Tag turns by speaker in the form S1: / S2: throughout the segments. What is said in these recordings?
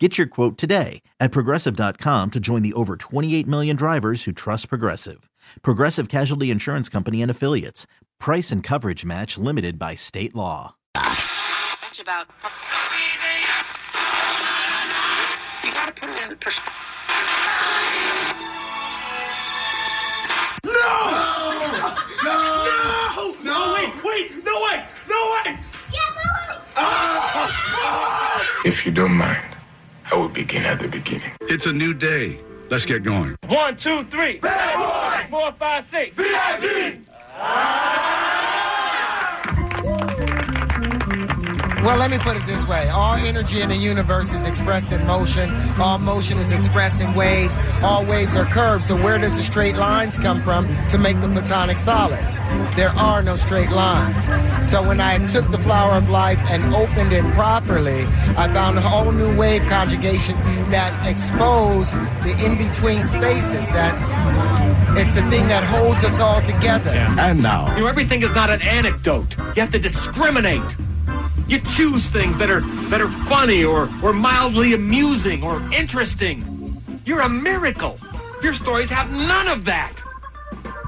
S1: Get your quote today at progressive.com to join the over 28 million drivers who trust Progressive. Progressive Casualty Insurance Company and Affiliates. Price and coverage match limited by state law.
S2: much about. You gotta put it in perspective.
S3: No! No! Wait! Wait! No way! No way! Ah!
S4: If you don't mind, I will begin at the beginning.
S5: It's a new day. Let's get going.
S6: One, two, three. Bad boy. Four, five, six.
S7: Well, let me put it this way. All energy in the universe is expressed in motion. All motion is expressed in waves. All waves are curved. So where does the straight lines come from to make the platonic solids? There are no straight lines. So when I took the flower of life and opened it properly, I found a whole new wave conjugations that expose the in-between spaces. That's it's the thing that holds us all together.
S5: And now,
S6: You, everything is not an anecdote. You have to discriminate. You choose things that are that are funny or or mildly amusing or interesting. You're a miracle. Your stories have none of that.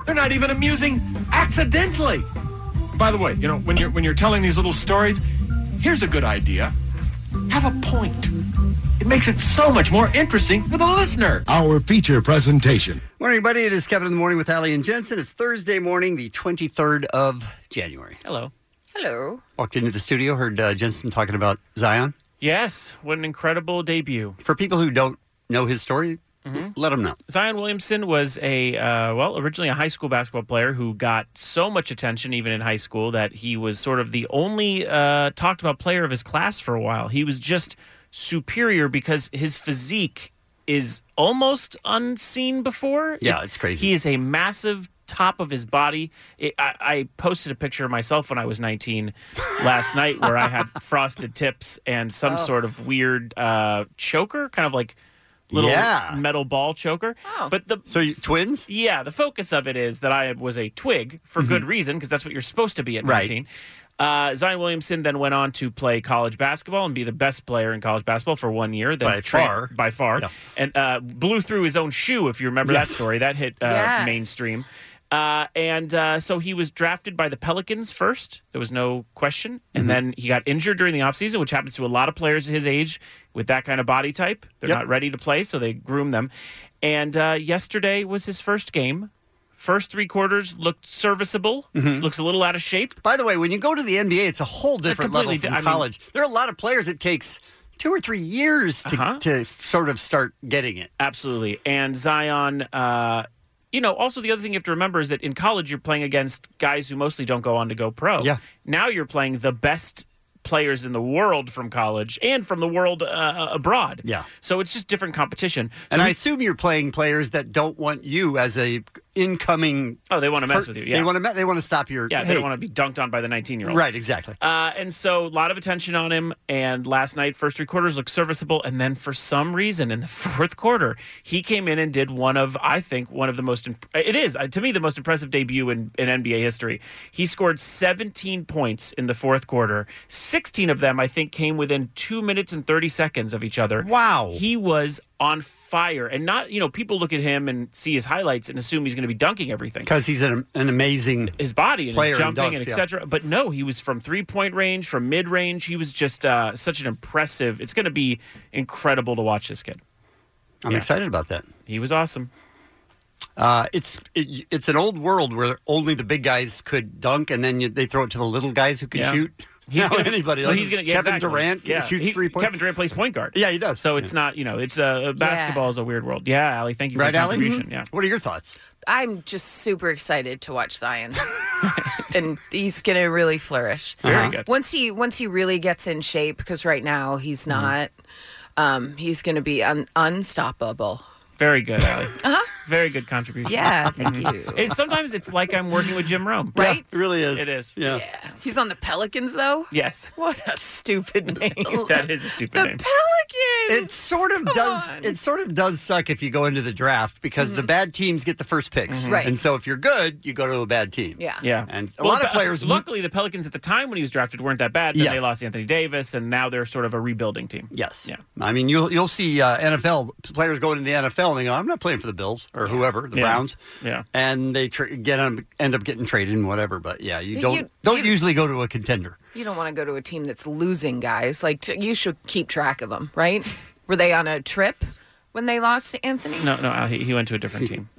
S6: They're not even amusing accidentally. By the way, you know when you're when you're telling these little stories, here's a good idea. Have a point. It makes it so much more interesting for the listener.
S5: our feature presentation.
S8: Morning, buddy. It is Kevin in the Morning with Allie and Jensen. It's Thursday morning, the 23rd of January.
S9: Hello.
S10: Hello.
S8: Walked into the studio, heard uh, Jensen talking about Zion.
S9: Yes, what an incredible debut. Mm-hmm.
S8: For people who don't know his story, let them know.
S9: Zion Williamson was a, uh, well, originally a high school basketball player who got so much attention, even in high school, that he was sort of the only uh, talked about player of his class for a while. He was just superior because his physique is almost unseen before.
S8: Yeah, it's crazy.
S9: He is a massive top of his body. It, I, I posted a picture of myself when I was 19 last night where I had frosted tips and some
S8: Oh.
S9: sort of weird uh, choker, kind of like little
S8: Yeah.
S9: metal ball choker.
S10: Oh.
S9: But the
S8: So, you, twins? Mm-hmm.
S9: yeah, the focus of it is that I was a twig for good reason because that's what you're supposed to be at
S8: Right.
S9: 19. Uh, Zion Williamson then went on to play college basketball and be the best player in college basketball for one year. Then
S8: By far.
S9: by far,
S8: Yeah.
S9: and uh, blew through his own shoe. If you remember that
S8: Yes.
S9: story, that hit uh,
S10: Yes.
S9: mainstream. Uh, and uh, so he was drafted by the Pelicans first. There was no question. And
S8: Mm-hmm.
S9: then he got injured during the offseason, which happens to a lot of players his age with that kind of body type. They're
S8: Yep.
S9: not ready to play, so they groom them. And uh, yesterday was his first game. First three quarters looked serviceable, looks a little out of shape.
S8: Mm-hmm. By the way, when you go to the NBA, it's a whole different level
S9: completely
S8: from
S9: di- I mean-
S8: college. there are a lot of players it takes two or three years to,
S9: Uh-huh.
S8: to sort of start getting it.
S9: Absolutely. And Zion, uh, you know, also the other thing you have to remember is that in college you're playing against guys who mostly don't go on to go pro.
S8: Yeah.
S9: Now you're playing the best players in the world from college and from the world uh, abroad.
S8: Yeah.
S9: So it's just different competition. So
S8: And I
S9: he-
S8: assume you're playing players that don't want you as a incoming.
S9: oh, they want to mess with you. Yeah.
S8: They want to. They want to stop your.
S9: yeah,
S8: hey,
S9: they don't want to be dunked on by the 19 year old.
S8: Right. Exactly.
S9: Uh, and so a lot of attention on him. And last night, first three quarters looked serviceable. And then for some reason, in the fourth quarter, he came in and did one of, I think, one of the most, imp- it is, uh, to me, the most impressive debut in, in NBA history. He scored 17 points in the fourth quarter. 16 of them, I think, came within two minutes and 30 seconds of each other.
S8: Wow.
S9: He was on fire. And not, you know, people look at him and see his highlights and assume he's going to be dunking everything
S8: Because he's an, an amazing.
S9: his body and
S8: Player
S9: his
S8: and
S9: jumping and,
S8: dunks,
S9: et
S8: yeah.
S9: cetera. But no, he was from three point range, from mid range. He was just uh, such an impressive. It's going to be incredible to watch this kid.
S8: I'm
S9: Yeah.
S8: excited about that.
S9: He was awesome.
S8: Uh, it's it, it's an old world where only the big guys could dunk, and then you, they throw it to the little guys who can
S9: Yeah.
S8: shoot. Now anybody.
S9: well,
S8: like
S9: he's gonna, yeah,
S8: Kevin
S9: exactly.
S8: Durant
S9: yeah.
S8: shoots
S9: He-
S8: three points.
S9: Kevin Durant plays point guard.
S8: Yeah, he does.
S9: So it's not you know it's uh, basketball is a weird world. Yeah, Ali, thank you for
S8: right,
S9: the
S8: Allie? Mm-hmm.
S9: contribution. Yeah.
S8: What are your thoughts?
S10: I'm just super excited to watch Zion. and he's going to really flourish.
S9: Very good.
S10: Once he once he really gets in shape because right now
S9: Mm-hmm.
S10: he's not um he's going to be un- unstoppable.
S9: Very good, Ali. Very good contribution.
S10: Yeah, thank
S9: Mhm.
S10: you.
S9: It, sometimes it's like I'm working with Jim Rome.
S10: Right?
S8: It really is.
S9: It is.
S8: Yeah.
S10: Yeah. He's on the Pelicans, though.
S9: Yes.
S10: What a stupid name.
S9: That is a stupid
S10: the
S9: name.
S10: Pelicans.
S8: It sort of
S10: Come
S8: does.
S10: on.
S8: It sort of does suck if you go into the draft because the bad teams get the first picks,
S10: Mm-hmm. Right.
S8: and so if you're good, you go to a bad team.
S10: yeah.
S9: Mm-hmm. Yeah.
S8: And a
S9: Well,
S8: lot of
S9: but, uh,
S8: players.
S9: Luckily, the Pelicans at the time when he was drafted weren't that bad. Then they
S8: Yes.
S9: lost Anthony Davis, and now they're sort of a rebuilding team.
S8: Yes.
S9: Yeah.
S8: I mean, you'll you'll see uh, NFL players going to the NFL and they go, "I'm not playing for the Bills or whoever, the
S9: Yeah.
S8: Browns,"
S9: Yeah.
S8: and they tra- get on, end up getting traded and whatever. But yeah, you
S10: You-
S8: don't
S10: you- you-
S8: don't usually go to a contender.
S10: You don't want to go to a team that's losing guys. Like t- you should keep track of them, right? Were they on a trip when they lost to Anthony?
S9: No, no, Al, he, he went to a different team.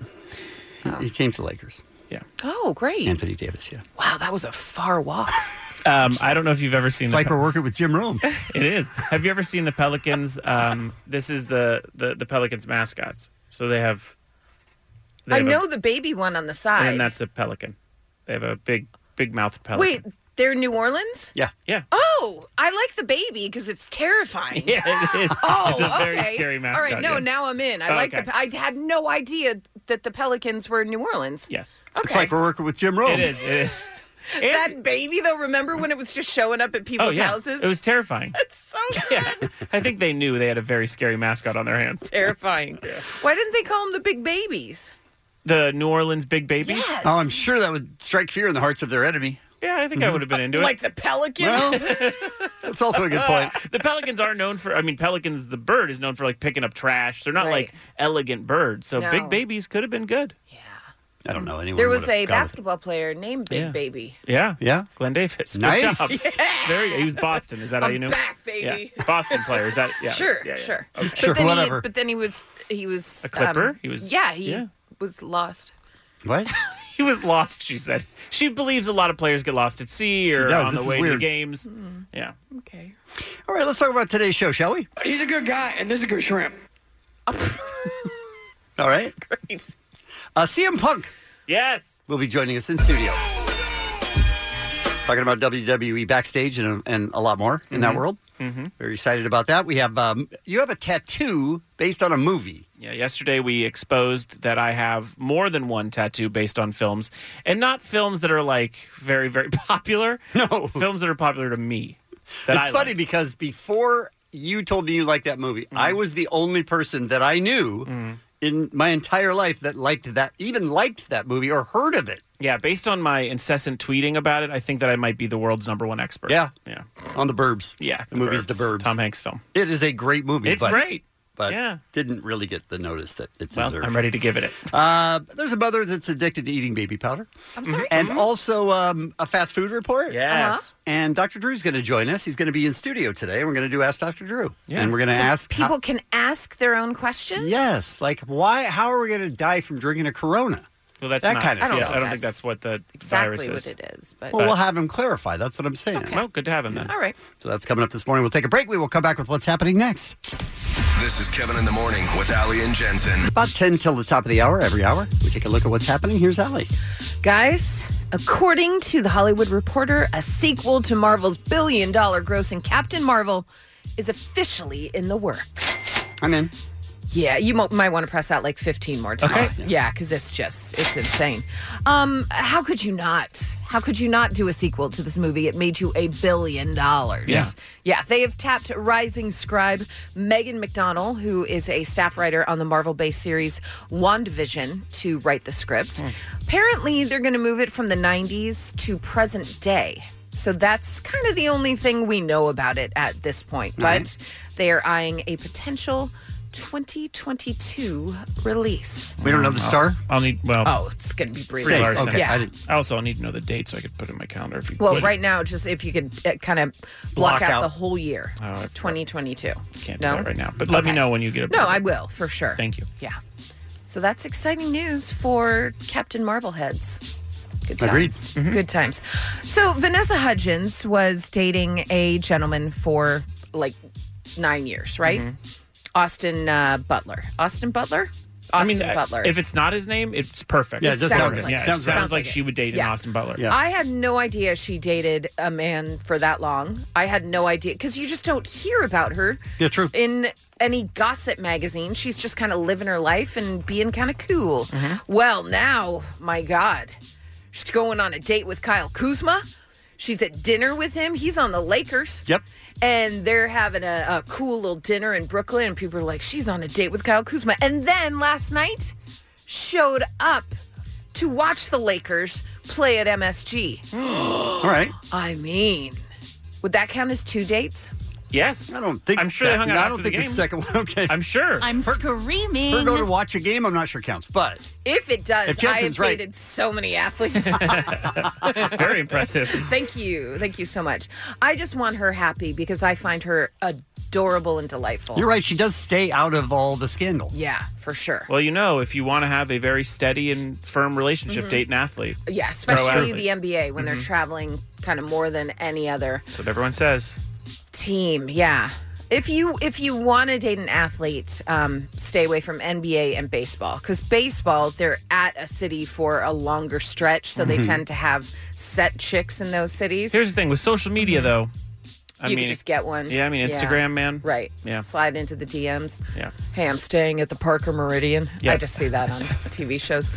S8: He came to the Lakers.
S9: Yeah.
S10: Oh, great!
S8: Anthony Davis. Yeah.
S10: Wow, that was a far walk.
S9: Um, I don't know if you've ever seen
S8: It's
S9: the
S8: like
S9: Pe-
S8: we're working with Jim Rome.
S9: It is. Have you ever seen the Pelicans? Um, this is the, the the Pelicans mascots. So they have. they
S10: I
S9: have a-
S10: know the baby one on the side.
S9: and that's a pelican. They have a big, big mouthed
S10: Wait,
S9: pelican.
S10: they're New Orleans?
S8: yeah.
S9: Yeah.
S10: Oh, I like the baby because it's terrifying.
S9: Yeah, it is.
S10: Oh,
S9: it's a very
S10: okay.
S9: scary mascot.
S10: All right, no,
S9: yes.
S10: now I'm in. I
S9: Oh,
S10: like
S9: okay.
S10: the. I had no idea that the Pelicans were New Orleans.
S9: Yes.
S10: Okay.
S8: It's like we're working with Jim Rome.
S9: It is. It is. And-
S10: that baby though. Remember when it was just showing up at
S9: oh,
S10: people's
S9: yeah.
S10: houses?
S9: It was terrifying.
S10: That's so
S9: Yeah. I think they knew they had a very scary mascot on their hands.
S10: terrifying. Why didn't they call them the big babies?
S9: The New Orleans Big Babies?
S10: Yes.
S8: Oh, I'm sure that would strike fear in the hearts of their enemy.
S9: Yeah, I
S8: Mm-hmm.
S9: think I would have been into it.
S10: like the pelicans.
S8: That's also a good point.
S9: the pelicans are known for i mean pelicans the bird is known for like picking up trash they're not
S10: Right.
S9: like elegant birds so
S10: No.
S9: big babies could have been good
S10: yeah.
S8: I don't know anyone.
S10: There
S8: would
S10: was
S8: have
S10: a
S8: gone with
S10: basketball player named Big
S9: Yeah.
S10: Baby.
S9: yeah
S8: it. Yeah.
S9: glenn davis Good
S8: Nice.
S9: job. very he was boston is that how
S10: I'm
S9: you knew
S10: back, baby.
S9: Yeah. boston player is that yeah
S10: Sure,
S9: yeah, yeah.
S10: sure, But
S8: Sure,
S10: then he-
S8: whatever.
S10: but then he was he was
S9: A Clipper?
S10: um,
S9: He was-
S10: yeah he
S9: yeah.
S10: was lost.
S8: What?
S9: he was lost she said she believes a lot of players get lost at sea or
S8: does.
S9: on
S8: This
S9: the
S8: is
S9: way to
S8: weird.
S9: the games
S10: Mm-hmm.
S9: yeah
S10: Okay.
S8: All right, let's talk about today's show, shall we?
S3: He's a good guy, and this is a good shrimp.
S8: All right.
S10: Great.
S8: Uh, CM Punk
S9: yes
S8: will be joining us in studio. Talking about WWE backstage and, and a lot more in that
S10: Mm-hmm.
S8: world. Very excited about that. We have um, you have a tattoo based on a movie.
S9: Yeah, yesterday we exposed that I have more than one tattoo based on films, and not films that are like very, very popular.
S8: No.
S9: films that are popular to me. That
S8: it's
S9: I
S8: funny
S9: like.
S8: because before you told me you liked that movie, I
S9: Mm-hmm.
S8: was the only person that I knew in my entire life that liked that, even liked that movie or heard of it
S9: Yeah, based on my incessant tweeting about it, I think that I might be the world's number one expert.
S8: Yeah.
S9: yeah,
S8: on the Burbs.
S9: yeah.
S8: the, movie's The Burbs.
S9: Tom Hanks film.
S8: It is a great movie.
S9: It's
S8: but,
S9: great.
S8: but
S9: Yeah.
S8: didn't really get the notice that it
S9: Well,
S8: deserves.
S9: I'm ready to give it it.
S8: Uh, there's a mother that's addicted to eating baby powder. Mm-hmm.
S10: I'm sorry. Uh-huh.
S8: And also um, a fast food report.
S9: Yes.
S8: And Dr. Drew's going to join us. He's going to be in studio today. We're going to do Ask Dr. Drew.
S9: Yeah.
S8: And we're going to ask
S10: People
S8: how-
S10: can ask their own questions.
S8: yes. Like, why? How are we going to die from drinking a Corona?
S9: Well, that's
S8: That
S9: not,
S8: kind of
S9: I don't,
S8: stuff.
S9: I don't think that's what the
S10: Exactly
S9: virus
S10: what
S9: is.
S10: it is. But
S8: Well, we'll have him clarify. That's what I'm saying.
S9: Well, good to have him then.
S10: all right.
S8: So that's coming up this morning. We'll take a break. We will come back with what's happening next.
S11: This is Kevin in the Morning with Ali and Jensen.
S8: About 10 till the top of the hour, every hour. We take a look at what's happening. Here's Allie.
S10: Guys, according to The Hollywood Reporter, a sequel to Marvel's billion dollar grossing Captain Marvel is officially in the works.
S8: I'm in.
S10: Yeah, you mo- might want to press that like 15 more times.
S9: Okay.
S10: Yeah, because it's just, it's insane. Um, how could you not? How could you not do a sequel to this movie? It made you a billion dollars.
S9: Yeah.
S10: Yeah, they have tapped rising scribe Megan McDonnell, who is a staff writer on the Marvel based series WandaVision, to write the script.
S8: Hmm.
S10: Apparently, they're going to move it from the 90s to present day. So that's kind of the only thing we know about it at this point. But they are eyeing a potential 2022 release.
S8: We don't know the star.
S9: Uh, I'll need. Well,
S10: Oh, it's going to be brief.
S9: Brie
S8: Safe.
S9: Larson.
S8: Okay.
S10: Yeah.
S8: I didn't,
S9: I also I'll need to know the date so I could put it in my calendar. If you
S10: Well,
S9: would.
S10: right now, just if you could uh, kind of block,
S8: Block
S10: out,
S8: out.
S10: the whole year,
S9: Oh, I-
S10: 2022.
S9: can't do
S10: no?
S9: that right now. But let me
S10: Okay.
S9: know when you get it.
S10: No, I will for sure.
S9: Thank you.
S10: Yeah. So that's exciting news for Captain Marvelheads. Good times.
S8: Agreed.
S9: Mm-hmm.
S10: Good times. So Vanessa Hudgens was dating a gentleman for
S9: Mm-hmm.
S10: like nine years, right? Austin uh, Butler. Austin Butler? Austin
S9: I mean,
S10: Butler.
S9: If it's not his name, it's perfect.
S10: Yeah, it does sound Sounds good. like
S9: Yeah,
S10: it.
S9: it
S10: Sounds
S9: sounds,
S10: right.
S9: like she would date an Austin Butler.
S10: I had no idea she dated a man for that long. I had no idea because you just don't hear about her.
S8: Yeah, true.
S10: In any gossip magazine, she's just kind of living her life and being kind of cool. Well, now, my God, she's going on a date with Kyle Kuzma. She's at dinner with him. He's on the Lakers.
S8: Yep.
S10: And they're having a, a cool little dinner in Brooklyn, and people are like, she's on a date with Kyle Kuzma. And then last night, showed up to watch the Lakers play at MSG. All
S8: right.
S10: I mean, would that count as two dates?
S9: Yes.
S8: I don't think.
S9: I'm sure they hung out
S8: I don't
S9: after the
S8: think
S9: game.
S8: second one. Okay.
S9: I'm sure.
S10: I'm
S8: her,
S10: screaming.
S8: her go to watch a game. I'm not sure counts, but
S10: if it does,
S8: If
S10: I have
S8: Jensen's right.
S10: dated so many athletes.
S9: Very impressive.
S10: Thank you. Thank you so much. I just want her happy because I find her adorable and delightful.
S8: you're right. She does stay out of all the scandal.
S10: Yeah, for sure.
S9: Well, you know, if you want to have a very steady and firm relationship,
S10: Mhm.
S9: date an athlete.
S10: Yeah,
S9: Pro
S10: especially
S9: athlete.
S10: the NBA when
S9: Mm-hmm.
S10: they're traveling kind of more than any other
S9: That's what everyone says.
S10: team. Yeah. If you if you want to date an athlete, um, stay away from NBA and baseball because baseball they're at a city for a longer stretch, so they
S9: Mhm.
S10: tend to have set chicks in those cities.
S9: Here's the thing with social media, though. I
S10: Mm-hmm. you
S9: mean,
S10: could just get one.
S9: Yeah, I mean, Instagram, man.
S10: Right.
S9: Yeah.
S10: Slide into the DMs.
S9: Yeah.
S10: Hey, I'm staying at the Parker Meridian.
S9: Yeah.
S10: I just see that on TV shows.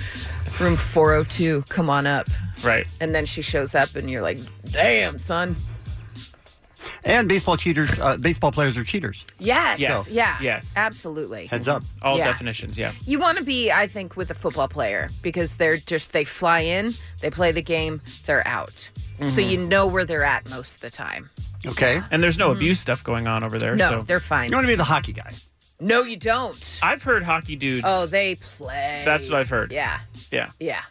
S10: Room 402, come on up.
S9: Right.
S10: And then she shows up, and you're like, damn, son.
S8: And baseball cheaters, uh, baseball players are cheaters.
S10: Yes.
S8: Yes.
S10: Yeah.
S8: Yes.
S10: Absolutely.
S8: Heads up.
S10: All Yeah.
S9: definitions, yeah.
S10: You want to be, I think, with a football player because they're just, they fly in, they play the game, they're out. So
S9: Mhm.
S10: you know where they're at most of the time.
S8: Okay.
S9: And there's no
S10: Mhm.
S9: abuse stuff going on over there.
S10: No,
S9: so.
S10: they're fine. You
S8: want to be the hockey guy?
S10: No, you don't.
S9: I've heard hockey dudes.
S10: Oh, they play.
S9: That's what I've heard.
S10: Yeah.
S9: Yeah.
S10: Yeah.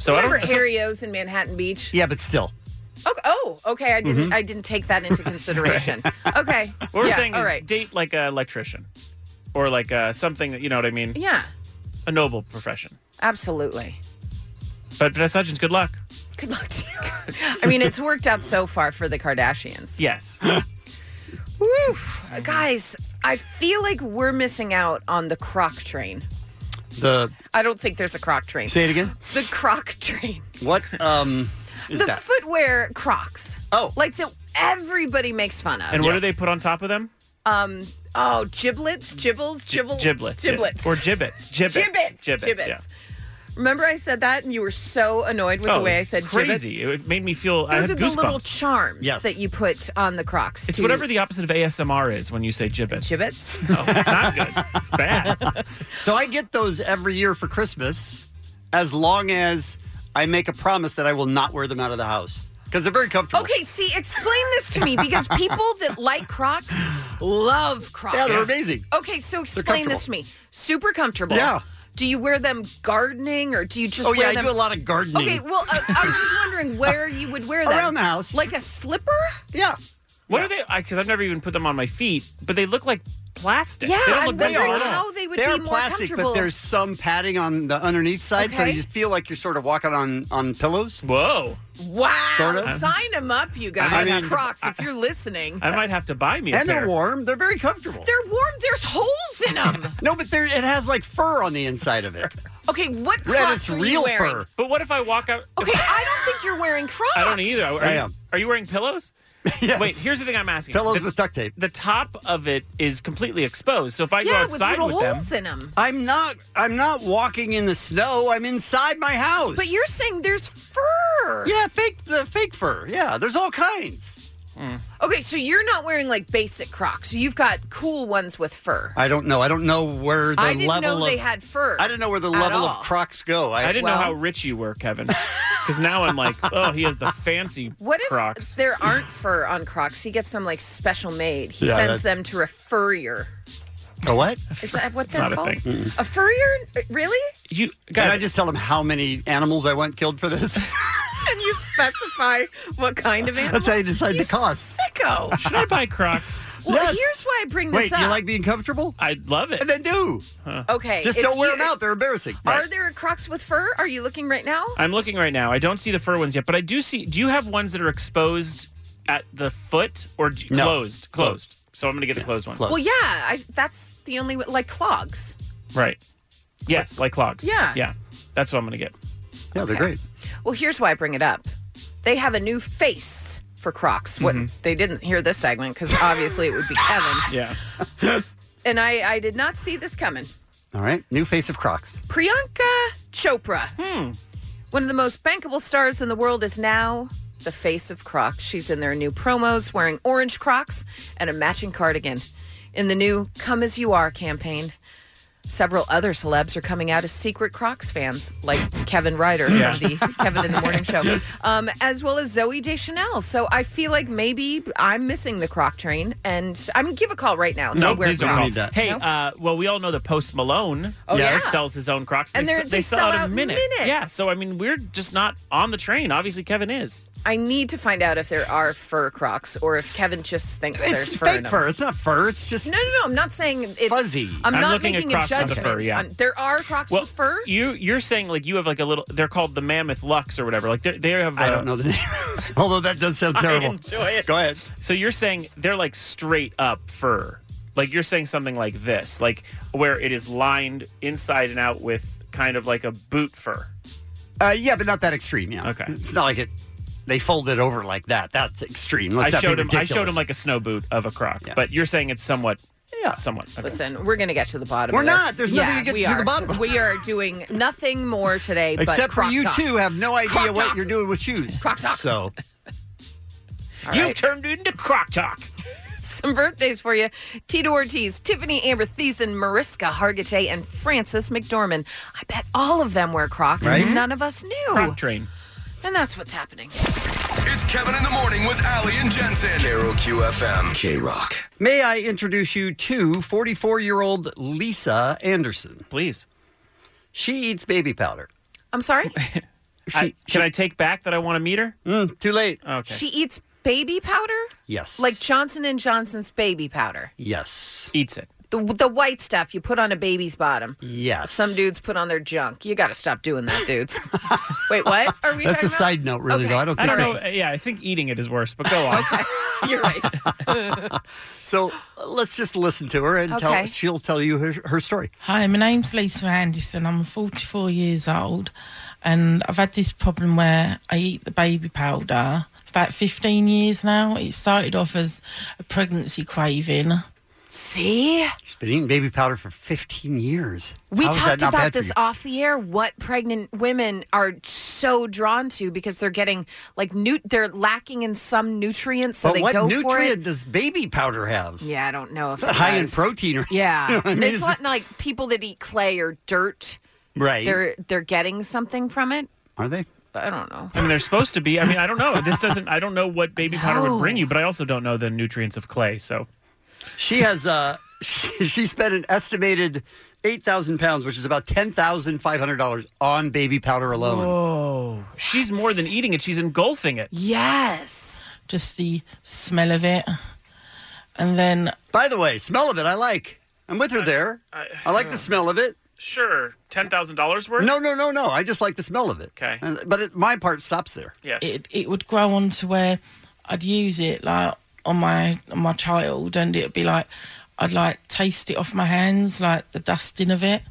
S9: So I
S10: Remember
S9: don't. so-
S10: Harry O's in Manhattan Beach?
S8: yeah, but still.
S10: Oh, oh okay. I didn't.
S9: Mhm.
S10: I didn't take that into consideration. Okay.
S9: What we're
S10: Yeah,
S9: saying
S10: all
S9: is
S10: right.
S9: date like an electrician, or like uh, something that you know what I mean.
S10: Yeah,
S9: A noble profession.
S10: absolutely.
S9: But Vanessa Hudgens, good luck.
S10: Good luck to you. I mean, it's worked out so far for the Kardashians.
S9: Yes.
S10: Woof. Guys, I feel like we're missing out on the croc train.
S8: The
S10: I don't think there's a croc train.
S8: say it again.
S10: The croc train.
S8: What um is
S10: the
S8: that?
S10: footwear crocs.
S8: Oh.
S10: Like that everybody makes fun of.
S9: and what do they put on top of them?
S10: Um. Oh, giblets, gibbles, gibble,
S9: Giblets. yeah.
S10: giblets,
S9: Or gibbets. Gibbets.
S10: Gibbets,
S9: Gibbets.
S10: gibbets.
S9: Yeah.
S10: Remember, I said that, and you were so annoyed with
S9: oh,
S10: the way I
S9: it's
S10: said
S9: crazy.
S10: gibbets.
S9: It made me feel. I
S10: Those
S9: had
S10: are the little
S9: goosebumps.
S10: charms
S9: Yes.
S10: that you put on the Crocs.
S9: It's
S10: to-
S9: whatever the opposite of ASMR is when you say gibbets.
S10: Gibbets?
S9: No, it's not good. It's bad.
S8: So I get those every year for Christmas, as long as I make a promise that I will not wear them out of the house because they're very comfortable.
S10: Okay, see, explain this to me because people that like Crocs love Crocs.
S8: Yeah, they're amazing.
S10: Okay, so explain this to me. Super comfortable.
S8: Yeah.
S10: Do you wear them gardening or do you just
S8: Oh, yeah,
S10: wear
S8: I
S10: them?
S8: do a lot of gardening.
S10: Okay, well, uh, I'm just wondering where you would wear them.
S8: Around the house.
S10: Like a slipper?
S8: Yeah.
S9: What are they? Because I've never even put them on my feet, but they look like plastic.
S10: Yeah,
S9: they don't
S10: I'm
S9: look good
S10: wondering
S9: at all.
S10: how they would
S8: they
S10: be
S8: are
S10: more
S8: plastic,
S10: comfortable.
S8: but there's some padding on the underneath side, so
S10: Okay.
S8: you just feel like you're sort of walking on on pillows.
S9: Whoa!
S10: Wow!
S8: Sort of.
S10: Sign them up, you guys.
S8: I mean-
S10: Crocs, if you're listening.
S9: I might have to buy me a
S8: And
S9: pair.
S8: they're warm. They're very comfortable.
S10: They're warm. There's holes in them.
S8: no, but they're, it has like fur on the inside of it.
S10: Okay, what
S8: Red,
S10: Crocs
S8: it's
S10: are
S8: real
S10: you wearing?
S8: fur.
S9: But what if I walk out?
S10: Okay, I don't think you're wearing Crocs.
S9: I don't either. Are,
S8: I
S9: you-
S8: am.
S9: are you wearing pillows? Wait, here's the thing I'm asking.
S8: Pillows
S9: the,
S8: with duct tape.
S9: the top of it is completely exposed, so if I go
S10: yeah, with
S9: outside
S10: little
S9: with,
S10: holes
S9: them,
S10: in them.
S8: I'm not. I'm not walking in the snow. I'm inside my house.
S10: But you're saying there's fur.
S8: yeah, fake the fake fur. Yeah, there's all kinds.
S9: Hmm.
S10: Okay, so you're not wearing like basic Crocs. You've got cool ones with fur.
S8: I don't know. I don't know where the
S10: I didn't
S8: level
S10: know
S8: of.
S10: they had fur.
S8: I didn't know where the
S10: at
S8: level
S10: all.
S8: of Crocs go.
S9: I didn't know
S10: Well-
S9: how rich you were, Kevin. Because now I'm like, oh, he has the fancy
S10: What if
S9: Crocs.
S10: there aren't fur on Crocs? He gets them like special made. He
S9: Yeah,
S10: sends
S9: that-
S10: them to a furrier.
S8: A what?
S10: Is that what
S8: It's
S10: they're
S8: not a
S10: called?
S8: thing.
S10: a furrier? Really?
S9: You
S8: Can I just tell them how many animals I went killed for this?
S10: and you specify what kind of animal.
S8: That's how you decide the cost.
S10: Sicko.
S9: Oh, Should I buy Crocs?
S10: Well, here's why I bring this
S8: Wait,
S10: up.
S8: you like being comfortable?
S9: I love it.
S8: And then do.
S10: okay,
S8: Just
S10: if
S8: don't wear
S10: you-
S8: them out. They're embarrassing.
S10: Are there Crocs with fur? Are you looking right now?
S9: I'm looking right now. I don't see the fur ones yet, but I do see. Do you have ones that are exposed at the foot or do,
S8: No.
S9: closed? Closed. So I'm going to get the closed one.
S10: Well, yeah. I, that's the only way- like clogs.
S9: Right. Yes, like clogs.
S10: Yeah.
S9: Yeah. That's what I'm going to get.
S8: Yeah, they're great.
S10: Well, here's why I bring it up. They have a new face for Crocs. What
S9: Mhm.
S10: they didn't hear this segment because obviously it would be Kevin.
S9: Yeah.
S10: And I, I did not see this coming.
S8: All right. New face of Crocs.
S10: Priyanka Chopra, one of the most bankable stars in the world, is now the face of Crocs. She's in their new promos wearing orange Crocs and a matching cardigan. In the new Come As You Are campaign, several other celebs are coming out as secret Crocs fans, like Kevin Ryder
S12: Yeah.
S10: from the Kevin in the Morning Show, um, as well as Zoe Deschanel. So I feel like maybe I'm missing the Croc train, and I'm give a call right now.
S9: No,
S10: They wear
S9: please don't
S10: Crocs.
S9: call. Hey, uh, well, we all know that Post Malone
S10: Oh,
S9: yes,
S10: yeah.
S9: sells his own Crocs.
S10: And
S9: they,
S10: they're-
S9: s-
S10: they
S9: sell,
S10: sell
S9: out
S10: out
S9: in minutes.
S10: minutes.
S9: Yeah. So I mean, we're just not on the train. Obviously, Kevin is.
S10: I need to find out if there are fur Crocs or if Kevin just thinks
S9: It's
S10: there's fur.
S9: fake
S10: in 'em.
S9: fur.
S8: It's not fur. It's just
S10: no, no, no. I'm not saying it's
S9: Fuzzy.
S10: I'm,
S9: I'm
S10: not
S9: looking at
S10: making a
S9: Crocs with the
S10: judgment.
S9: fur, yeah.
S10: on- there are Crocs
S9: Well,
S10: with fur.
S9: You you're saying like you have like a little. They're called the Mammoth Lux or whatever. Like they they have.
S8: I don't know the name. Although that does sound terrible.
S9: I enjoy it.
S8: Go ahead.
S9: So you're saying they're like straight up fur. Like you're saying something like this, like where it is lined inside and out with kind of like a boot fur.
S8: Uh, yeah, but not that extreme. Yeah. Okay. It's not like it. They fold it over like that. That's extreme. Let's
S9: I
S8: not be
S9: showed him. I showed
S8: ridiculous.
S9: him like a snow boot of a croc, but you're saying it's somewhat. Yeah, somewhat. Okay.
S10: Listen, we're gonna get to the bottom.
S8: We're
S10: of this.
S8: not. There's nothing
S10: Yeah,
S8: to get
S10: we
S8: to the
S10: are.
S8: bottom of.
S10: We are doing nothing more today. but
S8: Except for
S10: croc
S8: you
S10: talk.
S8: two have no idea
S10: Croc
S8: what
S10: talk.
S8: you're doing with shoes.
S10: Croc talk.
S8: So
S9: You've turned into croc talk.
S10: Some birthdays for you: Tito Ortiz, Tiffany Amber Thiessen, Mariska Hargitay, and Frances McDormand. I bet all of them wear Crocs.
S11: Right?
S10: and None of us knew.
S11: Croc
S9: train.
S10: And that's what's happening.
S11: It's Kevin in the Morning with Ali and Jensen. Carol QFM. K Rock.
S8: may I introduce you to 44 year old Lisa Anderson?
S9: Please.
S8: She eats baby powder.
S10: I'm sorry.
S9: I- can I take back that I want to meet her?
S8: Mm, too late.
S9: Okay.
S10: She eats baby powder,
S8: yes.
S10: like Johnson and Johnson's baby powder.
S8: Yes.
S9: Eats it.
S10: The, the white stuff you put on a baby's bottom.
S8: Yes.
S10: Some dudes put on their junk. You got to stop doing that, dudes. Wait, what? Are we
S8: That's a
S10: talking
S8: side note, really, though. I don't
S9: I
S8: think
S9: don't
S8: this
S9: know. uh, Yeah, I think eating it is worse. But go on.
S8: So let's just listen to her and
S13: Okay.
S8: tell. She'll tell you her, her story.
S13: Hi, my name's Lisa Anderson. I'm 44 years old, and I've had this problem where I eat the baby powder for about 15 years now. It started off as a pregnancy craving.
S10: See?
S8: She's been eating baby powder for 15 years.
S10: We
S8: How is that
S10: talked
S8: not
S10: about
S8: bad for
S10: this
S8: you?
S10: off the air. What pregnant women are so drawn to because they're getting like nu- they're lacking in some nutrients, so
S8: but
S10: they
S8: what
S10: go for
S8: nutrient
S10: it.
S8: does baby powder have?
S10: Yeah, I don't know if it
S8: high in
S10: does.
S8: protein. Or,
S10: Yeah,
S8: You know what I mean?
S10: it's not like people that eat clay or dirt.
S8: Right.
S10: They're they're getting something from it.
S8: Are they?
S10: I don't know.
S9: I mean, they're supposed to be. I mean, I don't know. This doesn't. I don't know what baby powder would bring you, but I also don't know the nutrients of clay. So
S8: She has. Uh, she, she spent an estimated eight thousand pounds, which is about ten thousand five hundred dollars on baby powder alone.
S9: Whoa! She's more than eating it; she's engulfing it.
S10: Yes.
S13: Just the smell of it. And then.
S8: By the way, smell of it, I like. I'm with her there. I, like the smell of it.
S9: uh, Sure, ten thousand dollars worth.
S8: No, no, no, no. I just like the smell of it. Okay. But it, my part stops there.
S9: Yes.
S13: It, it would grow on to where I'd use it like on my on my child, and it'd be like I'd like taste it off my hands, like the dusting of it.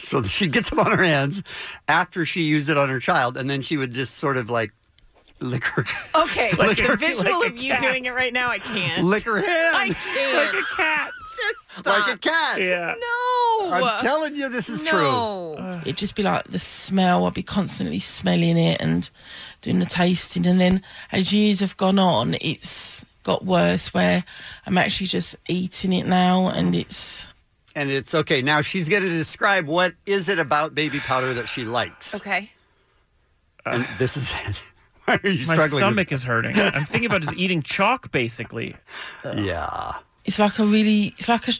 S8: So she gets them on her hands after she used it on her child, and then she would just sort of like lick her,
S10: Okay,
S8: Like
S10: the
S8: a-
S10: visual
S8: like a
S10: of you
S8: cat.
S10: doing it right now, I can't.
S8: lick her hand.
S10: I can't.
S9: Like a cat.
S10: Just stop.
S8: Like a cat.
S9: Yeah.
S10: No.
S8: I'm telling you, this is
S10: No.
S13: true. It'd just be like the smell. I'd be constantly smelling it and doing the tasting. And then as years have gone on, it's got worse where I'm actually just eating it now and it's.
S8: And it's okay. Now she's going to describe what is it about baby powder that she likes.
S10: Okay.
S9: Uh,
S8: And this is it. Why are you
S9: My
S8: struggling?
S9: stomach is hurting. I'm thinking about just eating chalk, basically.
S8: Yeah.
S13: It's like a really. It's like a,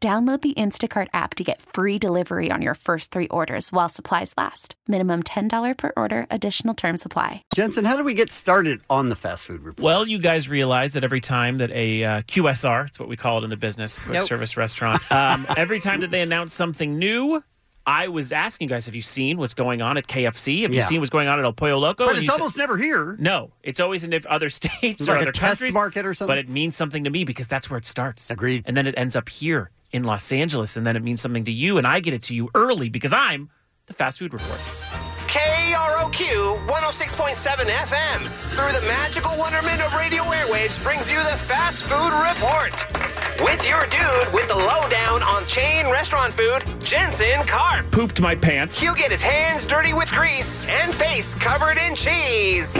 S12: Download the Instacart app to get free delivery on your first three orders while supplies last. Minimum $10 per order, additional term supply.
S8: Jensen, how do we get started on the fast food report?
S9: Well, you guys realize that every time that a uh, QSR, it's what we call it in the business, quick
S8: Nope.
S9: service restaurant, um, every time that they announce something new, I was asking you guys, have you seen what's going on at KFC? Have you
S8: Yeah.
S9: seen what's going on at El Pollo Loco?
S8: But
S9: And
S8: it's
S9: you said-
S8: almost never here.
S9: no, it's always in if- other states
S8: It's
S9: or
S8: like a
S9: other
S8: test
S9: countries,
S8: market or something?
S9: But it means something to me because that's where it starts.
S8: Agreed.
S9: And then it ends up here in Los Angeles, and then it means something to you, and I get it to you early because I'm the fast food report.
S14: KROQ 106.7 FM, through the magical wonderment of radio airwaves, brings you the Fast Food Report. With your dude with the lowdown on chain restaurant food, Jensen Carp.
S9: Pooped my pants.
S14: You get his hands dirty with grease and face covered in cheese.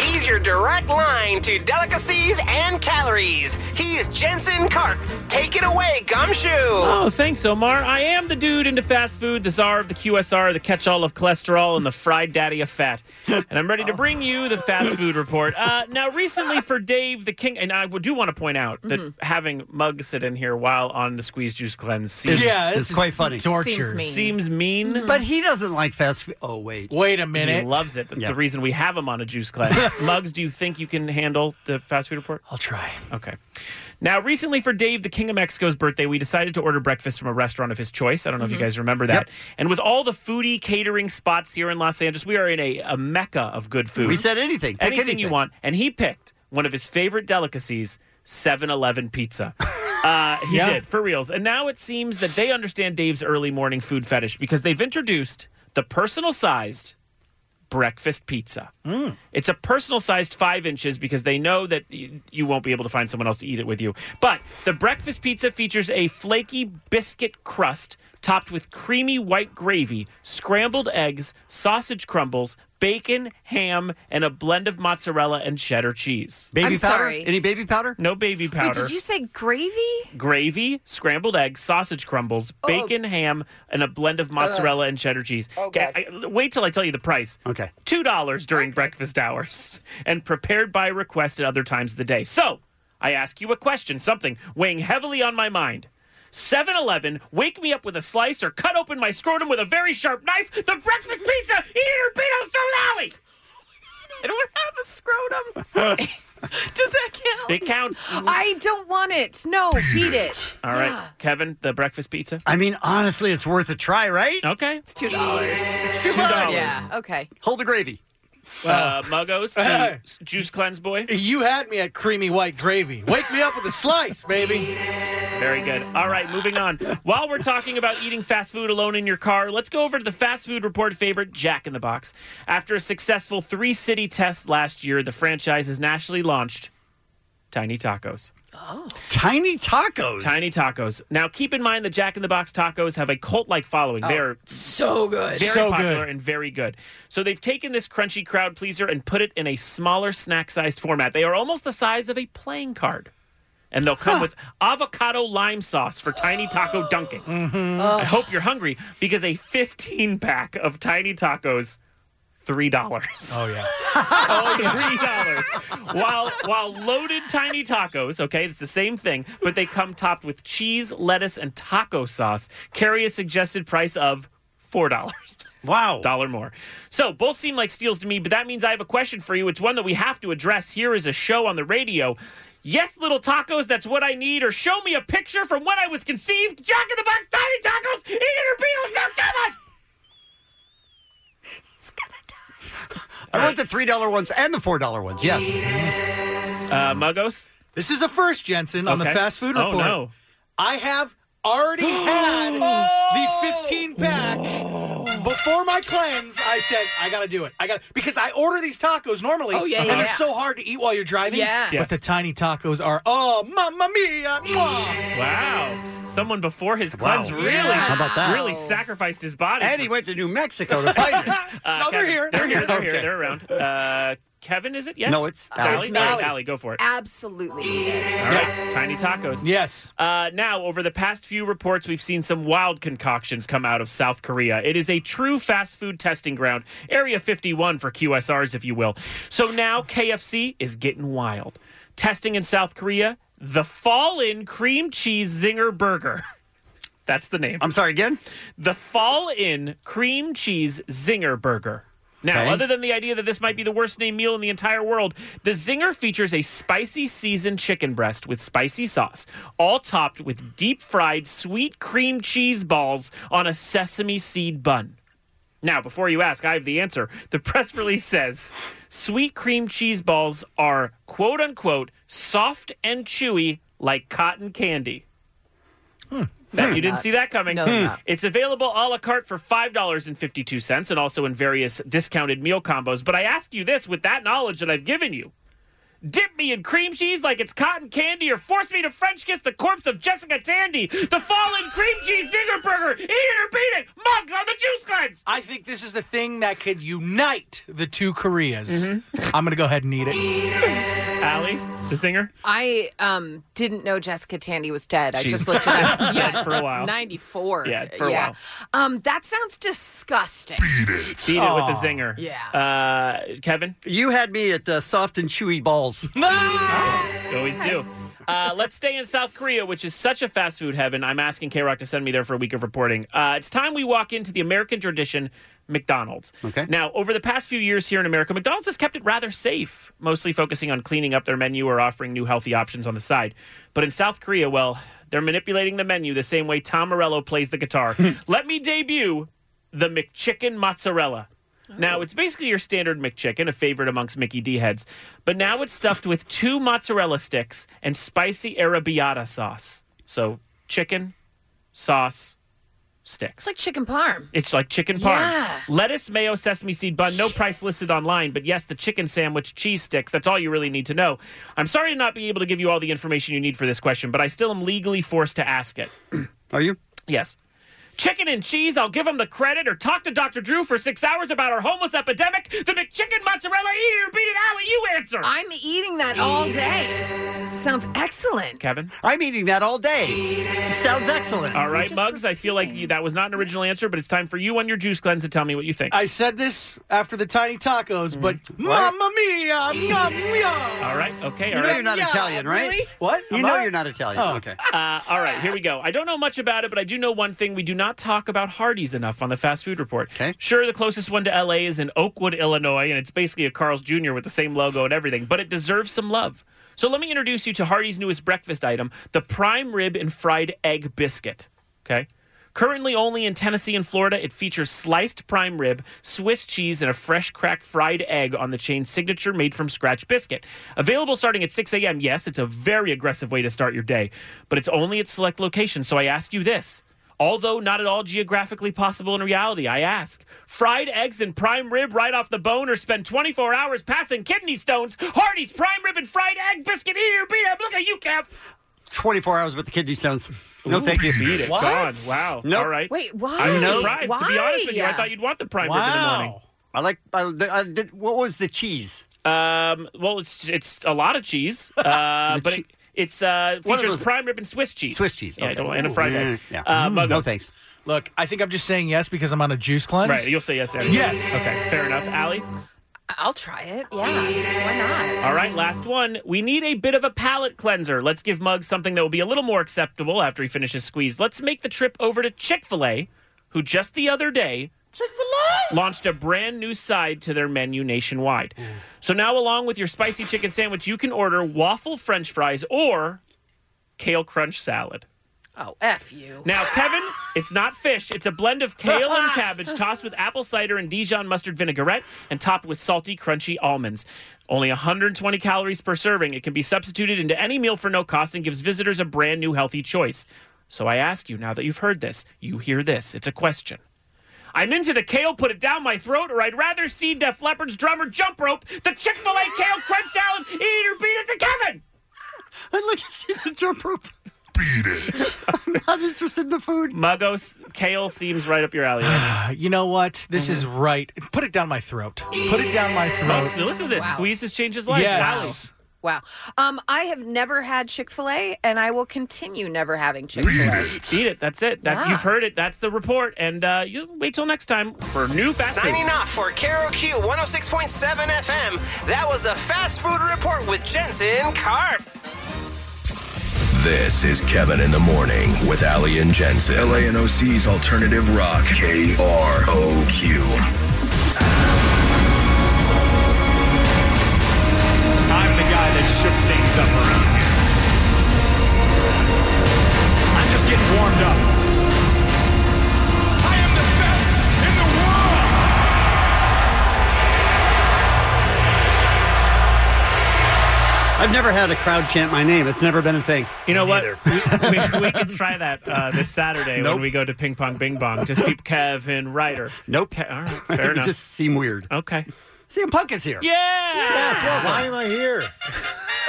S14: He's your direct line to delicacies and calories. He's Jensen Carp. Take it away, Gumshoe.
S9: Oh, thanks, Omar. I am the dude into fast food, the czar of the QSR, the catch-all of cholesterol, and the fried daddy of fat. And I'm ready to bring you the fast food report. Uh, now, recently for Dave the King, and I do want to point out that
S8: Mm-hmm.
S9: having Mug sit in here while on the squeeze juice cleanse seems,
S8: Yeah, this It's is quite funny. torture.
S9: Seems
S8: Seems
S9: mean.
S8: mean.
S9: but
S8: But he doesn't like fast food. Oh wait,
S9: Wait a He loves it. That's the reason we have him on a juice cleanse. Muggs, do you think you can handle the fast food report?
S8: I'll try.
S9: Okay. Now, recently for Dave, the King of Mexico's birthday, we decided to order breakfast from a restaurant of his choice. I don't know if you
S8: Mm-hmm.
S15: Mhm.
S9: guys remember that. And with all the foodie catering spots here in Los Angeles, we are in a, a mecca of good food.
S8: We said anything. Pick
S9: anything, you
S8: anything.
S9: want. And he picked one of his favorite delicacies, 7 Eleven pizza. Uh, he
S15: Yeah.
S9: did, for reals. And now it seems that they understand Dave's early morning food fetish because they've introduced the personal sized breakfast pizza. It's a personal sized five inches because they know that y- you won't be able to find someone else to eat it with you. But the breakfast pizza features a flaky biscuit crust topped with creamy white gravy, scrambled eggs, sausage crumbles, bacon, ham, and a blend of mozzarella and cheddar cheese.
S10: Baby I'm powder? sorry. Any
S8: baby powder?
S9: No baby powder
S10: Wait, did you say gravy?
S9: gravy, scrambled eggs, sausage crumbles,
S10: Oh.
S9: bacon, ham, and a blend of mozzarella and cheddar cheese. Okay. wait till I tell you the price.
S8: Oh, Okay.
S9: Two dollars during breakfast hours, and prepared by request at other times of the day. So I ask you a question, something weighing heavily on my mind. 7 Eleven, wake me up with a slice or cut open my scrotum with a very sharp knife. The breakfast pizza, eat it or Pino's through the alley. I don't have a scrotum.
S10: Does that count?
S9: It counts.
S10: I don't want it. No, beat it.
S9: All right,
S10: Yeah.
S9: Kevin, the breakfast pizza.
S8: I mean, honestly, it's worth a try, right?
S9: Okay.
S10: It's two dollars. It's
S8: two dollars.
S10: Yeah. Okay.
S8: Hold the gravy.
S9: Uh, Muggos, the s- juice cleanse boy.
S15: You had me at creamy white gravy. Wake me up with a slice, baby.
S9: Very good. All right, moving on. While we're talking about eating fast food alone in your car, let's go over to the fast food report favorite, Jack in the Box. After a successful three city test last year, the franchise has nationally launched Tiny Tacos. Oh.
S8: Tiny tacos.
S9: Tiny tacos. Now, keep in mind the Jack in the Box tacos have a cult like following.
S10: Oh,
S9: they are
S10: so good.
S9: Very
S10: So
S9: popular
S10: good.
S9: and very good. So, they've taken this crunchy crowd pleaser and put it in a smaller snack sized format. They are almost the size of a playing card. And they'll come with avocado lime sauce for tiny taco dunking. I hope you're hungry because a 15 pack of tiny tacos, $3.
S15: Oh, yeah.
S9: Three dollars. while while loaded tiny tacos, okay, it's the same thing, but they come topped with cheese, lettuce, and taco sauce. Carry a suggested price of four dollars.
S8: Wow.
S9: Dollar more. So both seem like steals to me, but that means I have a question for you. It's one that we have to address here as a show on the radio. Yes, little tacos, that's what I need, or show me a picture from when I was conceived. Jack in the box, tiny tacos, eating her beetles now, come on!
S8: I want the three dollar ones and the four dollar ones. Yes.
S9: Uh, Muggos.
S15: This is a first, Jensen, on the
S8: Okay.
S15: fast food
S8: Oh,
S15: report.
S8: no.
S15: I have already had the 15 pack. Before my cleanse, I said I gotta do it. I got to because I order these tacos normally.
S10: Oh, yeah,
S15: and
S10: yeah,
S15: it's
S10: yeah.
S15: so hard to eat while you're driving.
S10: Yeah.
S15: but
S9: Yes.
S15: the tiny tacos are oh, mamma mia! mwah.
S9: Wow. Someone before his cleanse really,
S15: How about that?
S9: really sacrificed his body.
S8: And he went to New Mexico to find it.
S9: Uh,
S15: No, they're
S9: Kevin.
S15: here.
S9: They're here. They're here.
S8: Okay.
S9: They're around. Uh, Kevin, is it? Yes.
S8: No, it's Ally.
S9: Allie.
S8: It's
S9: All right,
S8: Ally.
S9: Allie, go for it.
S10: Absolutely. beat it.
S9: All right. Tiny tacos.
S15: Yes.
S9: Uh, now, over the past few reports, we've seen some wild concoctions come out of South Korea. It is a true fast food testing ground, Area 51 for QSRs, if you will. So now KFC is getting wild. Testing in South Korea, the Fall In Cream Cheese Zinger Burger. That's the name.
S8: I'm sorry, again?
S9: The Fall In Cream Cheese Zinger Burger. Now,
S8: Okay.
S9: other than the idea that this might be the worst named meal in the entire world, the Zinger features a spicy seasoned chicken breast with spicy sauce, all topped with deep fried sweet cream cheese balls on a sesame seed bun. Now, before you ask, I have the answer. The press release says sweet cream cheese balls are quote unquote soft and chewy like cotton candy. That, you didn't see that coming. Hmm.
S10: No, they're not.
S9: It's available a la carte for $5.52 and also in various discounted meal combos. But I ask you this with that knowledge that I've given you dip me in cream cheese like it's cotton candy or force me to French kiss the corpse of Jessica Tandy, the fallen cream cheese zinger burger, eat it or beat it, mugs on the juice cleanse.
S15: I think this is the thing that could unite the two Koreas. I'm gonna go ahead and eat it.
S9: Mm-hmm. Allie, the singer?
S10: I um didn't know Jessica Tandy was dead. I
S9: She's
S10: just looked it up.
S9: dead for a while.
S10: 94.
S9: Yeah, for a while.
S10: Um, that sounds disgusting.
S9: Beat it with
S8: Aw.
S9: the zinger.
S10: Yeah.
S9: Uh, Kevin?
S8: You had me at uh, soft and chewy balls.
S9: You always do. Uh, let's stay in South Korea, which is such a fast food heaven. I'm asking K Rock to send me there for a week of reporting. Uh, it's time we walk into the American tradition, McDonald's. Okay. Now, over the past few years here in America, McDonald's has kept it rather safe, mostly focusing on cleaning up their menu or offering new healthy options on the side. But in South Korea, well, they're manipulating the menu the same way Tom Morello plays the guitar. Let me debut the McChicken mozzarella. Now it's basically your standard McChicken, a favorite amongst Mickey D heads, but now it's stuffed with two mozzarella sticks and spicy arrabbiata sauce. So chicken, sauce, sticks.
S10: It's like chicken parm.
S9: It's like chicken parm.
S10: Yeah.
S9: Lettuce, mayo, sesame seed bun. No price listed online, but yes, the chicken sandwich, cheese sticks. That's all you really need to know. I'm sorry to not be able to give you all the information you need for this question, but I still am legally forced to ask it.
S8: Are you?
S9: Yes. Chicken and cheese, I'll give them the credit, or talk to Dr. Drew for six hours about our homeless epidemic. The McChicken mozzarella, eat it or beat it, Allie, you answer.
S10: I'm eating that all day. sounds excellent.
S9: Kevin?
S8: I'm eating that all day. sounds excellent.
S9: All right, Muggs, I feel like you, that was not an original answer, but it's time for you on your juice cleanse to tell me what you think.
S15: I said this after the tiny tacos, but Mamma Mia, Mamma Mia.
S9: All right, okay,
S8: You
S9: all
S8: know
S9: right.
S8: you're not Italian, right?
S15: What?
S8: You
S9: Am
S8: know
S9: I?
S8: you're not Italian.
S9: Oh.
S8: Okay.
S9: Uh, all right, here we go. I don't know much about it, but I do know one thing. We do not talk about Hardee's enough on the fast food report. Okay. Sure, the closest one to LA is in Oakwood, Illinois, and it's basically a Carl's Jr. with the same logo and everything, but it deserves some love. So let me introduce you to Hardee's newest breakfast item, the prime rib and fried egg biscuit. Okay. Currently only in Tennessee and Florida, it features sliced prime rib, Swiss cheese, and a fresh cracked fried egg on the chain's signature made from scratch biscuit. Available starting at 6 a.m. Yes, it's a very aggressive way to start your day, but it's only at select locations. So I ask you this. Although not at all geographically possible in reality, I ask fried eggs and prime rib right off the bone or spend 24 hours passing kidney stones? Hardy's prime rib and fried egg biscuit here, beat up. Look at you, Kev.
S8: 24 hours with the kidney stones. No,
S9: Ooh,
S8: thank you.
S9: beat it. What? Gone. Wow.
S8: Nope.
S9: All right.
S10: Wait, why?
S9: I'm
S8: No.
S9: surprised, to be honest with you. I
S10: Why?
S9: thought you'd want the prime rib in the morning.
S8: I like. I, I did, what was the cheese?
S9: Um, well, it's it's a lot of cheese, uh, but it, it's uh,
S15: One of
S9: features
S15: those-
S9: prime rib and Swiss cheese.
S15: Swiss cheese,
S9: yeah, I
S15: okay.
S9: don't- and a
S15: Ooh.
S9: fried egg.
S15: Yeah, yeah.
S9: Uh,
S15: Mm.
S9: Muggles.
S15: No, thanks. Look, I think I'm just saying yes because I'm on a juice cleanse.
S9: Right, you'll say yes. Anyway.
S15: Yes.
S9: Okay, fair enough. Allie.
S10: I'll try it. Yeah. Why not?
S9: All right, last one. We need a bit of a palate cleanser. Let's give Muggs something that will be a little more acceptable after he finishes squeeze. Let's make the trip over to Chick Fil A, who just the other day launched a brand new side to their menu nationwide. So now, along with your spicy chicken sandwich, you can order waffle French fries or kale crunch salad.
S10: Oh, F you.
S9: Now, Kevin, it's not fish. It's a blend of kale and cabbage tossed with apple cider and Dijon mustard vinaigrette and topped with salty, crunchy almonds. Only 120 calories per serving. It can be substituted into any meal for no cost and gives visitors a brand new healthy choice. So I ask you now that you've heard this, you hear this. It's a question. I'm into the kale, put it down my throat, or I'd rather see Def Leppard's drummer jump rope the Chick fil A kale crunch salad, eat it or beat it to Kevin!
S8: I'd like to see the jump rope. Beat it. I'm not interested in the food.
S9: Muggos, kale seems right up your alley. right now.
S15: Uh, You know what? This is right. Put it down my throat. Put it down my throat.
S9: Folks, listen to this.
S10: Wow.
S9: Squeeze has changed his life.
S15: Yes.
S10: Wow. Um, I have never had Chick fil A, and I will continue never having Chick fil A.
S9: Wow. Eat it. That's it. That,
S10: Yeah.
S9: You've heard it. That's the report. And uh, you wait till next time for new fast food.
S14: Signing off for Carol Q 106.7 FM. That was the Fast Food Report with Jensen Carp.
S11: This is Kevin in the Morning with Ali and Jensen. LANOC's Alternative Rock, KROQ.
S6: I'm the guy that shook things up around here. I'm just getting warmed up.
S8: I've never had a crowd chant my name. It's never been a thing.
S9: You know what? We, we, we could try that uh, this Saturday
S8: Nope.
S9: when we go to Ping Pong Bing Bong. Just keep Kevin Ryder.
S8: Nope.
S9: Ke- all right.
S8: It
S9: Fair
S8: would
S9: enough.
S8: just seem weird.
S9: Okay.
S8: Sam Pumpkin's here.
S9: Yeah.
S8: Yes, welcome.
S15: Why am I here?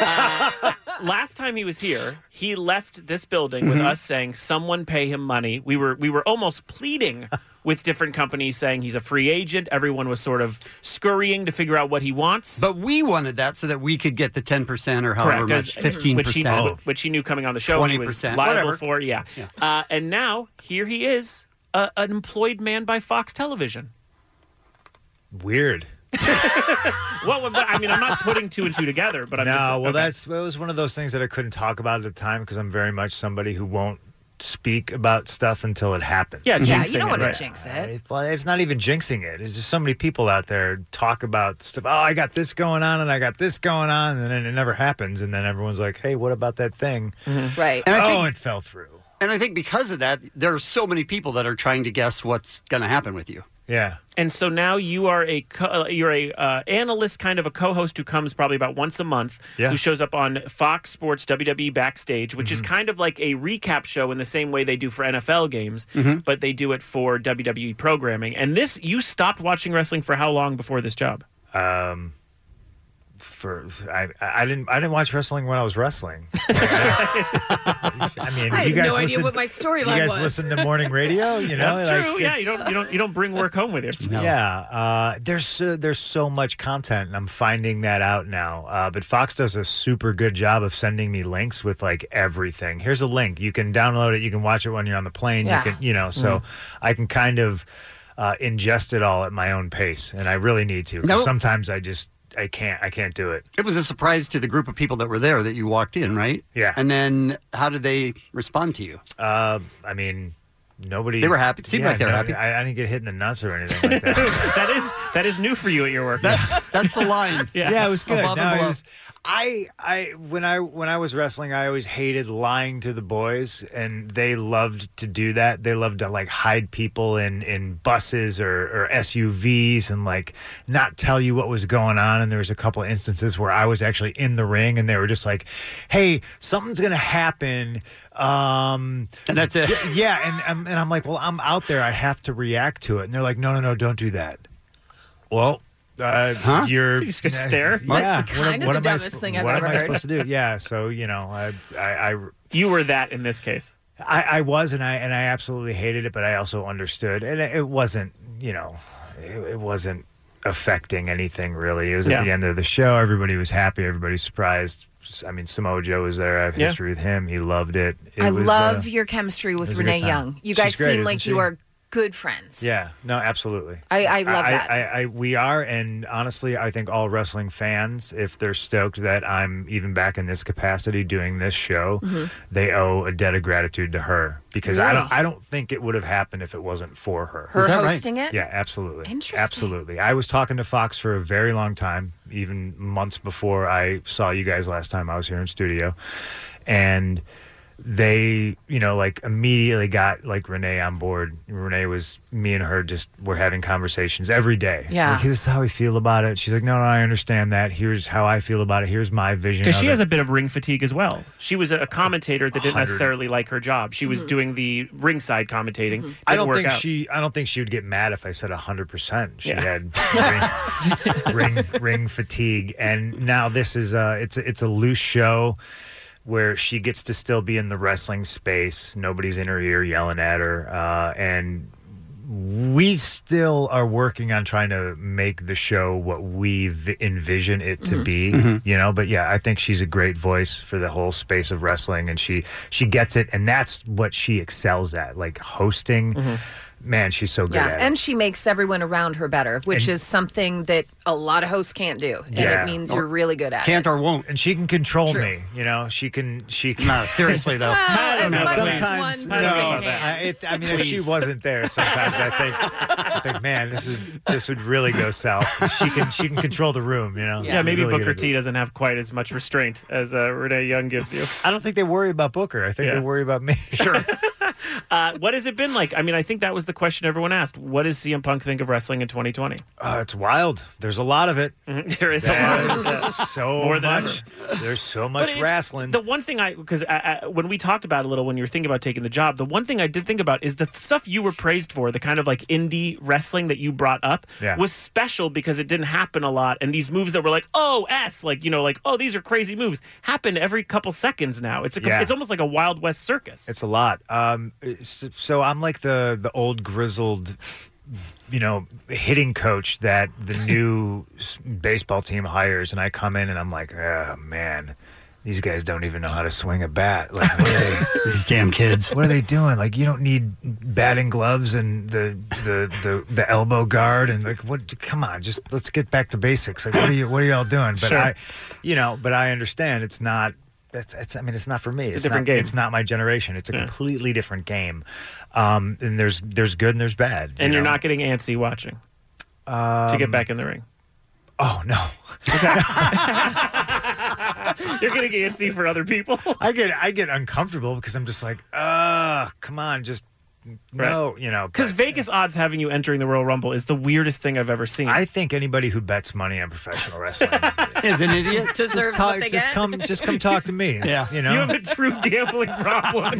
S9: Uh, Last time he was here, he left this building
S15: Mm-hmm.
S9: with us saying, "Someone pay him money." We were we were almost pleading with different companies saying he's a free agent. Everyone was sort of scurrying to figure out what he wants.
S8: But we wanted that so that we could get the 10% or however
S9: Correct, as-
S8: much, 15%.
S9: which he, which he knew coming on the show he was
S8: 20%,
S9: liable
S8: whatever.
S9: for. Yeah, Uh, and now here he is, uh, an employed man by Fox Television.
S16: Weird.
S9: Well, well, I mean, I'm not putting two and two together, but I'm
S16: no,
S9: just
S16: well,
S9: okay.
S16: that's that was one of those things that I couldn't talk about at the time because I'm very much somebody who won't speak about stuff until it happens.
S10: Yeah, Yeah, you jinxing don't it, wanna right. jinx it.
S16: well, it's not even jinxing it. It's just so many people out there talk about stuff. Oh, I got this going on and I got this going on, and then it never happens. And then everyone's like, "Hey, what about that thing?"
S10: Right.
S8: And I
S16: oh,
S8: think-
S16: it fell through.
S8: And I think because of that, there are so many people that are trying to guess what's going to happen with you.
S16: Yeah.
S9: And so now you are a co- uh, you're a uh, analyst kind of a co-host who comes probably about once a month.
S16: Yeah.
S9: Who shows up on Fox Sports WWE Backstage, which
S16: Mm-hmm.
S9: is kind of like a recap show in the same way they do for NFL games,
S16: Mhm.
S9: but they do it for E WWE programming. And this, you stopped watching wrestling for how long before this job?
S16: Um, for I I didn't I didn't watch wrestling when I was wrestling. I mean,
S10: I
S16: if
S10: have
S16: you
S10: no
S16: guys
S10: idea
S16: listen,
S10: what my storyline
S16: You guys
S10: was.
S16: listen to morning radio, Oh, you know.
S9: That's
S16: like,
S9: true. yeah,
S16: it's-
S9: you don't you don't you don't bring work home with you.
S16: Yeah, uh, there's uh, there's so much content, and I'm finding that out now. Uh, but Fox does a super good job of sending me links with like everything. Here's a link. You can download it. You can watch it when you're on the plane.
S17: Yeah.
S16: You can, you know, so
S9: Mm.
S17: Mhm.
S16: I can kind of uh, ingest it all at my own pace, and I really need to. 'cause
S8: Nope.
S16: sometimes I just I can't I can't do it.
S8: It was a surprise to the group of people that were there that you walked in, right?
S16: Yeah.
S8: And then how did they respond to you?
S16: Uh, I mean, nobody.
S8: They were happy. It seemed
S16: Yeah,
S8: like they were
S16: no-
S8: happy.
S16: I, I didn't get hit in the nuts or anything like that.
S9: that is that is new for you at your work.
S8: that's the line.
S16: yeah. it was good. No, it was- I I when I when I was wrestling, I always hated lying to the boys, and they loved to do that. They loved to like hide people in in buses or, or SUVs and like not tell you what was going on. And there was a couple of instances where I was actually in the ring, and they were just like, "Hey, something's gonna happen." Um,
S8: and that's it.
S16: Yeah, and I'm- and I'm like, "Well, I'm out there. I have to react to it." And they're like, "No, no, no, don't do that." Well, uh, you're
S9: You just gonna stare?
S16: Yeah,
S9: That's kind of the
S16: I
S9: dumbest thing I've
S16: what
S9: ever
S16: am I
S9: heard.
S16: supposed to do? Yeah, so you know, I, I, I
S9: you were that in this case.
S16: I, I was, and I and I absolutely hated it, but I also understood, and it, it wasn't, you know, it, it wasn't affecting anything really. It was
S17: Yeah.
S16: at the end of the show. Everybody was happy. Everybody surprised. I mean, Samoa Joe was there. I have
S10: Yeah.
S16: history with him. He loved it. It
S10: I
S16: was,
S10: love
S16: uh,
S10: your chemistry
S16: it
S10: with
S16: was a
S10: Renee
S16: good time.
S10: Young. You
S16: She's
S10: guys
S16: great,
S10: seem
S16: isn't
S10: like you
S16: she?
S10: are good friends.
S16: Yeah, no, absolutely.
S10: I- I love that.
S16: I, I, we are, and honestly, I think all wrestling fans, if they're stoked that I'm even back in this capacity doing this show,
S17: Mhm.
S16: they owe a debt of gratitude to her because I don't,
S17: Really?
S16: I don't think it would have happened if it wasn't for her.
S17: Her Is that right? hosting it?
S16: Yeah, absolutely.
S17: Interesting.
S16: Absolutely. I was talking to Fox for a very long time, even months before I saw you guys last time I was here in studio, and they you know like immediately got like renee on board renee was me and her just were having conversations every day
S17: Yeah.
S16: like, this is how we feel about it she's like no no i understand that here's how i feel about it here's my vision
S9: Because she
S16: of
S9: has
S16: it.
S9: a bit of ring fatigue as well. She was a commentator that didn't
S16: 100.
S9: necessarily like her job. She was doing the ringside commentating. Didn't
S16: I don't
S9: work
S16: think
S9: out.
S16: she. I don't think she would get mad if I said hundred percent. She
S9: Yeah.
S16: had ring, ring ring fatigue, and now this is a it's a, it's a loose show where she gets to still be in the wrestling space. Nobody's in her ear yelling at her, uh, and we still are working on trying to make the show what we v- envision it to
S10: Mm-hmm.
S17: Mhm.
S16: be you know but yeah i think she's a great voice for the whole space of wrestling and she she gets it and that's what she excels at like hosting man she's so good
S10: Mm-hmm. Yeah,
S16: at it
S10: and she makes everyone around her better, which
S16: And-
S10: is something that a lot of hosts can't do. And
S16: Yeah. Oh,
S10: it means you're really good at it.
S16: or won't and she can control
S10: True.
S16: me you know she can she can
S8: No, seriously, though.
S10: Well, as much as
S16: sometimes
S10: one
S16: no
S10: person can.
S16: I, it, I mean if she
S10: Please.
S16: wasn't there sometimes i think i think man this is this would really go south she can she can control the room you know
S9: Yeah, maybe
S16: Really
S9: Booker
S16: good.
S9: T doesn't have quite as much restraint as uh, Renee Young gives you.
S16: I don't think they worry about Booker. I think
S9: Yeah.
S16: they worry about me.
S9: Uh, what has it been like? I mean, I think that was the question everyone asked. What does CM Punk think of wrestling in 2020?
S16: Uh, it's wild. There's a lot of it.
S9: There is a lot of it.
S16: There's so
S9: More than
S16: much. There's so
S9: But
S16: much
S9: it's-
S16: wrestling.
S9: The one thing I, because I, I, when we talked about it a little, when you were thinking about taking the job, the one thing I did think about is the stuff you were praised for, the kind of like indie wrestling that you brought up,
S17: Yeah.
S9: was special because it didn't happen a lot. And these moves that were like, oh, S, like, you know, like, oh, these are crazy moves, happen every couple seconds now. It's, a,
S16: Yeah.
S9: it's almost like a Wild West circus.
S16: It's a lot. Um, it's- so I'm like the the old grizzled, you know, hitting coach that the new s- baseball team hires, and I come in and I'm like, oh man. These guys don't even know how to swing a bat. Like what are they,
S8: these damn kids.
S16: What are they doing? Like you don't need batting gloves and the the the, the elbow guard and like what? Come on, just let's get back to basics. Like what are you what are y'all doing? But
S17: Sure.
S16: I, you know, but I understand it's not. It's, it's, I mean, it's not for me.
S17: It's a
S16: not-
S17: different game.
S16: It's not my generation. It's a completely different game. Um, and there's there's good and there's bad.
S9: and you're not getting antsy watching
S16: um,
S9: to get back in the ring.
S16: Oh no,
S9: You're getting antsy for other people.
S16: I get I get uncomfortable because I'm just like, uh, come on, just no, you know.
S9: Because Vegas odds having you entering the Royal Rumble is the weirdest thing I've ever seen. I
S16: think anybody who bets money on professional wrestling
S8: is an idiot.
S16: just, talk, just come, just come talk to me.
S9: Yeah.
S16: you know.
S9: You have a true gambling problem.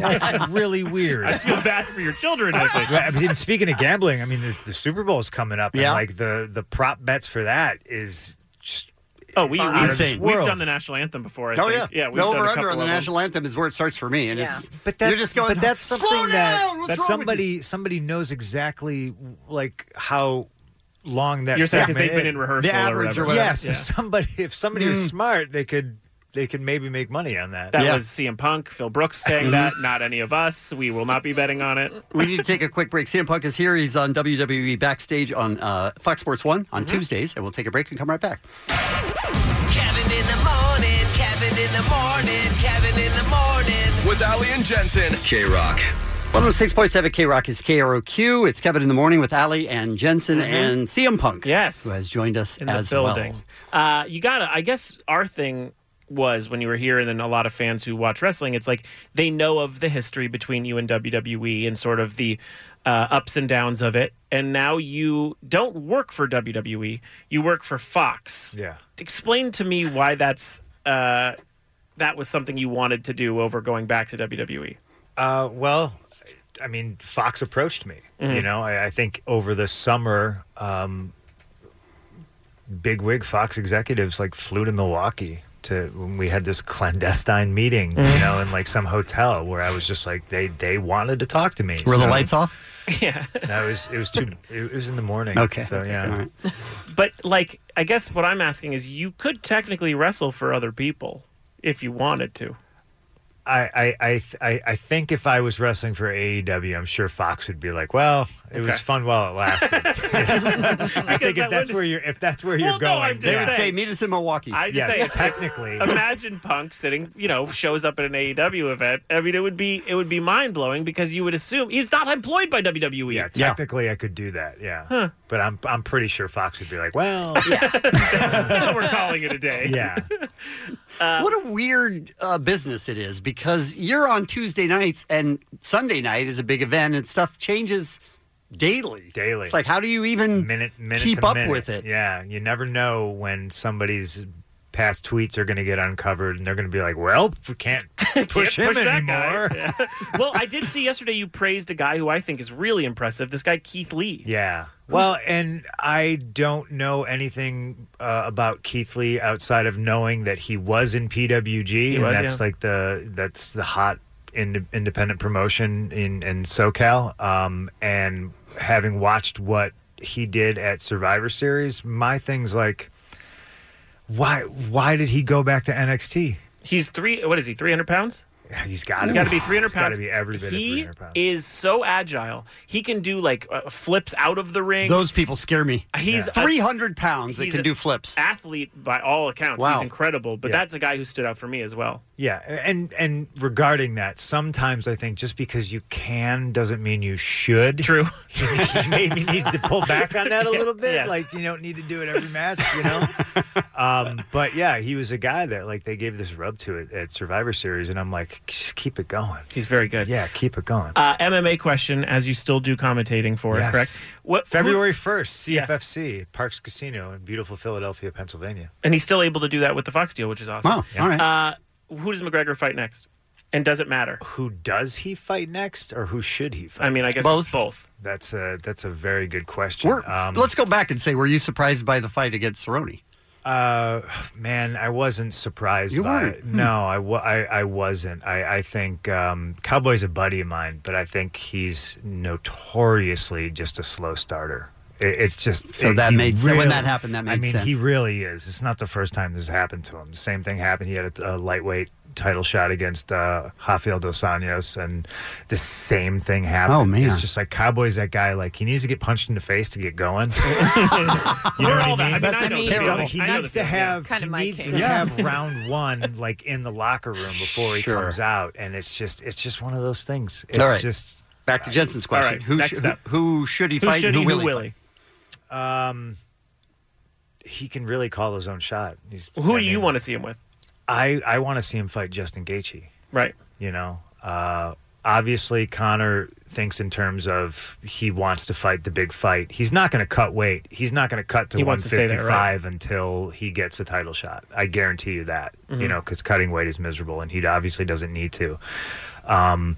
S16: That's really weird.
S9: I feel bad for your children. I think.
S16: Well, I mean, speaking of gambling, I mean the, the Super Bowl is coming up, and like the the prop bets for that is just
S9: Oh, we,
S8: out
S9: we
S8: of this
S9: have
S8: world.
S9: done the national anthem before. I
S8: oh yeah,
S9: think. yeah. We've
S8: the
S9: done a
S8: over under
S9: couple
S8: on the
S9: of them.
S8: national anthem is where it starts for me, and
S9: Yeah.
S8: it's
S16: But that's
S8: you're just going.
S16: but that's something
S8: Slow
S16: that,
S8: down! What's
S16: that
S8: wrong with you?"
S16: somebody somebody knows exactly like how long that
S9: You're saying 'cause
S16: segment
S9: they've been
S16: is.
S9: in rehearsal
S16: the
S9: or
S16: average
S9: whatever.
S16: Yeah, so
S9: Yeah.
S16: somebody if somebody was
S8: Hmm.
S9: Mm.
S16: smart, they could they could maybe make money on that.
S9: That was CM Punk, Phil Brooks
S16: Mm-hmm.
S9: saying that. Not any of us. We will not be betting on it.
S8: we need to take a quick break. CM Punk is here. He's on WWE Backstage on uh, Fox Sports One on
S9: Mm-hmm.
S8: Tuesdays, and we'll take a break and come right back.
S14: Kevin in the morning, Kevin in the morning, Kevin in the morning.
S11: With Ali and Jensen. K Rock.
S8: 106.7 K Rock is KROQ. It's Kevin in the morning with Ali and Jensen
S9: Mhm.
S8: and CM Punk.
S9: Yes.
S8: Who has joined us
S9: in
S8: as
S9: the building.
S8: well.
S9: Uh, you gotta. I guess our thing was when you were here, and then a lot of fans who watch wrestling, it's like they know of the history between you and WWE and sort of the uh, ups and downs of it. And now you don't work for WWE; you work for Fox.
S16: Yeah.
S9: Explain to me why that's uh, that was something you wanted to do over going back to E. WWE.
S16: Uh, well, I mean, Fox approached me.
S9: Mhm.
S8: Mm-hmm.
S16: You know, I, I think over the summer, um, big wig Fox executives like flew to Milwaukee to when we had this clandestine meeting. You
S8: Mm-hmm.
S16: know, in like some hotel where I was just like, they they wanted to talk to me.
S8: Were the
S16: So-
S8: lights off?
S9: Yeah.
S16: No, it was it was too. It was in the morning.
S8: Okay.
S16: So yeah.
S9: But like, I guess what I'm asking is, you could technically wrestle for other people if you wanted to.
S16: I, I, I, th- I, I think if I was wrestling for AEW, I'm sure Fox would be like, "Well, it
S9: Okay.
S16: was fun while it lasted." I think if that's where you're, if that's where you're going,
S8: They would say, meet us in Milwaukee.
S9: I just
S16: Yes,
S9: say
S16: technically.
S9: Imagine Punk sitting, you know, shows up at an AEW event. I mean, it would be it would be mind blowing because you would assume he's not employed by E. WWE. Yeah,
S16: technically I could do that. Yeah,
S9: Huh.
S16: but I'm, I'm pretty sure Fox would be like, "Well,
S9: now we're calling it a day.
S16: yeah."
S8: what a weird uh, business it is because you're on Tuesday nights and Sunday night is a big event and stuff changes daily.
S16: Daily.
S8: It's like, how do you even
S16: minute, minute
S8: keep
S16: to
S8: up
S16: minute.
S8: with it?
S16: Yeah, you never know when somebody's past tweets are going to get uncovered, and they're going to be like, "Well, we can't push him
S9: Can't push that guy.
S16: anymore."
S9: Yeah. well, I did see yesterday you praised a guy who I think is really impressive. This guy Keith Lee.
S16: Yeah. Well, and I don't know anything uh, about Keith Lee outside of knowing that he was in PWG, and
S9: was,
S16: that's
S9: yeah.
S16: like the that's the hot ind- independent promotion in in SoCal. Um, and having watched what he did at Survivor Series, my thing's like, why why did he go back to NXT?
S9: He's three. What is he? Three hundred pounds.
S16: He's got
S9: He's got to be 300 pounds.
S16: Got to be every bit of
S9: he
S16: 300 pounds.
S9: is so agile. He can do like uh, flips out of the ring.
S8: Those people scare me.
S9: He's a-
S8: 300 pounds that
S9: he's
S8: can
S9: a
S8: do flips.
S9: athlete by all accounts.
S16: Wow.
S9: He's incredible. But
S16: Yeah.
S9: that's a guy who stood out for me as well.
S16: Yeah, and and regarding that, sometimes I think just because you can doesn't mean you should.
S9: True.
S16: maybe need to pull back on that a little bit.
S9: Yes.
S16: Like you don't need to do it every match, you know. um, but yeah, he was a guy that like they gave this rub to at, at Survivor Series, and I'm like, just keep it going.
S9: He's very good.
S16: Yeah, keep it going.
S9: Uh, MMA question, as you still do commentating for
S16: Yes.
S9: it, correct? What who-
S16: February first, CFFC Parks Casino in beautiful Philadelphia, Pennsylvania.
S9: and he's still able to do that with the Fox deal, which is awesome.
S16: Wow, all right.
S9: Uh, who does McGregor fight next? And does it matter?
S16: Who does he fight next, or who should he fight?
S9: I mean, I guess
S8: Both.
S9: it's both.
S16: That's a that's a very good question. Um,
S8: We're, let's go back and say, were you surprised by the fight against Cerrone?
S16: Uh, man, I wasn't surprised.
S8: You
S16: by
S8: weren't? Hmm.
S16: It. No, I, wa- I, I wasn't. I, I think um, Cowboy's a buddy of mine, but I think he's notoriously just a slow starter. It, it's just
S8: So
S16: it-
S8: that
S16: he
S8: made- so when that happened, that
S16: I
S8: made
S16: mean,
S8: sense.
S16: he really is. It's not the first time this happened to him. The same thing happened. He had a, a lightweight title shot against uh, Rafael dos Anjos, and the same thing happened.
S8: Oh, man.
S16: it's just like Cowboy's that guy. Like he needs to get punched in the face to get going. You know
S9: We're
S16: what
S9: all
S16: I
S9: that. I
S16: mean?
S9: mean, I know the feeling.
S16: He
S9: I know
S16: needs
S9: the
S16: to
S9: feeling, yeah.
S16: have
S10: Kinda
S16: he
S10: my
S16: needs
S10: case.
S16: to
S10: Yeah.
S16: have round one like in the locker room before he comes out, and it's just it's just one of those things. It's
S8: All right.
S16: just
S8: Back to Jensen's question.
S16: right,
S8: who,
S16: next up.
S8: who should he
S9: Who
S8: fight
S9: should
S8: and
S9: he?
S8: who will
S9: Who
S8: he
S9: will
S8: fight?
S9: he?
S16: um, he can really call his own shot. He's,
S9: Who
S16: I
S9: do you
S16: mean,
S9: want to see him with?
S16: I I want to see him fight Justin Gaethje.
S9: Right.
S16: You know, uh, obviously Connor thinks in terms of he wants to fight the big fight. He's not going to cut weight. He's not going to cut to
S9: He wants to stay
S16: 155
S9: there, right.
S16: until he gets a title shot. I guarantee you that. You
S9: Mhm.
S16: know, because cutting weight is miserable, and he obviously doesn't need to. Um,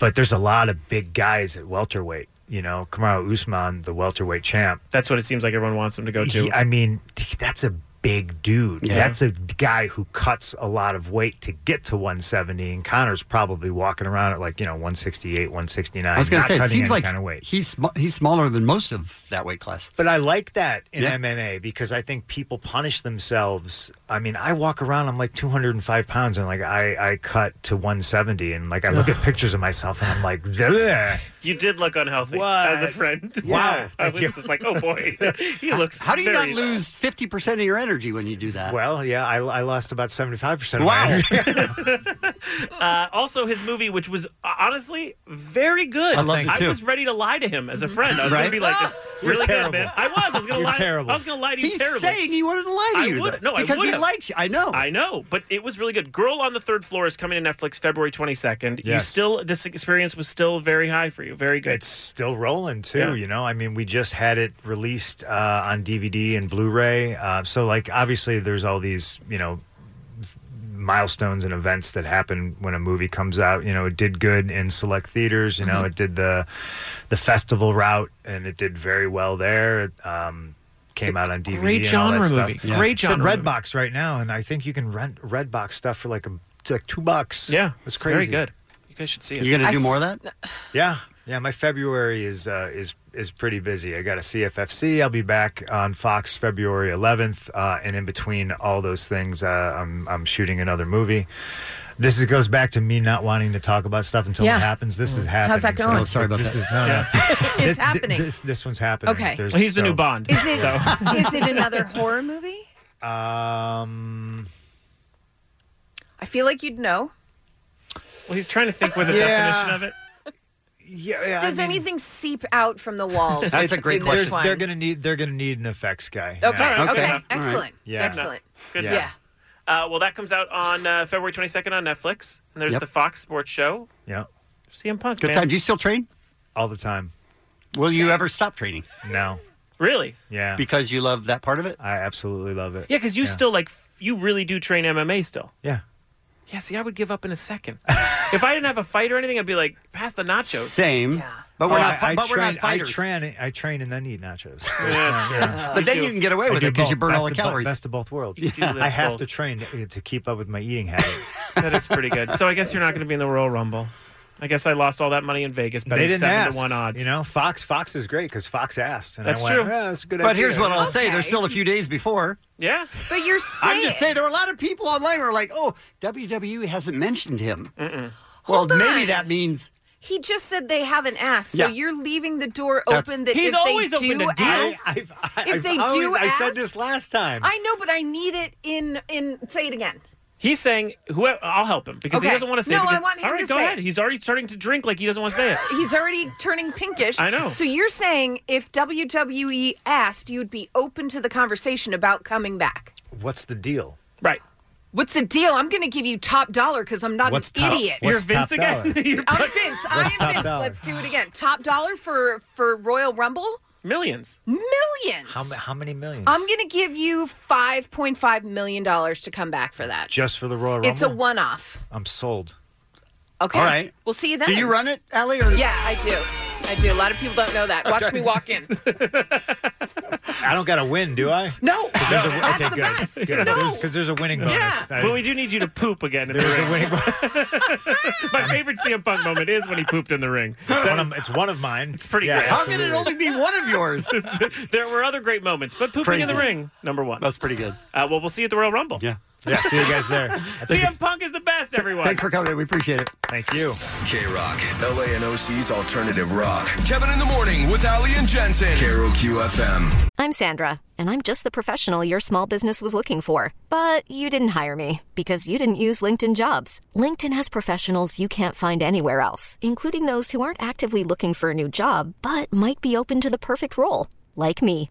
S16: but there's a lot of big guys at welterweight. You know, Kamaru Usman, the welterweight champ.
S9: That's what it seems like everyone wants him to go to.
S16: He- I mean, that's a big dude.
S15: Yeah.
S16: That's a guy who cuts a lot of weight to get to 170. And Connor's probably walking around at like you know 168, 169.
S8: I was going
S16: not
S8: to say, it
S16: cutting
S8: seems
S16: any
S8: like
S16: kind of weight.
S8: he's sm- he's smaller than most of that weight class.
S16: But I like that in
S8: Yeah.
S16: MMA because I think people punish themselves. I mean, I walk around, I'm like 205 pounds, and like I, I cut to 170, and like I look at pictures of myself, and I'm like, "Bleh."
S9: You did look unhealthy as a friend.
S16: Wow.
S9: I
S16: Thank
S9: was
S16: you.
S9: just like, oh boy, he looks.
S8: How do you not
S9: very-
S8: lose fifty percent of your energy when you do that?
S16: Well, yeah, I, I lost about 75% of
S8: Wow.
S16: my energy.
S9: Uh, also, his movie, which was uh, honestly very good.
S16: I loved it, too.
S9: was ready to lie to him as a friend. I was
S8: Right?
S9: going to be like, "This
S8: You're
S9: really
S8: terrible.
S9: good, man." I was. I was going to
S8: You're
S9: lie.
S8: terrible.
S9: I was going to lie to you
S8: He's
S9: terribly.
S8: saying he wanted to lie to
S9: I
S8: you,
S9: Would.
S8: though,
S9: No, I
S8: because he
S9: would've.
S8: likes you. I know.
S9: I know, but it was really good. Girl on the Third Floor is coming to Netflix February twenty second. You
S16: Yes.
S9: still this experience was still very high for you. Very good.
S16: It's still rolling too.
S9: Yeah.
S16: You know, I mean, we just had it released uh, on DVD and Blu-ray. Uh, so, like, obviously, there's all these, you know, f- milestones and events that happen when a movie comes out. You know, it did good in select theaters. You know,
S5: Mhm.
S9: Mm-hmm.
S16: it did the the festival route, and it did very well there. It, um, came out on DVD.
S9: Great
S16: and all that
S9: genre
S16: stuff.
S9: movie. Great
S16: It's at
S9: genre movie.
S16: Redbox right now, and I think you can rent Redbox stuff for like a like two bucks.
S9: Yeah,
S16: it's
S9: very
S16: crazy.
S9: good. You guys should see it.
S16: You gonna
S9: I
S16: do more of
S9: s-
S16: that? Yeah, yeah. My February is uh, is is pretty busy. I got a CFFC. I'll be back on Fox February 11th, uh, and in between all those things, uh, I'm I'm shooting another movie. This is, goes back to me not wanting to talk about stuff until
S10: Yeah.
S16: it happens. This is
S10: Mm.
S16: happening.
S10: How's that
S16: so
S10: going?
S16: it's
S10: Sorry
S16: like,
S10: about
S16: this
S10: that.
S16: is no, no.
S10: It's
S16: This-
S10: happening.
S16: This this one's happening.
S10: Okay.
S16: There's
S9: Well, he's the new
S16: so-
S9: Bond.
S10: Is it?
S16: so-
S10: is it another horror movie?
S16: Um,
S10: I feel like you'd know.
S9: Well, he's trying to think with a
S16: Yeah.
S9: definition of it.
S16: yeah,
S10: Does anything seep out from the walls? in this
S16: There's-
S10: one?
S16: They're gonna need they're gonna need an effects guy.
S10: Okay,
S16: Yeah.
S10: okay, excellent,
S16: Yeah.
S10: excellent.
S9: Good
S16: Yeah.
S9: enough. Uh, well, that comes out on uh, February 22nd on Netflix. And there's
S8: Yep.
S9: the Fox Sports Show.
S16: Yeah.
S9: CM Punk.
S8: Good
S9: man.
S8: time. Do you still train?
S16: All the time.
S8: Will you ever stop training?
S16: No.
S9: Really?
S16: Yeah.
S8: Because you love that part of it.
S16: I absolutely love it.
S9: Yeah, because you still like f- you really do train MMA still.
S16: Yeah.
S9: Yeah. See, I would give up in a second. if I didn't have a fight or anything, I'd be like, pass the nachos.
S8: Same. But
S16: Oh,
S8: we're not.
S16: I, I
S8: but we're
S16: train,
S8: not fighters.
S16: I train, I train and then eat nachos.
S8: that's
S16: Yeah.
S8: true. But then you can get away
S16: I
S8: with
S16: do
S8: it 'cause you
S16: both.
S8: burn all
S16: Best
S8: the
S16: of bo-
S8: calories.
S16: best of both worlds.
S9: You do live
S16: I have to
S9: both.
S16: train to, to keep up with my eating habit.
S9: that is pretty good. So I guess you're not going to be in the Royal Rumble. I guess I lost all that money in Vegas,
S16: they
S9: betting
S16: didn't
S9: seven
S16: ask.
S9: to one odds.
S16: You know, Fox Fox is great because Fox asked. And
S9: That's
S16: I went,
S9: true.
S16: Yeah, that's a good
S8: But
S16: idea."
S8: here's what I'll say:
S16: Okay.
S8: there's still a few days before.
S9: Yeah.
S10: But you're saying
S8: I'm just saying there were a lot of people online who were like, "Oh, WWE hasn't mentioned him." Well,
S10: Hold
S8: maybe
S10: on.
S8: that means
S10: He just said they haven't asked, so
S8: Yeah.
S10: you're leaving the door
S8: That's-
S10: open that
S9: He's
S10: if
S9: always
S10: they
S9: open
S10: do
S9: to deals.
S10: ask, if
S16: I've
S10: they
S16: always-
S10: do
S16: I
S10: ask,
S16: said this last time.
S10: I know, but I need it in in. Say it again.
S9: He's saying, "Whoever, I'll help him because he
S10: Okay.
S9: doesn't want to say."
S10: No,
S9: it
S10: I
S9: because,
S10: want him
S9: All right,
S10: to
S9: go
S10: say
S9: ahead.
S10: it.
S9: He's already starting to drink like he doesn't want to say it.
S10: He's already turning pinkish.
S9: I know.
S10: So you're saying if WWE asked, you'd be open to the conversation about coming back.
S16: What's the deal?
S9: Right.
S10: What's the deal? I'm going to give you top dollar because I'm not
S16: What's
S10: an
S16: top-
S10: idiot.
S16: what's You're Vince top again? dollar? You're
S10: I'm Vince. I
S16: What's top
S10: am Vince.
S16: dollar?
S10: Let's do it again. Top dollar for for Royal Rumble.
S9: Millions.
S10: Millions.
S16: How, ma- how many millions?
S10: I'm going to give you five point five million dollars to come back for that.
S16: Just for the Royal Rumble?
S10: It's a one off.
S16: I'm sold.
S10: Okay.
S16: All right.
S10: We'll see you then.
S16: Do you run
S8: it, Allie? Or-
S10: Yeah, I do. I do. A lot of people don't know that. Watch
S16: Okay.
S10: me walk in.
S16: I don't got to win, do I?
S10: No.
S16: 'Cause there's a- okay, good. Good.
S9: No.
S16: Because there's, a winning bonus. I-
S9: But we do need you to poop again in the ring. My favorite CM Punk moment is when he pooped in the ring.
S16: it's, one of, it's one of mine. It's
S9: pretty great.
S8: How can it only be one of yours?
S9: there were other great moments, but pooping in the
S8: Crazy.
S9: ring, number one.
S8: That's pretty good.
S9: Uh, well, we'll see you at the Royal Rumble.
S8: Yeah.
S16: Yeah, see you guys there.
S9: CM Punk is the best, everyone.
S8: Thanks for coming. We appreciate it.
S16: Thank you.
S11: K Rock, LA and OC's alternative rock. Kevin in the morning with Ali and Jensen. Carol QFM.
S17: I'm Sandra, and I'm just the professional your small business was looking for. But you didn't hire me because you didn't use LinkedIn jobs. LinkedIn has professionals you can't find anywhere else, including those who aren't actively looking for a new job but might be open to the perfect role, like me.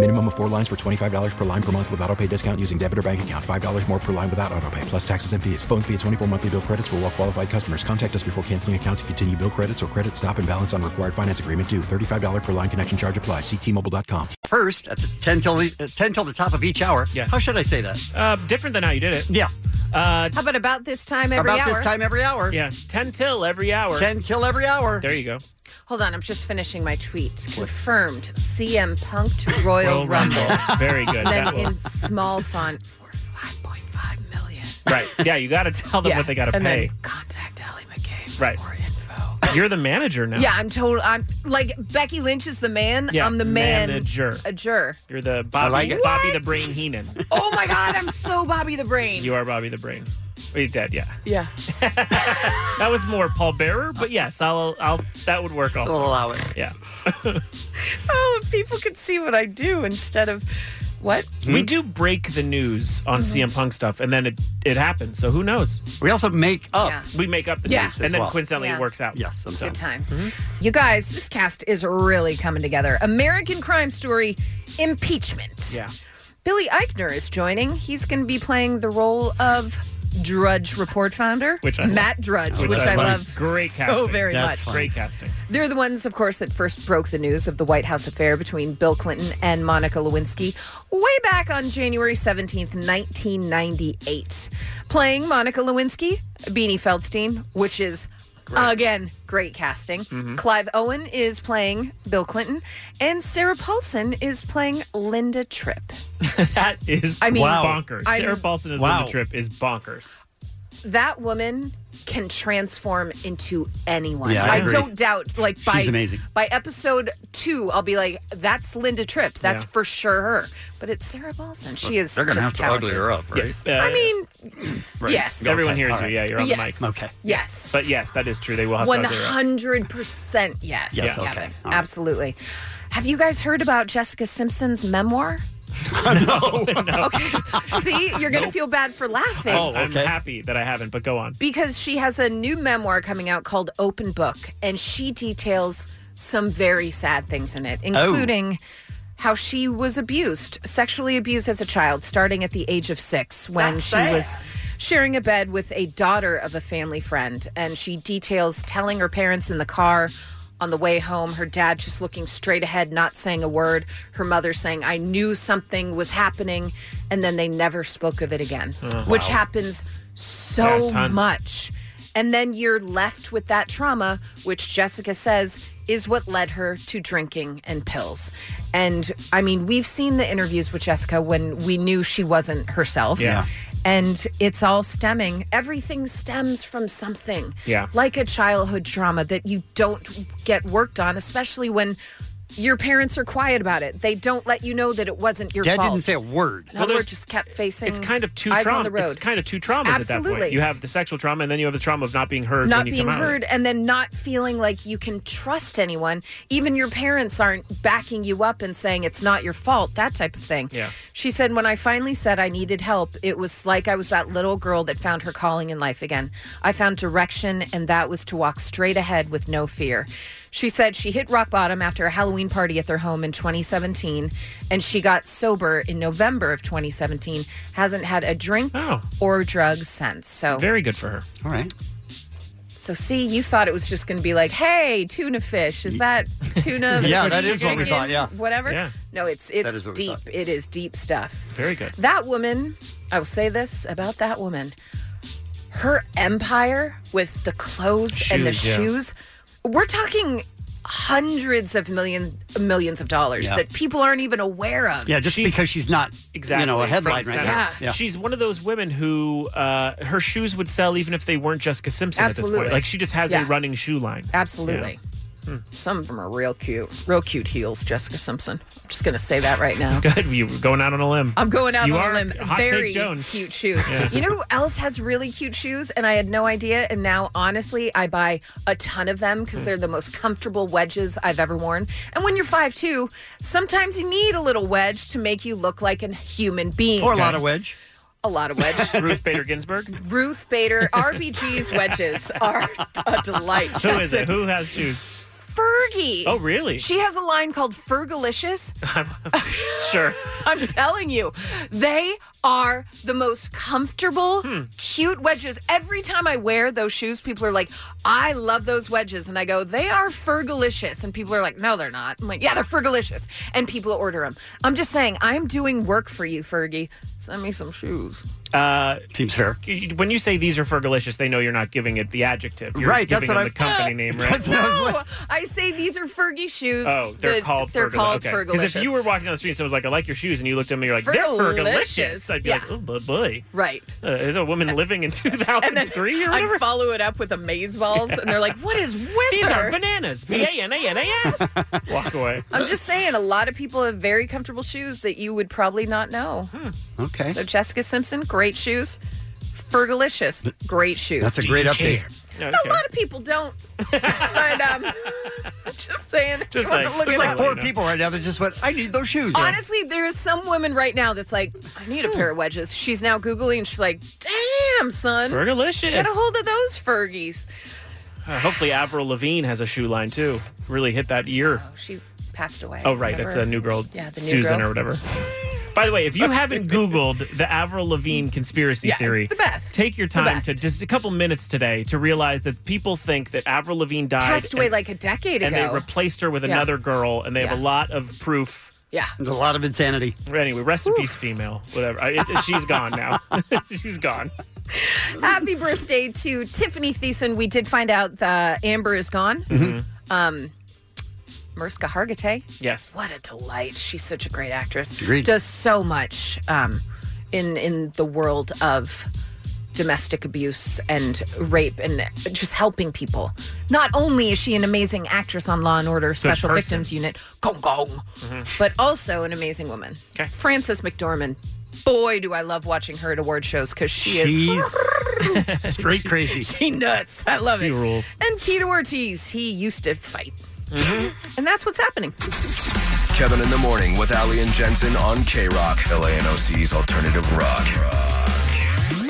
S2: Minimum of four lines for $25 per line per month with auto pay discount using debit or bank account. $5 more per line without auto pay, plus taxes and fees. Phone fee at 24 monthly bill credits for all well qualified customers. Contact us before canceling account to continue bill credits or credit stop and balance on required finance agreement due. $35 per line connection charge applies. Ctmobile.com.
S8: First, at the 10 till, the- uh, 10 till the top of each hour. Yes. How should I say that?
S9: Uh, different than how you did it.
S8: Yeah.
S9: Uh,
S10: How about about this time every
S8: About
S10: hour?
S8: this time every hour.
S9: Yeah. 10 till every hour.
S8: 10 till every hour.
S9: There you go.
S10: Hold on, I'm just finishing my tweet. Confirmed CM Punk to Royal,
S9: Royal Rumble. Very good. That
S10: Then
S9: will-
S10: in small font for 5.5 million.
S9: Right. Yeah, you got to tell them
S10: Yeah.
S9: what they got to
S10: And then
S9: pay. contact Allie McKay right. more info. You're the manager now.
S10: Yeah, I'm told I'm like Becky Lynch is the man.
S9: Yeah,
S10: I'm the man.
S9: manager.
S10: A jur.
S9: You're the Bobby,
S8: like it.
S9: Bobby the Brain Heenan.
S10: Oh my god, I'm so Bobby the Brain.
S9: You are Bobby the Brain. He's dead. Yeah.
S10: Yeah.
S9: That was more Paul Bearer, but yes, I'll. I'll. That would work also.
S10: We'll
S8: allow it.
S9: Yeah.
S10: Oh, if people could see what I do instead of what?
S8: Hmm?
S9: We do break the news on
S10: Mhm.
S9: CM Punk stuff, and then it it happens. So who knows?
S8: We also make up.
S10: Yeah.
S9: We make up the
S10: Yeah.
S9: news, and
S10: As
S9: then
S10: well.
S9: coincidentally
S10: Yeah.
S9: it works out. Yes.
S10: Good times.
S9: Mm-hmm.
S10: You guys, this cast is really coming together. American Crime Story Impeachment.
S9: Yeah.
S10: Billy Eichner is joining. He's going to be playing the role of Drudge Report founder,
S9: Which I love.
S10: Matt Drudge, which, I, love
S9: Great
S10: so
S9: casting.
S10: very much.
S9: Great casting.
S10: They're the ones, of course, that first broke the news of the White House affair between Bill Clinton and Monica Lewinsky way back on January 17th, 1998. Playing Monica Lewinsky, Beanie Feldstein, which is, again, great casting.
S18: Mhm.
S10: Clive Owen is playing Bill Clinton, and Sarah Paulson is playing Linda Tripp.
S9: that is
S10: I mean- Wow.
S9: bonkers.
S10: I'm-
S9: Sarah Paulson is on
S10: Wow.
S9: the trip is bonkers.
S10: That woman can transform into anyone.
S9: Yeah, I agree.
S10: don't doubt. Like by
S9: She's amazing.
S10: by episode two, I'll be like, "That's Linda Tripp. That's
S9: Yeah.
S10: for sure her." But it's Sarah Paulson. She is.
S8: They're gonna
S10: just
S8: have to
S10: talented.
S8: ugly her up, right?
S9: Yeah. Uh,
S10: I mean,
S9: Right.
S10: yes.
S9: Everyone
S8: Okay,
S9: hears
S8: all
S9: you.
S8: right.
S9: Yeah, you're on
S10: Yes.
S9: the mic.
S10: Okay. Yes.
S9: But yes, that is true. They will have
S10: One
S9: to other
S10: hundred percent yes,
S9: Yes, okay.
S10: Kevin.
S9: All right.
S10: Absolutely. Have you guys heard about Jessica Simpson's memoir? no. See, you're going to feel bad for laughing.
S9: Oh, I'm happy that I haven't, but go on.
S10: because she has a new memoir coming out called Open Book, and she details some very sad things in it,
S18: Oh.
S10: including how she was abused, sexually abused as a child, starting at the age of six when
S18: That's
S10: she
S18: sad.
S10: was sharing a bed with a daughter of a family friend. And she details telling her parents in the car. On the way home, her dad just looking straight ahead, not saying a word. Her mother saying, I knew something was happening. And then they never spoke of it again,
S18: Oh,
S10: which
S18: wow.
S10: happens so
S18: Yeah,
S10: so
S18: tons.
S10: much. And then you're left with that trauma, which Jessica says is what led her to drinking and pills. And I mean, we've seen the interviews with Jessica when we knew she wasn't herself.
S18: Yeah.
S10: And it's all stemming, everything stems from something.
S18: Yeah.
S10: Like a childhood trauma that you don't get worked on, especially when your parents are quiet about it. They don't let you know that it wasn't your
S8: Dad
S10: fault.
S8: didn't say a word.
S10: No, we're just kept facing.
S9: It's kind of two
S10: eyes
S9: trauma.
S10: on the road.
S9: It's kind of two traumas at that
S10: Absolutely.
S9: point. You have the sexual trauma, and then you have the trauma of not being heard.
S10: not
S9: when you
S10: being
S9: come out.
S10: heard and then not feeling like you can trust anyone even your parents aren't backing you up and saying it's not your fault that type of thing
S18: Yeah.
S10: she said when i finally said i needed help it was like i was that little girl that found her calling in life again i found direction and that was to walk straight ahead with no fear she said she hit rock bottom after a Halloween party at their home in 2017, and she got sober in November of 2017. Hasn't had a drink or drugs since. So
S9: Oh. Very good for her.
S8: All right.
S10: so see, you thought it was just going to be like, "Hey, tuna fish, is that tuna?"
S8: Yeah,
S10: fish,
S8: that is what we
S10: chicken,
S8: thought, yeah.
S10: whatever.
S8: Yeah.
S10: No, it's
S8: That
S10: it's
S8: is what we
S10: deep.
S8: thought.
S10: It is deep stuff.
S9: Very good.
S10: That woman, I will say this about that woman: her empire with the clothes and the
S18: Shoes, yeah.
S10: shoes. We're talking hundreds of millions millions of dollars
S8: Yeah.
S10: that people aren't even aware of.
S8: Yeah, just because she's not
S9: Exactly.
S8: you know, a
S9: front
S8: headline right
S9: center.
S8: now. Yeah.
S9: She's one of those women who uh, her shoes would sell even if they weren't Jessica Simpson at this
S10: Absolutely.
S9: point. Like she just has
S10: Yeah.
S9: a running shoe line.
S10: Absolutely. Some of them are real cute, real cute heels. Jessica Simpson. I'm just going to say that right now.
S9: Good. You were going out on a limb.
S10: I'm going out
S9: You
S10: on
S9: are
S10: a limb.
S9: Hot
S10: Very
S9: take Jones.
S10: cute shoes.
S9: Yeah.
S10: You know who else has really cute shoes? And I had no idea. And now, honestly, I buy a ton of them because they're the most comfortable wedges I've ever worn. And when you're 5'2, sometimes you need a little wedge to make you look like a human being.
S8: Or a lot of wedge.
S10: A lot of wedge.
S9: Ruth Bader Ginsburg.
S10: Ruth Bader, RBG's wedges are a delight.
S9: Who
S10: That's
S9: is it? Who has shoes?
S10: Fergie.
S9: Oh, really?
S10: She has a line called Fergalicious.
S9: sure.
S10: I'm telling you, they are the most comfortable, cute wedges. Every time I wear those shoes, people are like, I love those wedges. And I go, they are Fergalicious. And people are like, no, they're not. I'm like, yeah, they're Fergalicious. And people order them. I'm just saying, I'm doing work for you, Fergie. Send me some shoes.
S9: Uh,
S8: Seems fair.
S9: When you say these are fergalicious, they know you're not giving it the adjective. You're
S8: Right, that's
S9: Giving
S8: what I-
S9: them the company name, right?
S10: No, I say these are Fergie shoes.
S9: Oh, they're
S10: The-
S9: called.
S10: They're
S9: Fergal-
S10: called
S9: okay. Because if
S10: Fergalicious.
S9: you were walking down the street and someone was like, "I like your shoes," and you looked at me, you're like, "They're
S10: Fergalicious.
S9: fergalicious," I'd be
S10: Yeah.
S9: like, "Oh, bu- boy,
S10: Right.
S9: uh, is a woman living in 2003 or
S10: I
S9: whatever?"
S10: follow it up with amaze balls, and they're like, "What is with
S9: These
S10: her?"
S9: are bananas. B a n a n a s. Walk away.
S10: I'm just saying, a lot of people have very comfortable shoes that you would probably not know.
S8: Hmm. Okay.
S10: So Jessica Simpson, great shoes. Fergalicious, great shoes.
S8: That's a great update.
S10: A lot of people don't, but um, just saying. if
S8: Just
S10: you wanna
S8: like,
S10: look
S8: there's
S10: it
S8: like
S10: up.
S8: four people right now that just went, I need those shoes.
S10: Honestly, there is some women right now that's like, I need a pair of wedges. She's now Googling. She's like, damn, son.
S9: Fergalicious.
S10: Get a hold of those Fergies.
S9: Uh, hopefully, Avril Lavigne has a shoe line too. Really hit that year.
S10: She passed away.
S9: Oh, right. That's
S10: Whatever.
S9: a new girl,
S10: Yeah, the new
S9: Susan
S10: girl.
S9: or whatever. By the way, if you haven't Googled the Avril Lavigne conspiracy
S10: Yeah, it's
S9: theory,
S10: the best.
S9: take your
S10: The
S9: time
S10: best.
S9: to just a couple minutes today to realize that people think that Avril Lavigne died.
S10: Passed away
S9: and,
S10: like a decade
S9: and
S10: ago.
S9: they replaced her with
S10: Yeah.
S9: another girl, and they have a
S10: Yeah.
S9: lot of proof.
S10: yeah.
S8: There's a lot of insanity.
S9: Anyway, rest in peace, female. Whatever. I, it, she's gone now. she's gone.
S10: Happy birthday to Tiffany Thiessen. We did find out that Amber is gone. Um, Mariska Hargitay.
S9: Yes.
S10: What a delight. She's such a great actress.
S9: Agreed.
S10: Does so much um, in in the world of domestic abuse and rape and just helping people. Not only is she an amazing actress on Law and Order Special
S4: person.
S10: Victims Unit, gong gong, but also an amazing woman. Okay. Frances McDormand. Boy, do I love watching her at award shows because she is
S8: straight crazy.
S10: She nuts. I love
S8: She
S10: it.
S8: rules.
S10: And Tito Ortiz, he used to fight.
S11: Mhm.
S10: And that's what's happening.
S11: Kevin in the morning with Ali and Jensen on K Rock, LANOC's alternative rock.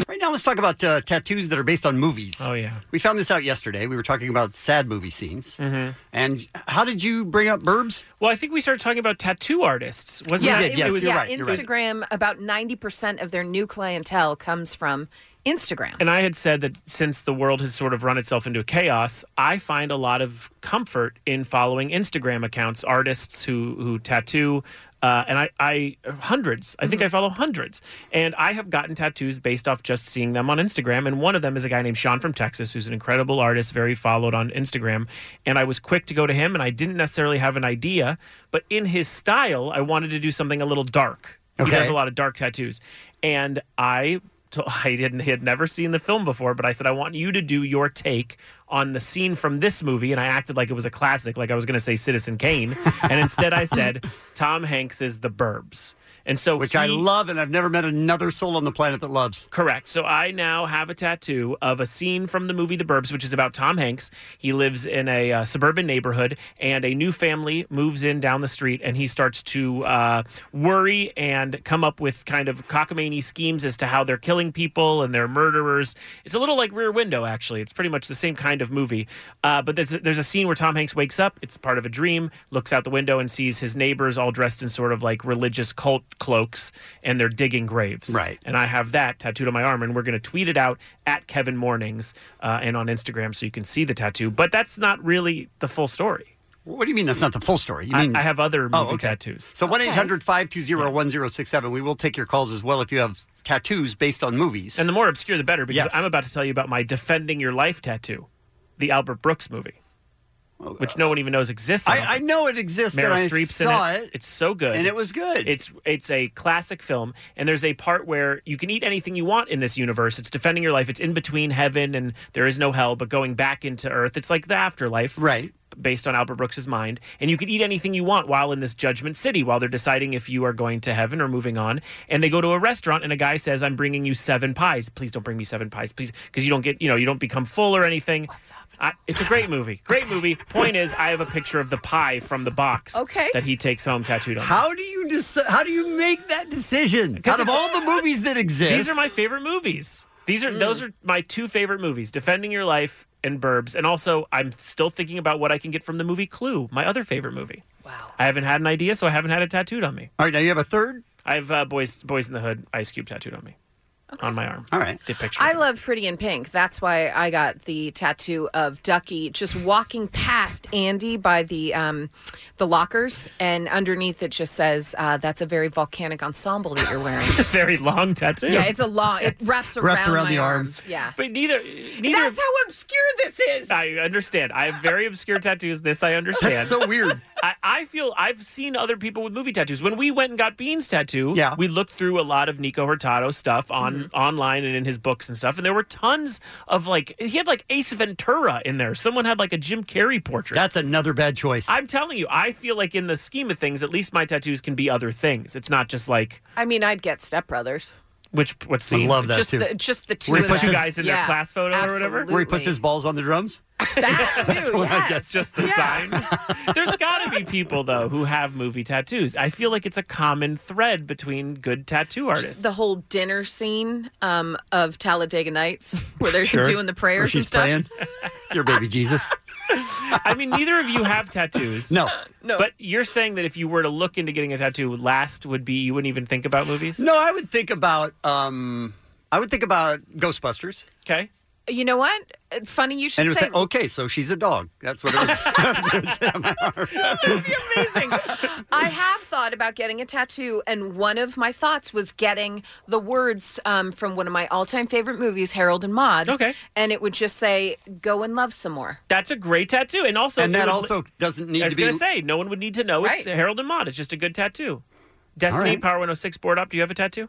S8: Right now, let's talk about uh, tattoos that are based on movies. Oh,
S9: yeah.
S8: We found this out yesterday. We were talking about sad movie scenes.
S9: Mhm.
S8: And how did you bring up Burbs?
S9: Well, I think we started talking about tattoo artists. Wasn't
S10: yeah,
S9: that?
S10: it was, yeah, Instagram, about 90% of their new clientele comes from Instagram.
S9: And I had said that since the world has sort of run itself into chaos, I find a lot of comfort in following Instagram accounts, artists who who tattoo. Uh, and I, I hundreds. I think I follow hundreds, and I have gotten tattoos based off just seeing them on Instagram. And one of them is a guy named Sean from Texas, who's an incredible artist, very followed on Instagram. And I was quick to go to him, and I didn't necessarily have an idea, but in his style, I wanted to do something a little dark. He
S18: Okay.
S9: does a lot of dark tattoos. And I to- I didn't had never seen the film before, but I said I want you to do your take on the scene from this movie, and I acted like it was a classic, like I was going to say Citizen Kane, and instead I said Tom Hanks is the Burbs, and so
S8: Which I love, and I've never met another soul on the planet that loves.
S9: Correct. So I now have a tattoo of a scene from the movie The Burbs, which is about Tom Hanks. He lives in a uh, suburban neighborhood, and a new family moves in down the street, and he starts to uh, worry and come up with kind of cockamamie schemes as to how they're killing people and they're murderers. It's a little like Rear Window, actually. It's pretty much the same kind of movie. Uh, but there's a, there's a scene where Tom Hanks wakes up. It's part of a dream. Looks out the window and sees his neighbors all dressed in sort of like religious cult cloaks, and they're digging graves. Right. And I have that tattooed on my arm, and we're going to tweet it out at Kevin Mornings uh, and on Instagram so you can see the tattoo. But that's not really the full story.
S8: What do you mean that's not the full story? You
S9: I-
S8: mean
S9: I have other
S8: Oh,
S9: movie
S8: okay.
S9: tattoos.
S8: So 1 800 520 1067. We will take your calls as well if you have tattoos based on movies.
S9: And the more obscure, the better, because
S8: Yes.
S9: I'm about to tell you about my Defending Your Life tattoo, the Albert Brooks movie, which no one even knows exists. I,
S8: uh, I, I know it exists.
S9: Meryl
S8: and I
S9: Streep's
S8: saw
S9: in it. It's so good,
S8: And it was good.
S9: It's it's a classic film, and there's a part where you can eat anything you want in this universe. It's defending your life. It's in between heaven and there is no hell, but going back into Earth. It's like the afterlife,
S8: right?
S9: Based on Albert Brooks's mind, and you can eat anything you want while in this Judgment City, while they're deciding if you are going to heaven or moving on. And they go to a restaurant, and a guy says, "I'm bringing you seven pies. Please don't bring me seven pies, please, because you don't get, you know, you don't become full or anything." What's up? I, it's a great movie. Great movie. Point is, I have a picture of the pie from the box
S8: Okay.
S9: that he takes home tattooed on.
S8: How do you deci- How do you make that decision? Out of
S9: it's-
S8: all the movies that exist,
S10: Mm.
S9: These are my favorite movies. These are those are my two favorite movies: Defending Your Life and burbs. And also, I'm still thinking about what I can get from the movie Clue, my other favorite movie. Wow. I haven't had an idea, so I haven't had it tattooed on me.
S8: All right, now you have a third?
S9: I have uh, Boys Boys in the Hood Ice Cube tattooed on me. On my arm.
S8: All right.
S9: The picture.
S10: I love Pretty in Pink. That's why I got the tattoo of Ducky just walking past Andy by the um, the lockers, and underneath it just says, uh, "That's a very volcanic ensemble that you're wearing."
S9: It's a very long tattoo.
S10: yeah, it's a long. It wraps around,
S9: Wraps around
S10: my
S9: the arm.
S10: Yeah,
S9: but neither. neither
S10: That's how obscure this is.
S9: I understand. I have very obscure tattoos. This I understand.
S8: That's so weird.
S9: I, I feel I've seen other people with movie tattoos. When we went and got Bean's tattoo, yeah. we looked through a lot of Nico Hurtado stuff on
S10: Mm-hmm.
S9: online and in his books and stuff, and there were tons of like he had like Ace Ventura in there. Someone had like a Jim Carrey portrait.
S8: That's another bad choice.
S9: I'm telling you, I feel like in the scheme of things, at least my tattoos can be other things. It's not just like
S10: I mean, I'd get Step Brothers.
S9: which what scene?
S8: love that,
S10: just
S8: too.
S10: the just the two
S9: Where he
S10: of
S9: puts
S10: them.
S9: you guys in their
S10: Yeah,
S9: class photo or whatever?
S10: absolutely.
S8: Where he puts his balls on the drums?
S10: That's
S8: what I guess.
S9: Just the sign. There's got to be people though who have movie tattoos. I feel like it's a common thread between good tattoo artists.
S10: the whole dinner scene um, of Talladega Nights where they're
S8: Sure.
S10: doing the
S8: Where
S10: prayers
S8: she's
S10: and stuff.
S8: praying. Your baby Jesus.
S9: I mean, neither of you have tattoos.
S8: No.
S10: No.
S9: But you're saying that if you were to look into getting a tattoo, last would be you wouldn't even think about movies.
S8: No, I would think about um I would think about Ghostbusters.
S9: Okay.
S10: You know what? It's Funny you should
S8: And it was
S10: say.
S8: like, okay, so she's a dog. That's what it was.
S9: oh.
S10: I have thought about getting a tattoo, and one of my thoughts was getting the words um, from one of my all-time favorite movies, Harold and Maude. Okay. And it would just say, "Go and love some more."
S9: That's a great tattoo, and also
S8: And
S9: it
S8: that
S9: would-
S8: also doesn't need
S9: I was
S8: to be-
S9: gonna say no one would need to know it's
S10: Right.
S9: Harold and Maude. It's just a good tattoo. Destiny
S8: right.
S9: Power 106 board up. Do you have a tattoo?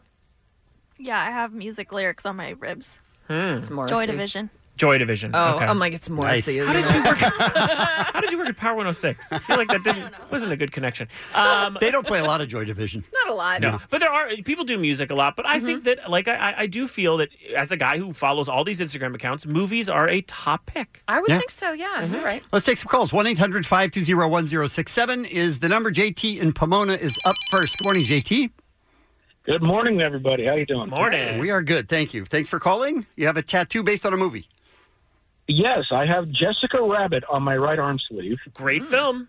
S4: Yeah, I have music lyrics on my ribs.
S9: Hmm.
S4: Joy Division.
S9: Joy Division.
S10: Oh,
S9: okay.
S10: I'm like, it's Morrissey.
S9: How did you work? how did you work at Power 106? I feel like that didn't wasn't a good connection. Um,
S8: they don't play a lot of Joy Division.
S10: Not a lot.
S9: No, but there are people do music a lot. But
S10: Mm-hmm.
S9: I think that, like, I, I- I do feel that as a guy who follows all these Instagram accounts, movies are a top pick.
S10: I would
S8: Yeah.
S10: think so. Yeah,
S9: Mm-hmm.
S10: you're right.
S8: Let's take some calls. 1 800 520 1067 is the number. JT in Pomona is up first. Good morning, JT.
S18: Good morning, everybody. How you doing? Morning.
S8: We are good. Thank you. Thanks for calling. You have a tattoo based on a movie.
S18: Yes, I have Jessica Rabbit on my right arm sleeve.
S9: Great film.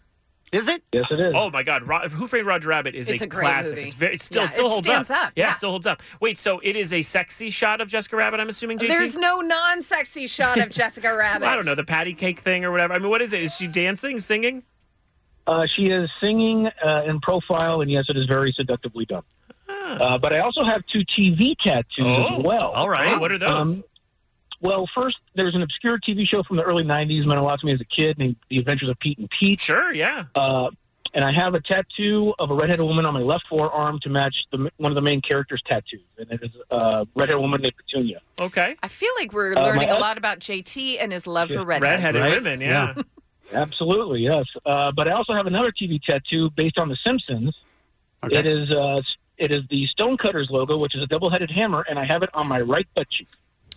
S8: Hmm. Is it?
S18: Yes, it is.
S9: Oh my God! Ro- Who Framed Roger Rabbit is
S18: It's
S9: a,
S18: a great
S9: classic.
S18: movie.
S9: It's very, it still
S10: Yeah,
S9: still
S10: it
S9: holds
S10: stands
S9: up.
S10: up,
S9: Yeah,
S10: yeah.
S9: it still holds up. Wait, so it is a sexy shot of Jessica Rabbit. I'm assuming JT.
S10: There's no non-sexy shot of Jessica Rabbit.
S9: I don't know the patty cake thing or whatever. I mean, what is it? Is she dancing, singing?
S18: Uh, she is singing uh, in profile, and yes, it is very seductively done. Uh, but I also have two TV tattoos
S9: Ah. Oh,
S18: as well. Um,
S9: all right. Oh, what are those?
S18: well, first, there's an obscure TV show from the early 90s meant a lot to me as a kid named The Adventures of Pete and Pete.
S9: Sure, yeah.
S18: Uh, and I have a tattoo of a redheaded woman on my left forearm to match the, one of the main characters' tattoos. And it is a redheaded woman named Petunia.
S9: Okay.
S10: I feel like we're
S18: Uh, my
S10: learning a
S18: oth-
S10: lot about JT and his love for redheads.
S18: redheaded
S9: women, yeah.
S18: Absolutely, yes. Uh, but I also have another TV tattoo based on The Simpsons. It is uh, s- it is the Stonecutters logo, which is a double-headed hammer, and I have it on my right butt cheek.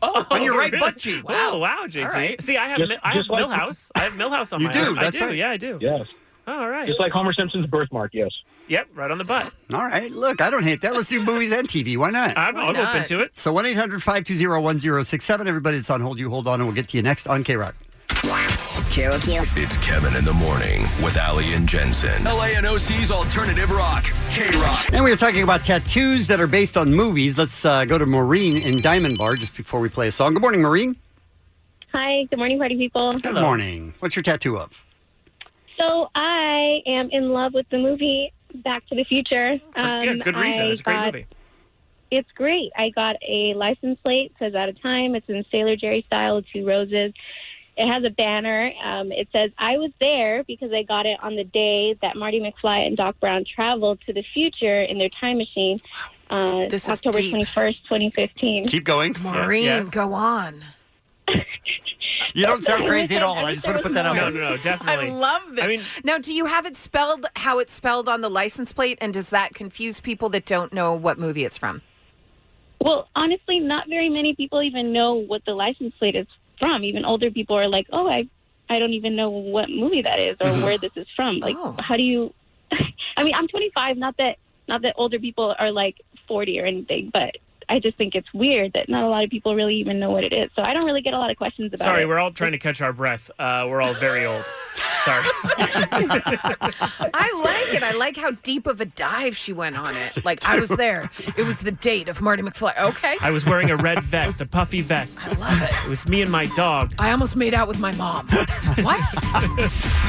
S9: Oh,
S18: On your right
S9: really?
S18: butt cheek.
S9: Wow, oh, wow,
S18: All
S9: JT.
S18: right.
S9: See, I have
S18: Just-
S9: Mi- I have
S18: just like-
S9: Millhouse. I have Millhouse on
S18: You
S9: my
S18: do,
S9: arm.
S18: that's
S9: I do.
S18: right.
S9: Yeah, I do.
S18: Yes.
S9: All right.
S18: Just like Homer Simpson's birthmark. Yes.
S9: Yep, right on the butt.
S8: All right. Look, I don't hate that. Let's do movies and TV. Why not?
S9: I'm- Why I'm open not? to it.
S8: So 1 800 520 1067. Everybody that's on hold, you hold on, and we'll get to you next on K Rock.
S11: It's Kevin in the morning with Ali and Jensen. LA and OC's alternative rock. K Rock.
S8: And we are talking about tattoos that are based on movies. Let's uh, go to Maureen in Diamond Bar just before we play a song. Good morning, Maureen.
S19: Hi, good morning, party people.
S8: Good morning. What's your tattoo of?
S19: So I am in love with the movie Back to the Future. Um,
S9: yeah, Oh, good reason.
S19: I
S9: It's a great
S19: got-
S9: movie.
S19: It's great. I got a license plate. It says out of time. It's in Sailor Jerry style, two roses. It has a banner. Um, it says I was there because I got it on the day that Marty McFly and Doc Brown traveled to the future in their time machine. Uh,
S10: This is
S19: October
S10: deep.
S19: 21st, 2015.
S8: Keep going.
S10: Maureen, go on.
S8: You don't sound crazy at all. I just want to put that out
S9: No,
S8: there.
S9: no, no, definitely.
S10: I love this. now, do you have it spelled how it's spelled on the license plate, and does that confuse people that don't know what movie it's from?
S19: Well, honestly, not very many people even know what the license plate is from. Even older people are like, "Oh, I, I don't even know what movie that is or where this is from." Like, how do you? I mean, I'm 25. Not that, not that older people are like 40 or anything, but I just think it's weird that not a lot of people really even know what it is. So I don't really get a lot of questions about
S9: Sorry,
S19: it.
S9: we're all trying to catch our breath. Uh, we're all very old. Sorry.
S10: I like it. I like how deep of a dive she went on it. Like I was there. It was the date of Marty McFly. Okay.
S9: I was wearing a red vest, a puffy vest. I
S10: love it.
S9: It was me and my dog.
S10: I almost made out with my mom.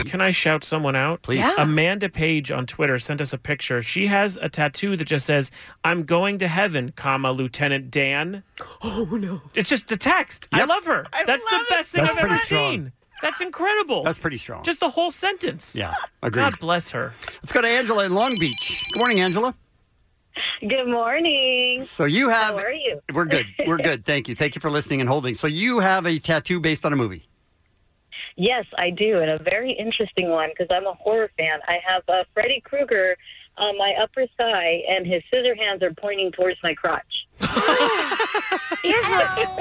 S9: Can I shout someone out?
S10: Please. Yeah.
S9: Amanda Page on Twitter sent us a picture. She has a tattoo that just says, I'm going to heaven, comma, Lieutenant Dan.
S10: Oh no.
S9: It's just the text. I love her. That's the best thing
S8: That's
S9: I've
S8: pretty
S9: ever
S8: strong.
S9: seen. That's incredible.
S8: That's pretty strong.
S9: Just the whole sentence.
S8: Yeah, agreed.
S9: God bless her.
S8: Let's go to Angela in Long Beach. Good morning, Angela.
S3: Good morning.
S8: So you have.
S3: How are you?
S8: We're good. We're good. Thank you. Thank you for listening and holding. So you have a tattoo based on a movie.
S3: Yes, I do, and a very interesting one because I'm a horror fan. I have uh, Freddy Krueger on my upper thigh, and his scissor hands are pointing towards my crotch.
S10: Angela,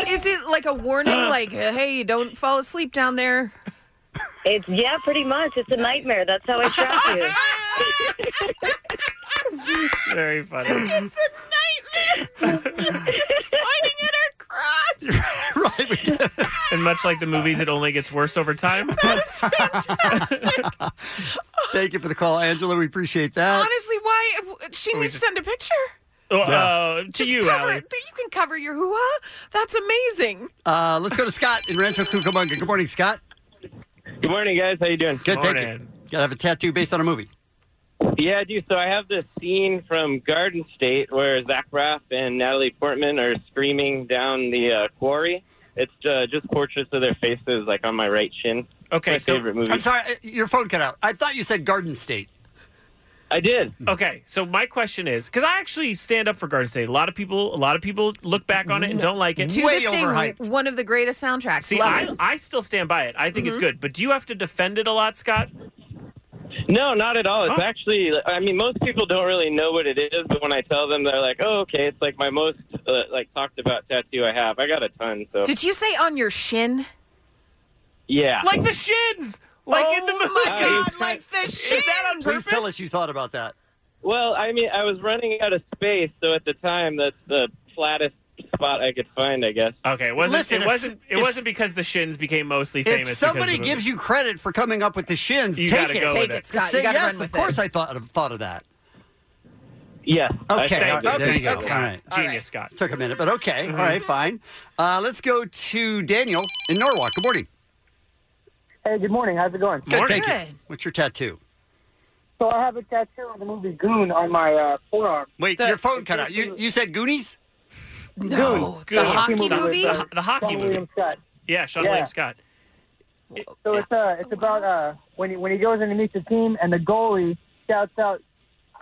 S10: is it like a warning? Like, hey, don't fall asleep down there.
S3: It's yeah, pretty much. It's a nightmare. That's how I track you.
S9: Very funny. And much like the movies, it only gets worse over time.
S8: Thank you for the call, Angela. We appreciate that.
S10: Honestly, why she
S8: We
S10: needs
S8: just-
S10: to send a picture?
S9: Oh, uh, to
S10: Just
S9: you,
S10: cover,
S9: Allie.
S10: You can cover your hoo-ha. That's amazing.
S8: Uh, let's go to Scott in Rancho Cucamonga. Good morning, Scott.
S7: Good morning, guys. How you doing?
S8: Good. Thank you. Got to have a tattoo based on a movie.
S7: Yeah, I do. So I have this scene from Garden State where Zach Braff and Natalie Portman are screaming down the uh, quarry. It's uh, just portraits of their faces, like on my right shin.
S9: Okay,
S7: my favorite movie.
S8: I'm sorry,
S9: uh,
S8: I- your phone cut out. I thought you said Garden State.
S7: I did.
S9: Okay, so my question is because I actually stand up for Garden State. A lot of people, a lot of people look back on it and don't like it.
S10: To this day, one of the greatest soundtracks.
S9: See,
S10: Love
S9: I,
S10: it.
S9: I still stand by it. I think it's
S10: Mhm.
S9: good. But do you have to defend it a lot, Scott?
S7: No, not at all.
S8: Oh.
S7: It's actually, I mean, most people don't really know what it is, but when I tell them, they're like, "Oh, okay." It's like my most uh, like talked about tattoo I have. I got a ton. So
S10: Did you say on your shin?
S7: Yeah.
S9: Like the shins. Like in the movie.
S10: Oh like the
S9: shins. Is that on
S8: Please
S9: purpose?
S8: tell us you thought about that.
S7: Well, I mean, I was running out of space, so at the time, that's the flattest spot I could find, I guess.
S9: Okay, it wasn't
S7: Listen,
S9: it
S7: if-
S9: wasn't it
S7: if-
S9: wasn't because the shins became mostly famous.
S8: If
S9: because of the
S8: somebody
S9: movie.
S8: gives you credit for coming up with the shins,
S9: You
S8: take
S9: gotta
S8: it.
S9: go Take with it, it. Scott.
S8: Just
S9: You
S8: say
S9: gotta
S8: yes.
S9: run
S8: of
S9: with
S8: course,
S9: it."
S8: I thought of, thought of that.
S7: Yes.
S8: Okay.
S9: Thank
S8: all right,
S9: you.
S8: There you go.
S9: Okay.
S8: All right.
S9: Genius, Scott. Mm-hmm.
S8: Took a minute, but okay. All right. Fine. Uh, let's go to Daniel in Norwalk. Good morning.
S7: Hey, good morning. How's it going?
S8: Good. Thank you. What's your tattoo?
S7: So I have a tattoo of the movie Goon on my uh, forearm.
S8: Wait, your phone cut out. You you said Goonies?
S7: No,
S9: Goon. the hockey movie? The- the hockey movie.
S7: uh, Scott.
S9: Yeah, Sean
S7: Yeah.
S9: William Scott.
S7: So it's uh, it's about uh, when he when he goes in and meets the team, and the goalie shouts out,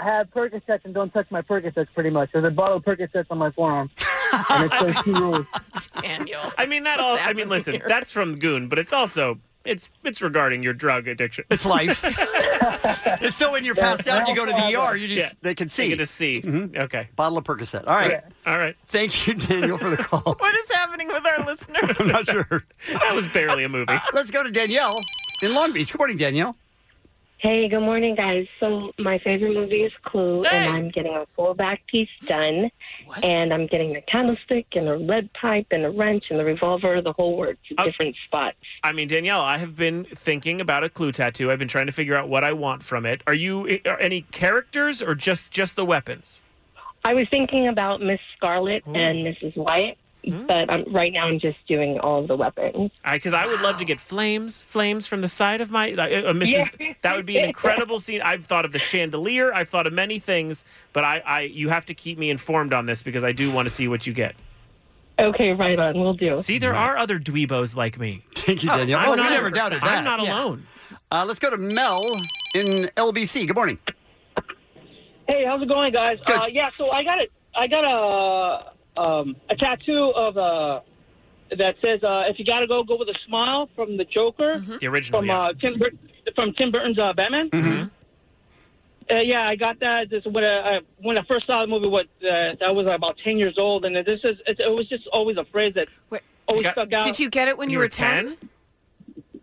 S7: "I have Percocets and don't touch my Percocets." Pretty much, there's a bottle of Percocets on my forearm, and it's those two rules.
S10: Daniel.
S9: I mean that all I mean listen, that's from Goon, but it's also it's it's regarding your drug addiction.
S8: It's life. It's so when you're passed out, you go to the ER. You just they can see.
S9: You get to see. Okay.
S8: Bottle of Percocet. All right.
S9: All right.
S8: Thank you, Daniel, for the call.
S10: What is happening with our listeners?
S8: I'm not sure.
S9: that was barely a movie.
S8: Let's go to Danielle in Long Beach. Good morning, Danielle.
S3: Hey, good morning, guys. So my favorite movie is Clue, and I'm getting a full back piece done, and I'm getting the candlestick and the lead pipe and the wrench and the revolver, the whole works,
S20: Oh.
S3: different spots.
S9: I mean, Danielle, I have been thinking about a clue tattoo. I've been trying to figure out what I want from it. Are you eh, are any characters or just just the weapons?
S3: I was thinking about Miss Scarlet
S20: Oh.
S3: and Mrs. White,
S20: Hmm.
S3: but um, right now I'm just doing all of the weapons.
S9: Because I, would love to get flames, flames from the side of my. Uh, uh, Mrs. That would be an incredible scene. I've thought of the chandelier. I've thought of many things, but I, I you have to keep me informed on this because I do want to see what you get.
S3: Okay, right on. We'll do.
S9: See, there are other dweebos like me.
S8: Thank you, Danielle.
S9: I'm
S8: oh,
S9: not-
S8: we never doubted that.
S9: I'm not alone.
S8: Uh, let's go to Mel in LBC. Good morning.
S7: Hey, how's it going, guys? Uh, yeah, so I got a I got a um, a tattoo of uh, that says uh, "If you gotta go, go with a smile" from the Joker,
S8: Mm-hmm.
S9: The original,
S7: from
S9: yeah.
S7: uh, Tim Bur- from Tim Burton's uh, Batman.
S8: Mm-hmm.
S7: Uh, yeah, I got that. This when I, I when I first saw the movie, what uh, I was about ten years old, and this is it, it was just always a phrase that always stuck out.
S10: Did you get it when you, were 10?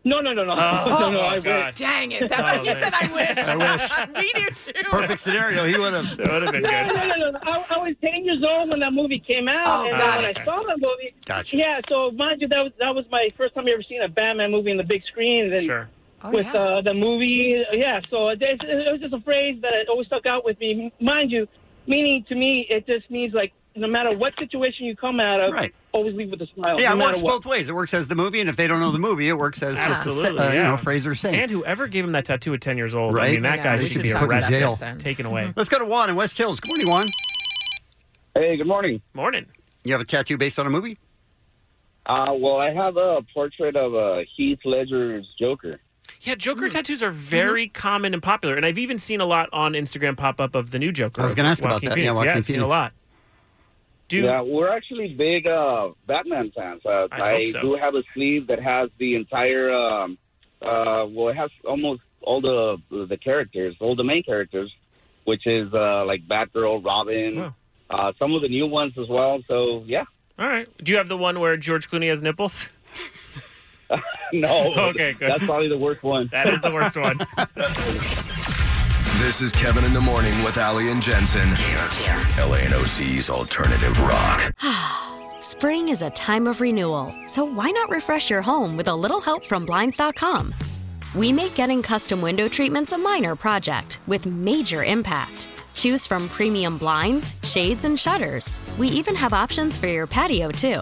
S18: No, no, no, no.
S8: Oh,
S18: no, no,
S8: my
S18: I wish.
S8: God. Dang it, that's- Oh, you man. said I wish. I wish.
S15: Me do too.
S8: Perfect scenario. He would have.
S9: That would have
S18: No, no, no, no, no. I, I was 10 years old when that movie came out.
S8: Oh,
S18: and
S8: got
S18: when
S8: it.
S18: I saw that movie.
S8: Gotcha.
S18: Yeah, so mind you, that was, that was my first time ever seeing a Batman movie on the big screen. And
S9: Sure.
S18: Oh, with uh, the movie. Yeah, so it, it, it was just a phrase that always stuck out with me. Mind you, meaning to me, it just means like no matter what situation you come out of,
S8: Right.
S18: always leave with a smile.
S8: Yeah,
S18: no
S8: it
S18: matter
S8: works
S18: what.
S8: both ways. It works as the movie, and if they don't know the movie, it works as just a, se-
S9: Absolutely,
S8: uh, you
S9: yeah.
S8: know, phrase or saying.
S9: And whoever gave him that tattoo at 10 years old,
S8: Right?
S9: I mean, that
S8: Yeah,
S9: guy
S8: we
S9: should
S8: should
S9: be
S8: talk about
S9: arrested,
S8: jail.
S9: taken away.
S8: Mm-hmm. Let's go to Juan in West Hills. Good morning, Juan.
S5: Mm-hmm. Hey, good morning.
S9: Morning.
S8: You have a tattoo based on a movie?
S5: Uh, well, I have a portrait of uh, Heath Ledger's Joker.
S9: Yeah, Joker tattoos are very common and popular, and I've even seen a lot on Instagram pop up of the new Joker.
S5: I was
S9: of
S5: gonna ask about
S9: Joaquin
S5: that. Yeah,
S9: Phoenix.
S5: Joaquin
S9: I've seen a
S5: Phoenix.
S9: lot. Dude.
S5: Yeah, we're actually big uh, Batman fans. Uh,
S9: I hope so.
S5: do have a sleeve that has the entire. Um, uh, well, it has almost all the the characters, all the main characters, which is uh, like Batgirl, Robin, uh, some of the new ones as well. So yeah,
S9: All right. Do you have the one where George Clooney has nipples?
S5: Oh, no,
S9: okay, good.
S5: that's probably the worst one.
S9: That is the worst one.
S11: This is Kevin in the Morning with Ali and Jensen. LANOC's Alternative Rock.
S17: Spring is a time of renewal, so why not refresh your home with a little help from Blinds.com? We make getting custom window treatments a minor project with major impact. Choose from premium blinds, shades, and shutters. We even have options for your patio, too.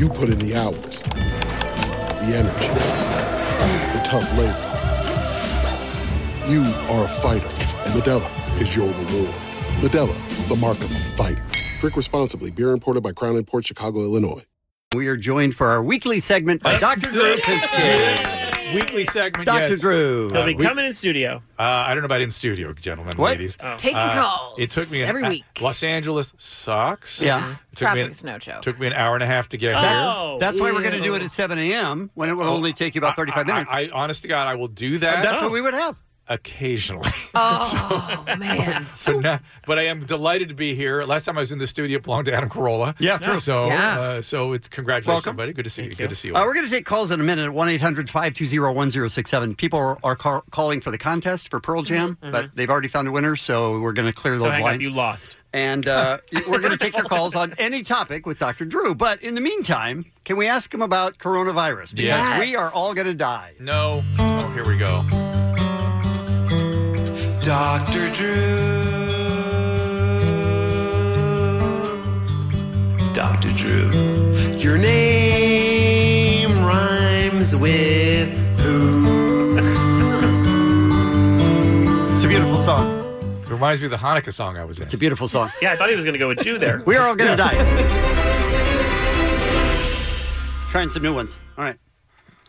S21: You put in the hours, the energy, the tough labor. You are a fighter, and Medella is your reward. Medella, the mark of a fighter. Drink responsibly. Beer imported by Crown Port Chicago, Illinois.
S8: We are joined for our weekly segment by Dr. Drew Pinsky.
S13: Weekly segment.
S8: Dr.
S13: yes.
S8: Drew.
S13: He'll be coming
S9: in studio.
S13: Uh, I don't know about in studio, gentlemen, and
S8: What?
S13: ladies.
S8: Oh.
S13: Take
S8: Taking
S13: your
S8: calls
S13: It took me an,
S8: every
S13: uh,
S8: week.
S13: Los Angeles sucks. It
S8: Yeah.
S13: took me an-
S8: Traffic's no joke.
S13: Took me an hour and a half to get here.
S8: That's why we're going to do it at 7 a.m. when it will only take you about 35 minutes.
S13: I, I, honest to God, I will do that.
S8: That's what we would have.
S13: Occasionally.
S15: Oh, man.
S13: So now, but I am delighted to be here. Last time I was in the studio, it belonged to Adam Carolla.
S8: Yeah, true.
S13: So,
S8: Yeah.
S13: uh, so it's congratulations,
S8: Welcome.
S13: buddy. Good to see you. Good to see you.
S8: Uh, we're going to take calls in a minute at 1 800 520 1067. People are, are ca- calling for the contest for Pearl Jam,
S9: Mhm.
S8: but they've already found a winner, so we're going to clear
S9: So
S8: those
S9: hang up,
S8: lines.
S9: you lost.
S8: And uh, we're going to take your calls on any topic with Dr. Drew. But in the meantime, can we ask him about coronavirus? Because
S13: Yes.
S8: we are all going to die.
S13: No. Oh, here we go.
S14: Dr. Drew. Dr. Drew. Your name rhymes with who?
S8: It's a beautiful song.
S13: It reminds me of the Hanukkah song I was in. It's
S8: a beautiful song.
S9: Yeah, I thought he was going to go with you there.
S8: We are all going to die. Trying some new ones. All right.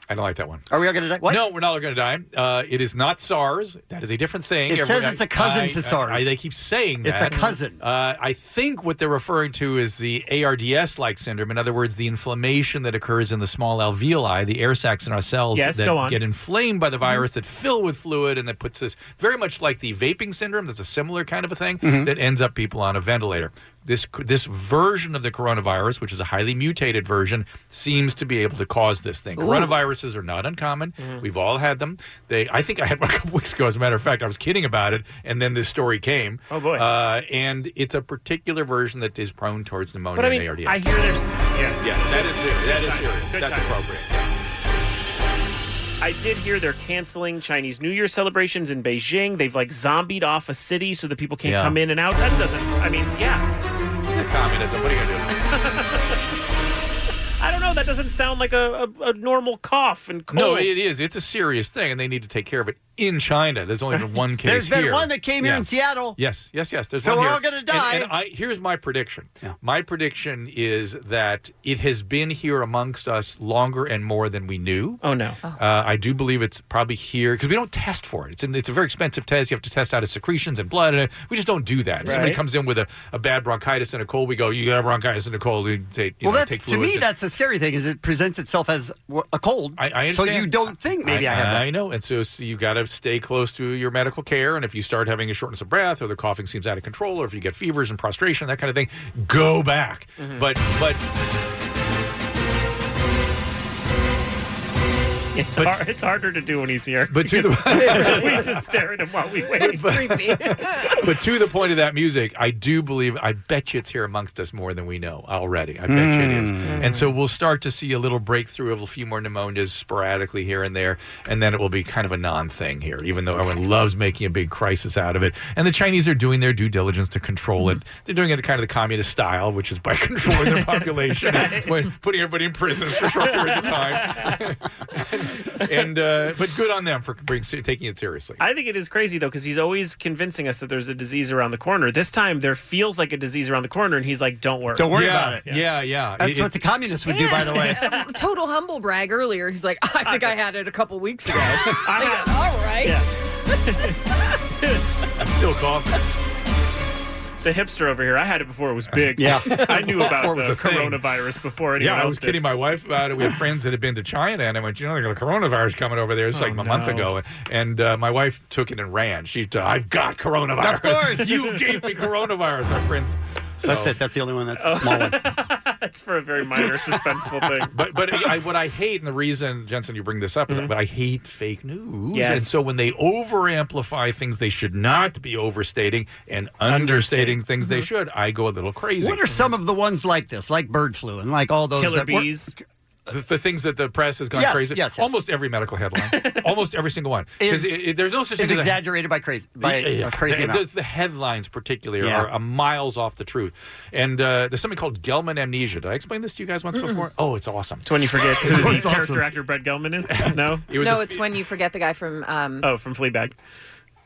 S13: I don't like that one.
S8: Are we all going to die? What?
S13: No, we're not all going to die. Uh, it is not SARS. That is a different thing.
S8: It says it's a cousin
S13: I-
S8: to SARS.
S13: I, they keep saying
S8: It's
S13: that.
S8: a cousin.
S13: Uh, I think what they're referring to is the ARDS-like syndrome. In other words, the inflammation that occurs in the small alveoli, the air sacs in our cells
S9: Yes,
S13: that
S9: go on.
S13: get inflamed by the virus that fill with fluid and that puts us very much like the vaping syndrome. That's a similar kind of a thing
S9: Mm-hmm.
S6: Mhm.
S13: that ends up people on a ventilator. This this version of the coronavirus, which is a highly mutated version, seems to be able to cause this thing.
S6: Ooh.
S13: Coronaviruses are not uncommon.
S9: Mm-hmm.
S6: Mhm.
S13: We've all had them. They, I think I had one a couple weeks ago. As a matter of fact, I was kidding about it, and then this story came. Oh boy! Uh, and it's a particular version that is prone towards pneumonia
S9: But I
S13: and
S9: mean,
S13: ARDS.
S9: I hear there's. Yes.
S13: Yeah, that is serious. That is serious.
S9: Good
S13: That's
S9: timing.
S13: appropriate.
S9: I did hear they're canceling Chinese New Year celebrations in Beijing. They've like zombied off a city so that people can't
S13: Yeah.
S9: come in and out. That doesn't. I mean, yeah.
S13: Communism. What are you going to do?
S9: I don't know. That doesn't sound like a, a, a normal cough and cold.
S13: No, it is. It's a serious thing, and they need to take care of it in China. There's only been one case
S8: There's been
S13: here.
S8: one that came here
S13: Yeah.
S8: in Seattle.
S13: Yes, yes, yes. There's
S8: So
S13: one
S8: we're
S13: here.
S8: all gonna
S13: And-
S8: die.
S13: And, I, here's my prediction. My prediction is that it has been here amongst us longer and more than we knew.
S9: Oh no.
S13: Uh, I do believe it's probably here because we don't test for it. It's, an, it's a very expensive test. You have to test out of secretions and blood. And we just don't do that. If Somebody
S8: Right.
S13: comes in with a, a bad bronchitis and a cold. We go, you got bronchitis and a cold. We take, you
S8: well,
S13: know,
S8: that's
S13: take
S8: to me.
S13: fluids and-
S8: That's the scary thing is it presents itself as w- a cold.
S13: I, I
S8: so
S13: understand.
S8: you don't think maybe I, have that.
S13: I know, and so, so you got to stay close to your medical care. And if you start having a shortness of breath, or the coughing seems out of control, or if you get fevers and prostration, that kind of thing, go back.
S8: Mm-hmm.
S13: But but
S9: It's, hard, it's harder to do when he's here.
S13: But to the-
S9: Because we just stare at him while we wait. It's
S10: creepy.
S13: but to the point of that music, I do believe. I bet you it's here amongst us more than we know already. I bet you it is.
S5: Mm.
S13: And so we'll start to see a little breakthrough of a few more pneumonias sporadically here and there, and then it will be kind of a non-thing here. Even though everyone loves making a big crisis out of it, and the Chinese are doing their due diligence to control it. They're doing it kind of the communist style, which is by controlling their population, and when- putting everybody in prisons for short periods of time. and uh, but good on them for bring, taking it seriously.
S9: I think it is crazy though, because he's always convincing us that there's a disease around the corner. This time there feels like a disease around the corner, and he's like, "Don't worry,
S8: Don't worry
S13: Yeah,
S8: about it.
S13: Yeah, yeah.
S8: That's what the communists would do, by the way.
S10: Um, Total humble brag earlier. He's like, I think I had it a couple weeks ago.
S9: Like,
S10: All right.
S13: I'm still coughing.
S9: The hipster over here, I had it before it was big.
S13: Yeah.
S9: I knew
S13: Before
S9: about
S13: it was
S9: the
S13: a thing.
S9: coronavirus before anyone
S13: yeah, I
S9: else
S13: was kidding my wife about it. We had friends that had been to China, and I went, you know, they got a coronavirus coming over there. It's like a month
S9: Oh, no.
S13: ago, and uh, my wife took it and ran. She, uh, I've got coronavirus.
S8: Of course.
S13: you gave me coronavirus. Our friends.
S8: That's it. That's the only one. That's a small one.
S9: That's for a very minor suspenseful thing. Mm-hmm.
S13: But but I, what I hate, and the reason Jensen, you bring this up, is but I hate fake news.
S9: Yes.
S13: And so when they over amplify things they should not be overstating and understating things
S9: Mm-hmm.
S13: they should, I go a little crazy.
S8: What are some of the ones like this, like bird flu and like all those
S13: Killer
S8: that were-
S13: bees. the, the things that the press has gone
S8: Yes,
S13: crazy?
S8: yes, yes.
S13: Almost every medical headline, almost every single one. 'Cause
S8: Is,
S13: it- it- there's no such
S8: is
S13: thing as a-
S8: exaggerated by crazy by
S13: Yeah,
S9: uh,
S13: yeah.
S8: a crazy
S13: the,
S8: amount.
S13: the- the headlines, particularly,
S8: Yeah.
S13: are uh, miles off the truth. And uh, there's something called Gelman amnesia. Did I explain this to you guys once before? Oh, it's awesome. It's
S9: when you forget who the
S13: It's
S9: character
S13: awesome.
S9: actor Brett Gelman is. No,
S13: It was
S10: no,
S13: a-
S10: it's when you forget the guy from. Um,
S9: oh from Fleabag.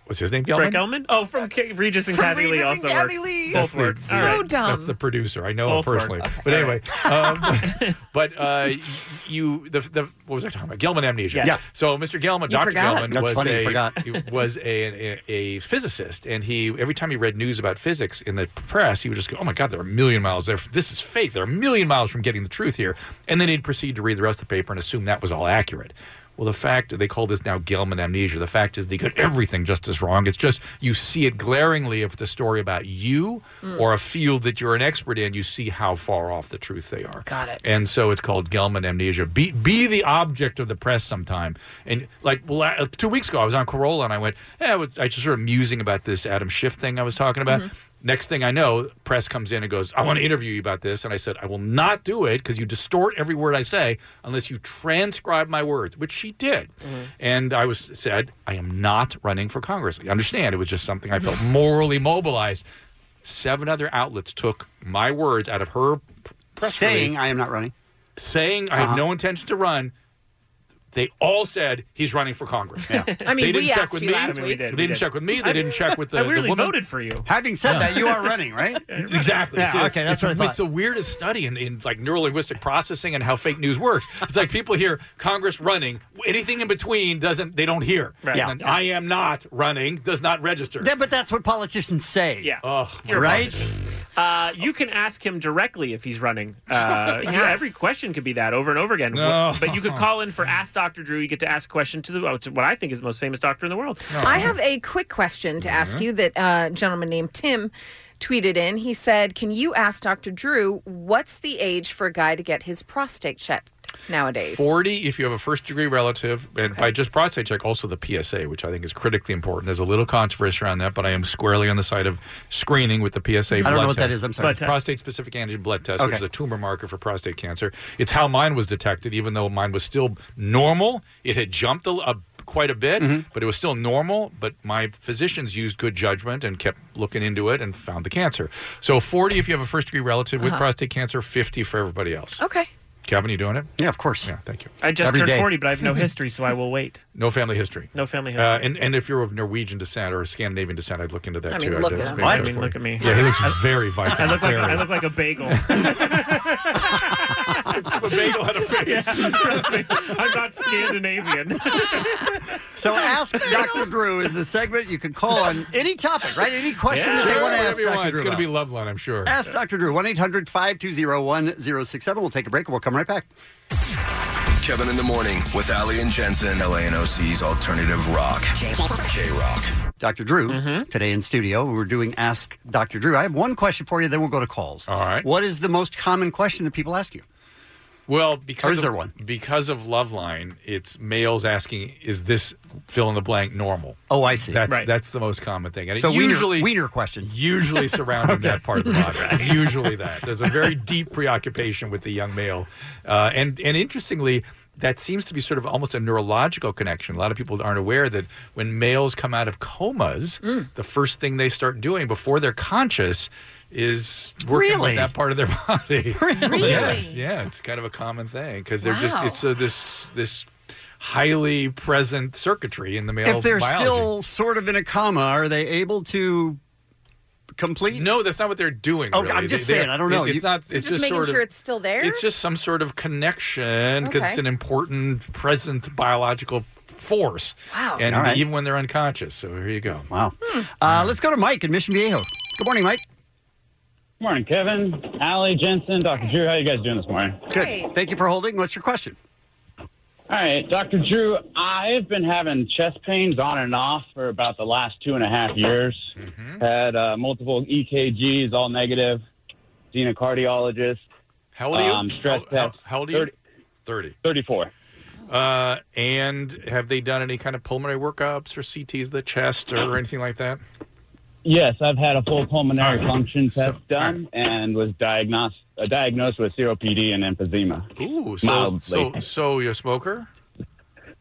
S13: What's his name?
S9: Brett
S13: Gelman?
S9: Gelman. Oh, from K- Regis and
S10: From
S9: Kathy Lee
S10: Regis and
S9: also
S10: Kathy
S9: works.
S10: Lee.
S9: Both
S13: That's the-
S9: works.
S13: that's-
S10: So dumb.
S13: That's the producer. I know
S9: Both
S13: him
S9: work.
S13: personally. But anyway, um, but uh, you the the what was I talking about? Gelman amnesia.
S8: Yes. Yeah.
S13: So Mr. Gelman,
S8: You
S13: Dr.
S8: forgot.
S13: Gelman
S8: That's
S13: was
S8: funny, you
S13: a
S8: forgot.
S13: he was a, a a physicist, and he every time he read news about physics in the press, he would just go, "Oh my God, they're a million miles there. This is fake. They're a million miles from getting the truth here." And then he'd proceed to read the rest of the paper and assume that was all accurate. Well, the fact they call this now Gelman amnesia. The fact is, they got everything just as wrong. It's just you see it glaringly if it's a story about you
S8: Hmm.
S5: Mm.
S13: or a field that you're an expert in. You see how far off the truth they are.
S5: Got it.
S13: And so it's called Gelman amnesia. Be be the object of the press sometime. And like well, uh, two weeks ago, I was on Corolla and I went, yeah, I was I just sort of musing about this Adam Schiff thing I was talking about. Next thing I know, press comes in and goes, I want to interview you about this. And I said, I will not do it because you distort every word I say unless you transcribe my words, which she did. And I was said, I am not running for Congress. I understand. It was just something I felt morally mobilized. Seven other outlets took my words out of her p- press
S8: Saying
S13: release
S8: I am not running. Uh-huh.
S13: saying I have no intention to run. They all said he's running for Congress.
S10: I mean,
S13: they didn't
S10: we
S13: check
S10: asked
S13: with
S10: you
S13: me.
S10: last
S13: They
S10: week.
S13: didn't check with me. They didn't check with the.
S9: I
S13: the
S9: weirdly
S13: woman.
S9: voted for you.
S8: Having said
S13: Yeah.
S8: that, you are running, right?
S13: Exactly.
S8: Yeah,
S13: See,
S8: okay, that's
S13: it's,
S8: what I thought.
S13: It's the weirdest study in, in like neurolinguistic processing and how fake news works. It's like people hear Congress running, anything in between doesn't they don't hear.
S8: Right. Yeah.
S13: And I am not running does not register.
S8: Yeah, but that's what politicians say.
S9: Yeah.
S13: Oh,
S9: You're
S8: right?
S9: Uh, you can ask him directly if he's running. Uh,
S8: Yeah.
S9: yeah, every question could be that over and over again.
S13: No.
S9: But you could call in for Ask Dr. Drew. You get to ask a question to, the, to what I think is the most famous doctor in the world.
S10: I have a quick question to
S13: Mm-hmm.
S10: ask you that uh, a gentleman named Tim tweeted in. He said, Can you ask Dr. Drew what's the age for a guy to get his prostate checked? nowadays.
S13: 40 if you have a first degree relative, and by just prostate check, also the PSA, which I think is critically important. There's a little controversy around that, but I am squarely on the side of screening with the PSA
S8: I
S13: blood
S8: don't know what that
S13: test.
S8: is. I'm sorry. Blood test.
S13: Prostate specific antigen blood test,
S8: Okay.
S13: which is a tumor marker for prostate cancer. It's how mine was detected, even though mine was still normal. It had jumped a, a- quite a bit,
S8: Mm-hmm.
S13: but it was still normal. But my physicians used good judgment and kept looking into it and found the cancer. So 40 if you have a first degree relative with
S9: Uh-huh.
S13: prostate cancer, 50 for everybody else.
S10: Okay.
S13: Kevin, you doing it?
S8: Yeah, of course.
S13: Yeah, thank you.
S9: I just turned 40, but I have no history, so I will wait.
S13: No family history.
S9: No family history.
S13: Uh, and, and if you're of Norwegian descent or Scandinavian descent, I'd look into that
S9: I
S13: too.
S9: mean, look
S13: I'd-
S9: at
S13: I'd
S9: him.
S13: be
S9: I
S13: there
S9: mean,
S13: for
S9: look
S13: you.
S9: at me.
S13: Yeah, he looks very vibrant.
S9: I look like
S13: very.
S9: I look like a bagel.
S13: a bagel had a face.
S9: trust me, I'm not Scandinavian.
S8: So ask Dr. Drew is the segment you can call on any topic, right? Any question
S13: Yeah.
S8: that they
S13: Sure,
S8: want to ask
S13: whatever you
S8: Dr.
S13: want. It's
S8: Drew.
S13: gonna
S8: about.
S13: be Loveline, I'm sure.
S8: Ask Dr. Drew, 1 800 520 1067. We'll take a break and we'll come right back.
S11: Kevin in the Morning with Ali and Jensen, LANOC's alternative rock. K Rock.
S8: Dr. Drew,
S13: Mm-hmm.
S8: today in studio, we're doing Ask Dr. Drew. I have one question for you, then we'll go to calls. All right. What is the most common question that people ask you?
S13: Well, because
S8: Or is
S13: of,
S8: there one?
S13: Because of Loveline, it's males asking, "Is this fill in the blank normal?"
S8: Oh, I see.
S13: That's
S8: Right.
S13: that's the most common thing, and
S8: So
S13: it
S8: wiener-
S13: usually
S8: wiener questions.
S13: usually surrounding
S8: Okay.
S13: that part of the body. Usually that there's a very deep preoccupation with the young male, uh, and and interestingly. That seems to be sort of almost a neurological connection. A lot of people aren't aware that when males come out of comas,
S8: Mm.
S13: the first thing they start doing before they're conscious is working
S8: Really?
S13: with that part of their body.
S8: Really?
S13: Yes, yeah, it's kind of a common thing because they're just
S8: Wow.
S13: it's uh, this this highly present circuitry in the male.
S8: if they're
S13: biology.
S8: still sort of in a coma, are they able to complete?
S13: No, that's not what they're doing.
S8: Okay,
S13: really.
S8: I'm just
S13: They- they-
S8: saying. I don't know.
S13: It's, it's
S8: You-
S13: not. It's
S10: You're just, making
S13: sort of,
S10: sure it's still there.
S13: It's just some sort of connection because
S10: Okay.
S13: it's an important present biological force.
S10: Wow.
S13: And
S8: All right.
S13: even when they're unconscious. So here you go. Hmm.
S8: Wow. Uh, let's go to Mike in Mission Viejo. Good morning, Mike.
S5: Good morning, Kevin, Allie, Jensen, Dr. Drew. How you guys doing this morning?
S8: Good. Thank you for holding. What's your question?
S5: All right, Dr. Drew, I've been having chest pains on and off for about the last two and a half years.
S13: Mm-hmm.
S5: Had uh, multiple EKGs, all negative. Seen a cardiologist.
S13: How old are you?
S5: Um, stress
S13: How- how-
S5: test.
S13: how old are you? 30.
S5: 34.
S13: Uh, and have they done any kind of pulmonary workups or CTs of the chest or anything like that?
S5: Yes, I've had a full pulmonary function
S13: So-
S5: test done and was diagnosed uh, diagnosed with COPD and emphysema.
S13: Ooh, so
S5: Mildly.
S13: so so you're a smoker?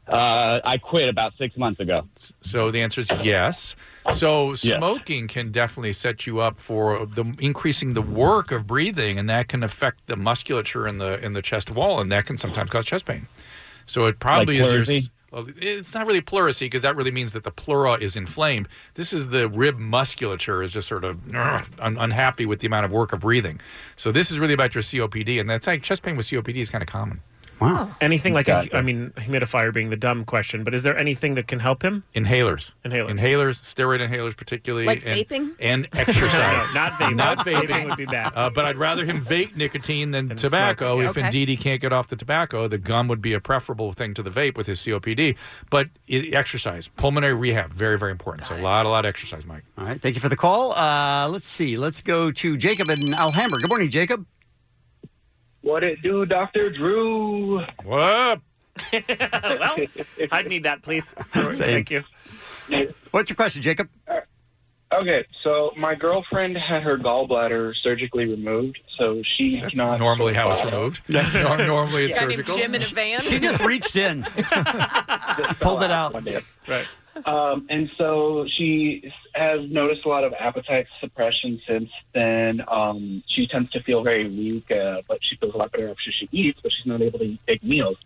S5: Uh, I quit about six months ago.
S13: So the answer is yes. So smoking can definitely set you up for the increasing the work of breathing, and that can affect the musculature in the in the chest wall, and that can sometimes cause chest pain. So it probably
S5: Like
S13: is your.
S5: pleurisy?
S13: Well, it's not really pleurisy because that really means that the pleura is inflamed. This is the rib musculature is just sort of "Ugh," un- unhappy with the amount of work of breathing. So this is really about your COPD, and that's like chest pain with COPD is kind of common.
S8: Wow.
S9: Anything like, a, I mean, humidifier being the dumb question, but is there anything that can help him?
S13: Inhalers.
S9: Inhalers.
S13: Inhalers, steroid inhalers, particularly.
S9: Like
S13: and,
S9: vaping?
S13: And exercise.
S9: not vaping.
S13: Not vaping.
S9: Vaping would be bad.
S13: Uh, but I'd rather him vape nicotine than tobacco.
S9: smoke. Yeah.
S13: If
S9: Okay.
S13: indeed he can't get off the tobacco, the gum would be a preferable thing to the vape with his COPD. But i exercise, pulmonary rehab, very, very important. so a lot, a lot of exercise, Mike.
S8: All right. Thank you for the call. Uh, let's see. Let's go to Jacob in Alhambra. Good morning, Jacob.
S6: What it do, Dr. Drew?
S13: What up?
S9: well, I'd need that, please. Thank you.
S8: What's your question, Jacob?
S6: Uh, Okay, so my girlfriend had her gallbladder surgically removed, so she's not
S13: normally how it's removed. That's nor- normally it's
S6: Yeah. Got him
S13: surgical.
S6: Jim in a
S10: van.
S8: She just reached in,
S6: pulled
S8: it out.
S6: Right. Um, and so she has noticed a lot of appetite suppression since then. Um, she tends to feel very weak, uh, but she feels a lot better after she eats, but she's not able to eat big meals.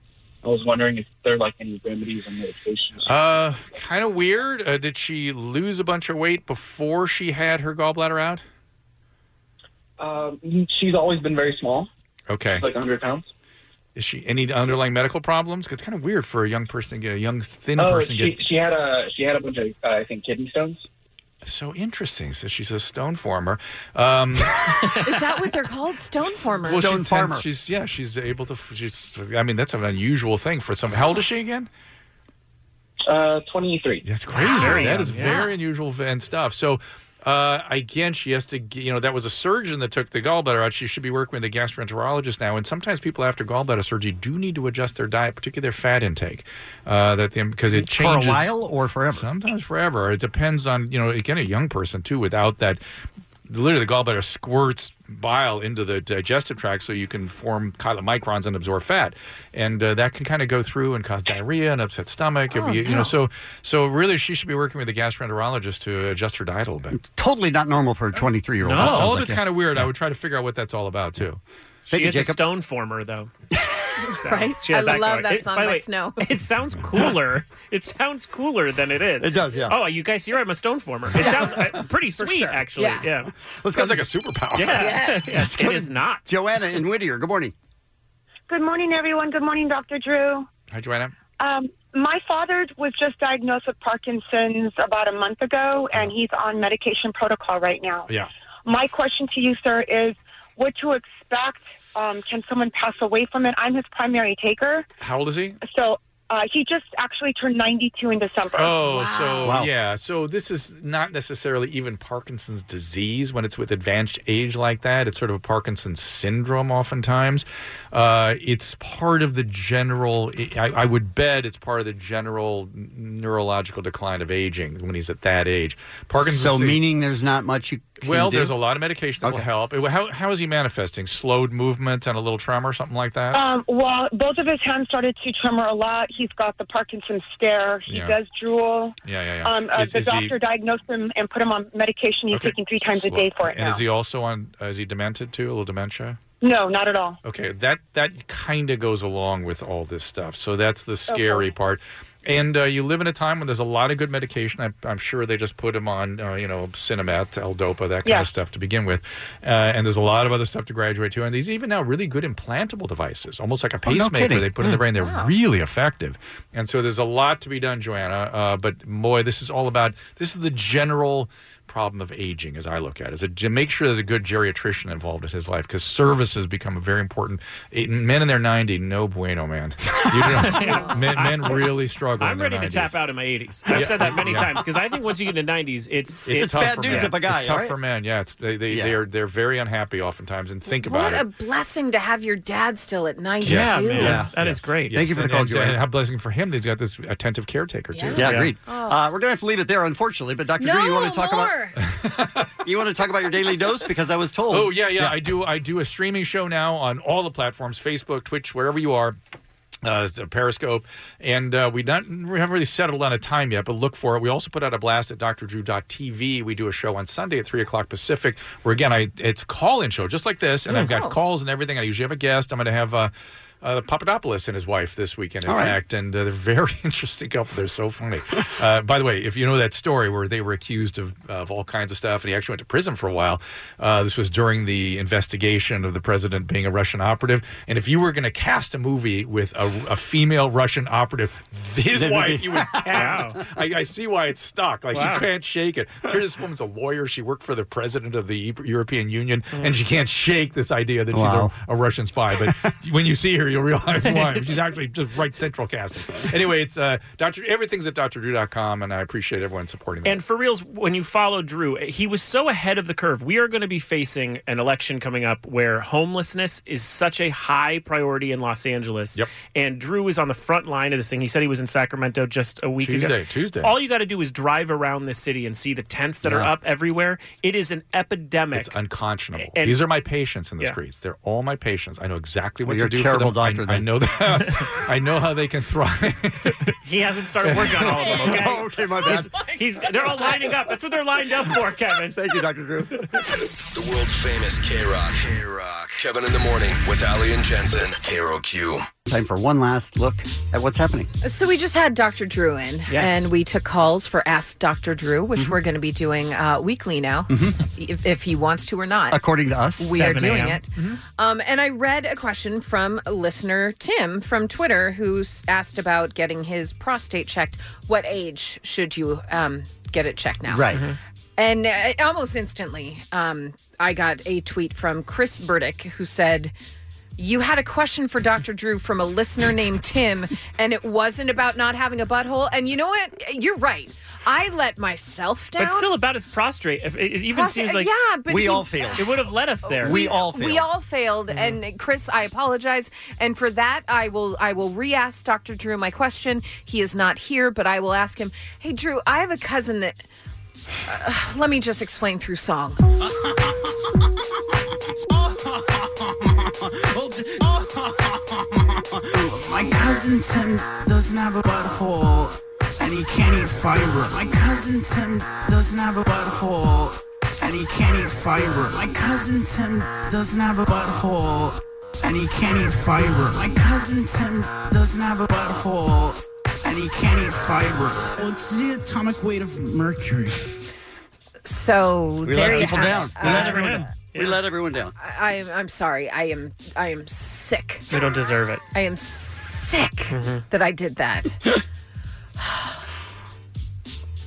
S6: I was wondering if there are like any remedies or medications.
S13: Uh, kind of weird. Uh, did she lose a bunch of weight before she had her gallbladder out?
S6: Um, she's always been very small,
S13: Okay.
S6: like 100 pounds.
S13: Is she any underlying medical problems? 'Cause It's kind of weird for a young person to get a young thin
S6: oh,
S13: person to
S6: she,
S13: get
S6: she had a she had a bunch of uh, I think kidney stones.
S13: so interesting. So she's a stone former. Um,
S10: Is that what they're called? Stone formers.
S13: well, she tends- She's yeah. She's able to. She's. I mean, that's an unusual thing for some. How old is she again?
S6: Uh, 23.
S13: That's crazy.
S6: Very
S13: that
S6: young,
S13: is
S6: yeah.
S13: very unusual and stuff. So Uh, again, she has to, g- you know, that was a surgeon that took the gallbladder out. She should be working with a gastroenterologist now. And sometimes people after gallbladder surgery do need to adjust their diet, particularly their fat intake, uh, that the, because it
S8: For a
S13: changes
S8: while
S13: or forever. Sometimes forever. It depends on, you know, again, a young person too. Without that, literally, the gallbladder squirts bile into the digestive tract so you can form chylomicrons and absorb fat, and uh, that can kind of go through and cause diarrhea and upset stomach. It'd
S8: Oh,
S13: be- You
S8: no.
S13: know, so so really, she should be working with a gastroenterologist to adjust her diet a little bit.
S8: Totally not normal for a 23 year old.
S13: No, all of it's kind of weird. I would try to figure out what that's all about too.
S9: She is a stone former, though. So,
S10: Right?
S9: she has
S10: I love
S9: going.
S10: that
S9: It-
S10: song,
S9: by the
S10: My
S9: way,
S10: Snow.
S9: It sounds cooler. it sounds cooler than it is. It does, yeah. Oh, you guys hear I'm a stone former. It sounds uh, pretty sweet, actually.
S8: Yeah.
S9: Yeah.
S8: Let's go.
S13: Sounds like a superpower.
S9: Yeah. Yes.
S8: Let's go
S9: It
S8: to
S9: is not.
S8: Joanna in Whittier. Good morning.
S14: Good morning, everyone. Good morning, Dr. Drew.
S13: Hi, Joanna.
S14: Um, my father was just diagnosed with Parkinson's about a month ago, and he's on medication protocol right now.
S13: Yeah.
S14: My question to you, sir, is what to expect? Um, can someone pass away from it? I'm his primary taker.
S13: How old is he?
S14: So uh, he just actually turned 92 in December.
S13: Oh, so yeah, so this is not necessarily even Parkinson's disease when it's with advanced age like that. It's sort of a Parkinson's syndrome, oftentimes. Uh, it's part of the general. I, I would bet it's part of the general n- neurological decline of aging when he's at that age. Parkinson's.
S8: So,
S13: disease-
S8: meaning there's not much you can
S13: Well,
S8: do?
S13: there's a lot of medication that will
S8: Okay.
S13: help. It- How, how is he manifesting? Slowed movement and a little tremor, or something like that.
S14: Um, well, both of his hands started to tremor a lot. He's got the Parkinson's stare. He
S13: Yeah.
S14: does drool.
S13: Yeah, yeah, yeah.
S14: Um, uh,
S13: Is-
S14: the
S13: is he-
S14: doctor diagnosed him and put him on medication. He's
S13: Okay.
S14: taking three times a day for it
S13: and
S14: now.
S13: is he also on? Uh, is he demented too? A little dementia.
S14: no, not at all.
S13: Okay, that that kind of goes along with all this stuff. So that's the scary part. And uh, you live in a time when there's a lot of good medication. I'm, I'm sure they just put him on, uh, you know, Cinemat, L-Dopa, that kind
S14: Yeah.
S13: of stuff to begin with. Uh, and there's a lot of other stuff to graduate to. And these even now really good implantable devices, almost like a
S8: Oh, no
S13: pacemaker
S8: kidding.
S13: they put in the
S8: Hmm.
S13: brain. They're
S8: Wow.
S13: really effective. And so there's a lot to be done, Joanna. Uh, but boy, this is all about this is the general problem of aging, as I look at it, is to make sure there's a good geriatrician involved in his life because services become a very important. it- men in their 90, no bueno, man. You don't- men, men really struggle. in
S9: I'm
S13: their
S9: ready to
S13: 90s.
S9: tap out in my 80s. I've
S13: Yeah.
S9: said that many
S13: Yeah.
S9: times because I think once you get into 90s, it's
S13: It's, tough for men. It's tough
S9: right?
S13: for men. Yeah, it's, they they they're they're very unhappy oftentimes and think about
S10: What
S13: it.
S10: a blessing to have your dad still at 92.
S13: Yes.
S9: That is great. Thank you for
S13: And-
S9: the call,
S13: and-
S9: Joanna.
S13: And how blessing for him that he's got this attentive caretaker too.
S8: Yeah, agreed.
S10: Oh,
S8: Uh, we're going to have to leave it there, unfortunately. But Dr. Drew, you want to talk about you want to talk about your daily dose because I was told.
S13: Oh yeah, yeah. I do. I do a streaming show now on all the platforms: Facebook, Twitch, wherever you are. Uh, it's a Periscope, and uh, we not we haven't really settled on a time yet, but look for it. We also put out a blast at drdrew.tv. We do a show on Sunday at three o'clock Pacific, where again, I it's a call-in show just like this, and I've
S8: Oh.
S13: got calls and everything. I usually have a guest. I'm going to have uh, uh, Papadopoulos and his wife this weekend, in
S8: All right.
S13: fact, and uh, they're a very interesting couple. They're so funny. Uh, by the way, if you know that story where they were accused of, of all kinds of stuff, and he actually went to prison for a while, uh, this was during the investigation of the president being a Russian operative. And if you were going to cast a movie with a, a female Russian operative, his
S8: Then it'd
S13: wife,
S8: be-
S13: you would cast. I, I see why it's stuck. Like
S8: Wow.
S13: she can't shake it. Here, this woman's a lawyer. She worked for the president of the E- European Union, and she can't shake this idea that
S8: Mm. Wow.
S13: she's a, a Russian spy. But when you see her, you'll realize why. She's actually just right central casting. Anyway, it's uh, Doctor. Everything's at drdrew.com, and I appreciate everyone supporting. that.
S9: And for reals, when you follow Drew, eh, he was so ahead of the curve. We are going to be facing an election coming up where homelessness is such a high priority in Los Angeles. Yep. And Drew is on the front line of this thing. He said he was in Sacramento just a week ago.
S13: Tuesday, Tuesday.
S9: All you got to do is drive around this city and see the tents that are
S13: Yeah.
S9: up everywhere. It is an epidemic.
S13: It's unconscionable.
S9: And-
S13: These are my patients in the
S9: Yeah.
S13: streets. They're all my patients. I know exactly what
S8: Well, you're a
S13: to do.
S8: terrible
S13: for them.
S8: doctor,
S13: I, I
S8: then.
S13: know that. I know how they can thrive.
S9: He hasn't started working on all of them. Okay.
S8: okay, my
S9: bad. He's, he's- they're all lining up. That's what they're lined up for, Kevin.
S8: Thank you, Dr. Drew.
S11: The world famous K Rock. K Rock. Kevin in the morning with Ali and Jensen. KROQ.
S8: Time for one last look at what's happening.
S10: So we just had Dr. Drew in,
S8: Yes. Mm-hmm.
S10: and we took calls for Ask Dr. Drew, which we're going to be doing uh, weekly now, if, if he wants to or not.
S8: According to us,
S10: we are doing it.
S8: Mm-hmm.
S10: Um, and I read a question from listener Tim from Twitter who s- asked about getting his prostate checked. What age should you um, get it checked now? Mm-hmm.
S8: Right.
S10: And uh, almost instantly, um, I got a tweet from Chris Burdick who said, You had a question for Dr. Drew from a listener named Tim, and it wasn't about not having a butthole. And you know what? You're right. I let myself down.
S9: But still about his prostrate. It, it even
S10: Prostate-
S9: seems like
S10: yeah, but We he- all failed.
S9: It would have led us there.
S10: We all failed. Mm-hmm. And uh, Chris, I apologize. And for that, I will I will re-ask Dr. Drew my question. He is not here, but I will ask him. Hey, Drew, I have a cousin that. Uh, let me just explain through song.
S15: My cousin Tim doesn't have a butthole, and he can't eat fiber. My cousin Tim doesn't have a butthole, and he can't eat fiber. My cousin Tim doesn't have a butthole, and he can't eat fiber. My cousin Tim doesn't have a butthole, and he can't eat fiber. Well, it's the atomic weight of mercury.
S10: So
S8: We
S10: there
S8: let
S10: you
S8: people
S10: have it. Um,
S8: down. We
S9: Uh,
S8: let everyone down. We let everyone down.
S10: I, I- I'm sorry. I am I am sick.
S9: They don't deserve it.
S10: I am sick that I did that.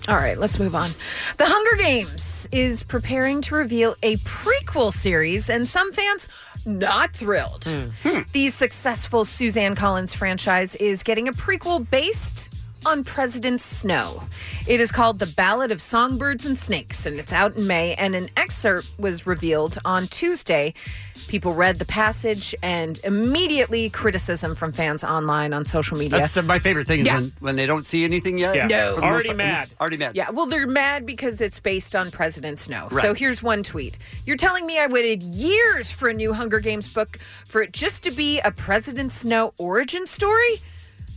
S10: All right, let's move on. The Hunger Games is preparing to reveal a prequel series, and some fans not thrilled.
S8: Hmm.
S10: The successful Suzanne Collins franchise is getting a prequel based on President Snow. It is called The Ballad of Songbirds and Snakes, and it's out in May. And an excerpt was revealed on Tuesday. People read the passage and immediately criticism from fans online on social media.
S8: That's the, my favorite thing is
S10: Yeah.
S8: when, when they don't see anything yet.
S10: Yeah. No.
S8: For the most
S10: Already
S8: part.
S10: mad.
S8: Already mad.
S10: Yeah, well, they're mad because it's based on President Snow. So
S8: Right.
S10: here's one tweet You're telling me I waited years for a new Hunger Games book for it just to be a President Snow origin story?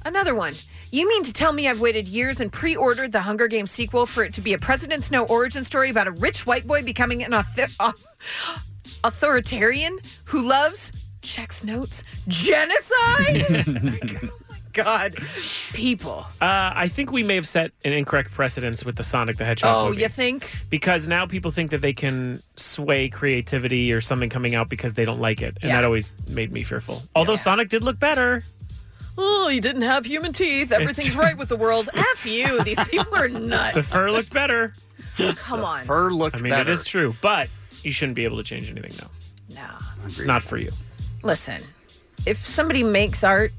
S10: Another one. You mean to tell me I've waited years and pre ordered the Hunger Games sequel for it to be a President Snow origin story about a rich white boy becoming an author- au- authoritarian who loves, checks notes, genocide? God, people.
S9: Uh, I think we may have set an incorrect precedence with the Sonic the Hedgehog
S10: oh,
S9: movie.
S10: you think?
S9: because now people think that they can sway creativity or something coming out because they don't like it. And
S10: Yeah.
S9: that always made me fearful. Although Sonic did look better.
S10: Oh, you didn't have human teeth. Everything's right with the world. F you. These people are nuts.
S9: The fur looked better.
S10: Come on.
S8: Fur looked
S9: I mean,
S8: better.
S9: it is true, but you shouldn't be able to change anything now.
S10: No.
S9: It's not for you.
S10: Listen, if somebody makes art,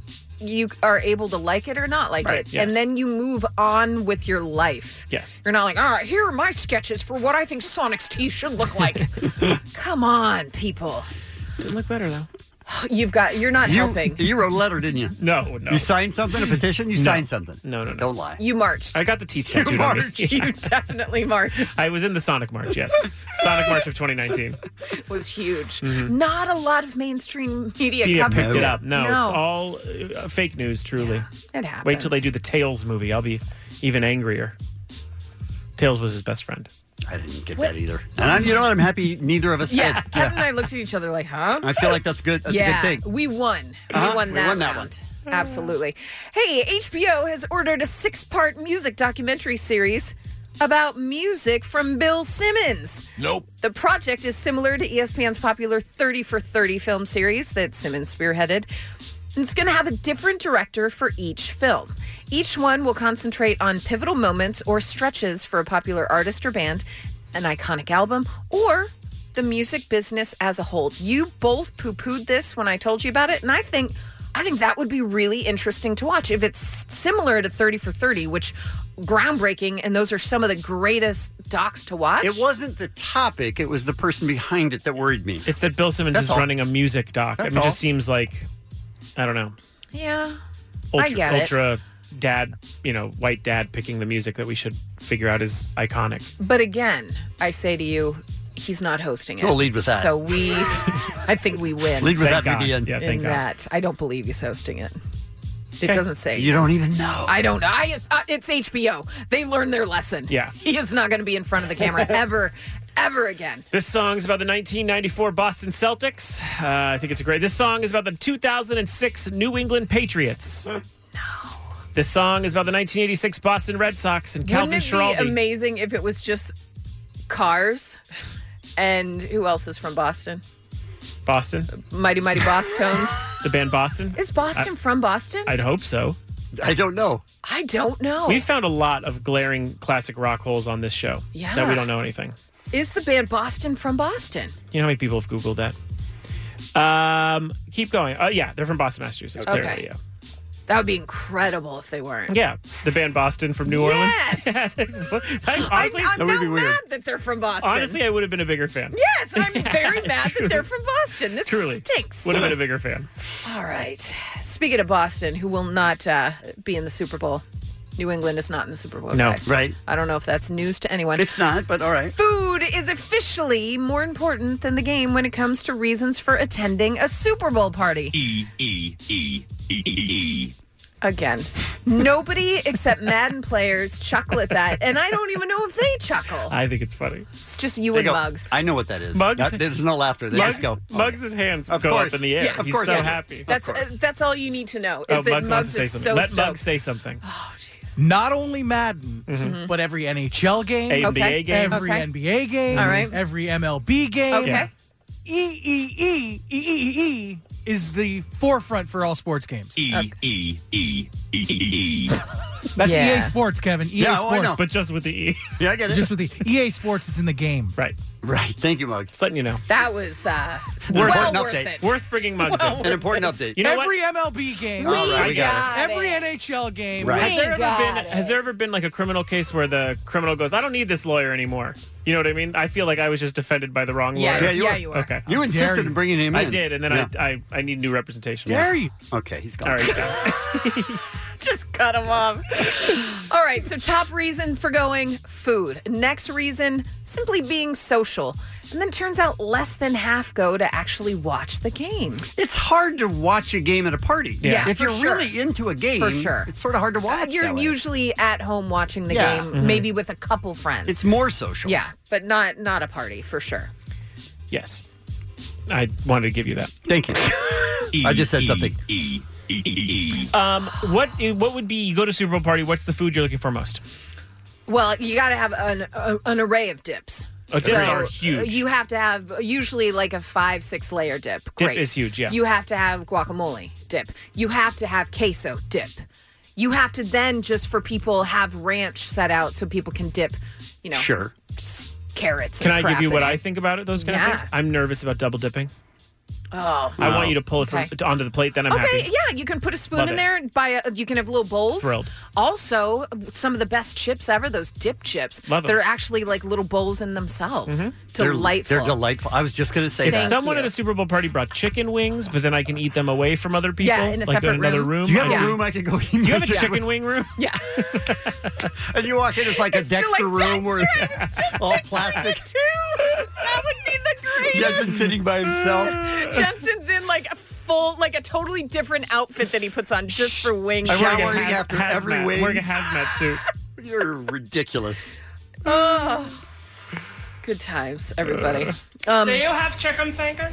S10: you are able to like it or not like
S9: Right,
S10: it.
S9: yes.
S10: And then you move on with your life.
S9: Yes.
S10: You're not like, all right, here are my sketches for what I think Sonic's teeth should look like. Come on, people.
S9: Didn't look better, though.
S10: You've got, you're not
S8: you,
S10: helping.
S8: You wrote a letter, didn't you?
S9: No, no.
S8: You signed something, a petition? You
S9: No.
S8: signed something.
S9: No, no, no.
S8: Don't lie.
S10: You marched.
S9: I got the teeth
S8: You
S9: tattooed on me.
S8: marched.
S10: You definitely marched.
S9: I was in the Sonic March, yes. Sonic March of 2019.
S10: It was huge.
S9: Mhm.
S10: Not a lot of mainstream media
S9: He didn't
S10: covered
S9: pick it up. No, it's
S10: No.
S9: all uh, fake news, truly.
S10: It happens.
S9: Wait till they do the Tails movie. I'll be even angrier. Tails was his best friend.
S8: I didn't get
S10: What? that
S8: either. And I'm, you know what? I'm happy neither of us
S10: Yeah,
S8: did.
S10: Kevin and I looked at each other like, huh?
S8: I feel like that's good. That's
S10: yeah,
S8: a good thing.
S10: We won.
S8: Uh-huh,
S10: We won
S8: we
S10: that,
S8: won that
S10: round. Absolutely. Hey, HBO has ordered a six part music documentary series about music from Bill Simmons.
S22: Nope.
S10: The project is similar to E ESPN's popular 30 for 30 film series that Simmons spearheaded. It's going to have a different director for each film. Each one will concentrate on pivotal moments or stretches for a popular artist or band, an iconic album, or the music business as a whole. You both poo-pooed this when I told you about it, and I think I think that would be really interesting to watch if it's similar to 30 for 30, which groundbreaking and those are some of the greatest docs to watch.
S8: It wasn't the topic, it was the person behind it that worried me.
S9: It's that Bill Simmons
S8: That's
S9: is
S8: all.
S9: running a music doc. I
S8: That's
S9: mean, it
S8: all.
S9: just seems like, I don't know,
S10: Yeah.
S9: ultra,
S10: I get it.
S9: ultra dad, you know, white dad picking the music that we should figure out is iconic.
S10: But again, I say to you, he's not hosting it.
S9: We'll lead with that.
S10: So we, I think we win.
S9: Lead with Thank that, God. Vivian. Yeah,
S10: in
S9: thank God.
S10: that, I don't believe he's hosting it. It
S9: Okay.
S10: doesn't say.
S9: You don't even know.
S10: I don't know. I, uh, it's HBO. They learned their lesson.
S9: Yeah.
S10: He is not going to be in front of the camera ever, ever again.
S9: This song's about the 1994 Boston Celtics. Uh, I think it's a great. This song is about the 2006 New England Patriots. No. This song is about the 1986 Boston Red Sox and Calvin
S10: Wouldn't it
S9: Schiraldi.
S10: be amazing if it was just cars and who else is from Boston?
S9: Boston,
S10: Mighty Mighty Boss Tones.
S9: the band Boston.
S10: Is Boston from Boston?
S9: I, would hope so.
S8: I don't know.
S10: I don't know.
S9: We found a lot of glaring classic rock holes on this show
S10: Yeah.
S9: that we don't know anything.
S10: Is the band Boston from Boston?
S9: You know how many people have Googled that? Um, keep going. Uh, yeah, they're from Boston, Massachusetts.
S10: Okay.
S9: There you go.
S10: That would be incredible if they weren't.
S9: Yeah, the band Boston from New
S10: Yes.
S9: Orleans. Like, honestly,
S10: I'm, I'm now mad that they're from Boston.
S9: Honestly, I would have been a bigger fan.
S10: yes, I'm very mad that they're from Boston. This
S9: Truly,
S10: stinks.
S9: would have been a bigger fan.
S10: All right. Speaking of Boston, who will not uh, be in the Super Bowl, New England is not in the Super Bowl.
S9: No.
S10: guys.
S9: Right.
S10: I don't know if that's news to anyone.
S8: It's not, but all right.
S10: Food is officially more important than the game when it comes to reasons for attending a Super Bowl party.
S16: E E E E E.
S10: Again, nobody except Madden players chuckle at that, and I don't even know if they chuckle.
S9: I think it's funny.
S10: It's just you
S8: They
S10: and
S8: go,
S10: Mugs.
S8: I know what that is.
S9: Mugs?
S8: Not- there's no laughter. They
S9: Mugs-
S8: just go.
S9: Muggs's hands
S8: Of
S9: go
S8: course.
S9: up in the air.
S8: Yeah, of
S9: He's
S8: course
S9: so
S8: I do.
S9: happy.
S10: That's uh, that's all you need to know is
S9: oh,
S10: that
S9: Muggs wants
S10: Muggs
S9: to say
S10: is
S9: something.
S10: so
S9: Let
S10: stoked. Oh,
S9: Muggs say something.
S23: Not only Madden, but every NHL game,
S9: NBA Okay. game.
S23: every
S9: Okay.
S23: NBA game,
S9: All right.
S23: every MLB game.
S9: Okay.
S23: E E E E E E is the forefront for all sports games.
S16: E E E E E.
S23: That's EA Sports, Kevin. EA Sports.
S9: But just with the E.
S8: Yeah, I get it.
S23: Just with the EA Sports is in the game.
S9: Right.
S8: Right. Thank you, Muggs.
S9: Just letting you know.
S10: That was uh,
S8: Worth-
S10: well
S8: important
S10: worth
S8: update.
S10: it.
S9: Worth bringing Muggs
S10: Well
S9: up.
S10: worth An important it.
S9: You know
S23: every
S9: what?
S23: MLB game.
S9: We All right, we got got
S23: Every NHL game.
S9: Has there, ever been, has there ever been like a criminal case where the criminal goes, I don't need this lawyer anymore? You know what I mean? I feel like I was just defended by the wrong
S8: Yeah, yeah,
S9: lawyer.
S8: you Yeah, were. you were.
S9: Okay.
S8: You insisted in bringing him
S9: I
S8: in.
S9: did, and then I, I I need new representation.
S8: Dare
S9: Yeah.
S8: you. Okay, he's gone.
S9: All right, he's gone.
S10: Just cut them off. All right, so top reason for going food. Next reason, simply being social. And then turns out less than half go to actually watch the game.
S8: It's hard to watch a game at a party.
S10: Yeah. Yeah,
S8: if
S10: for
S8: you're
S10: sure.
S8: really into a game,
S10: For sure. Uh,
S8: it's sort of hard to watch.
S10: You're
S8: that way.
S10: usually at home watching the
S8: Yeah.
S10: game,
S9: Mm-hmm.
S8: Mhm.
S10: maybe with a couple friends.
S8: It's more social.
S10: yeah, but not not a party for sure.
S9: Yes. I wanted to give you that.
S8: Thank you. I just said something.
S16: E E E.
S9: Um, what what would be you go to Super Bowl party? What's the food you're looking for most?
S10: Well, you got to have an a, an array of dips.
S9: Oh, dips are huge.
S10: You have to have usually like a five six layer dip.
S9: Dip
S10: Great.
S9: is huge, yeah.
S10: You have to have guacamole dip. You have to have queso dip. You have to then just for people have ranch set out so people can dip. You know,
S8: Sure.
S10: carrots.
S9: Can
S10: and
S9: I give
S10: crap
S9: you
S10: in
S9: what
S10: it.
S9: I think about it? Those kind
S10: Yeah.
S9: of things. I'm nervous about double dipping.
S10: Oh,
S9: I want you to pull it from,
S10: Okay.
S9: onto the plate. Then I'm
S10: okay,
S9: happy.
S10: yeah, you can put a spoon
S9: Love
S10: in
S9: it.
S10: there. And buy a, you can have little bowls.
S9: Thrilled.
S10: Also, some of the best chips ever, those dip chips.
S8: Love 'em.
S10: They're actually like little bowls in themselves.
S8: They're-
S10: Delightful.
S8: They're, delightful. I was just going to say
S9: If
S8: that.
S9: someone at a Super Bowl party brought chicken wings, but then I can eat them away from other people,
S10: Yeah, in a
S9: like
S10: separate
S9: in another
S10: room.
S9: room.
S10: Do you have a
S9: can-
S10: room
S8: I can go
S9: Do you have a
S8: Yeah.
S9: chicken wing room?
S10: Yeah.
S8: and you walk in, it's like a Dexter room where it's all plastic.
S10: that would be the greatest.
S8: Jensen sitting by himself.
S10: Jensen's in like a full, like a totally different outfit that he puts on just for wing
S8: I'm wearing a
S10: showering.
S8: haz- after every
S9: hazmat.
S8: wing.
S9: I'm wearing a hazmat suit.
S8: You're ridiculous.
S10: Oh. Good times, everybody. Um,
S20: Do you have chicken finger?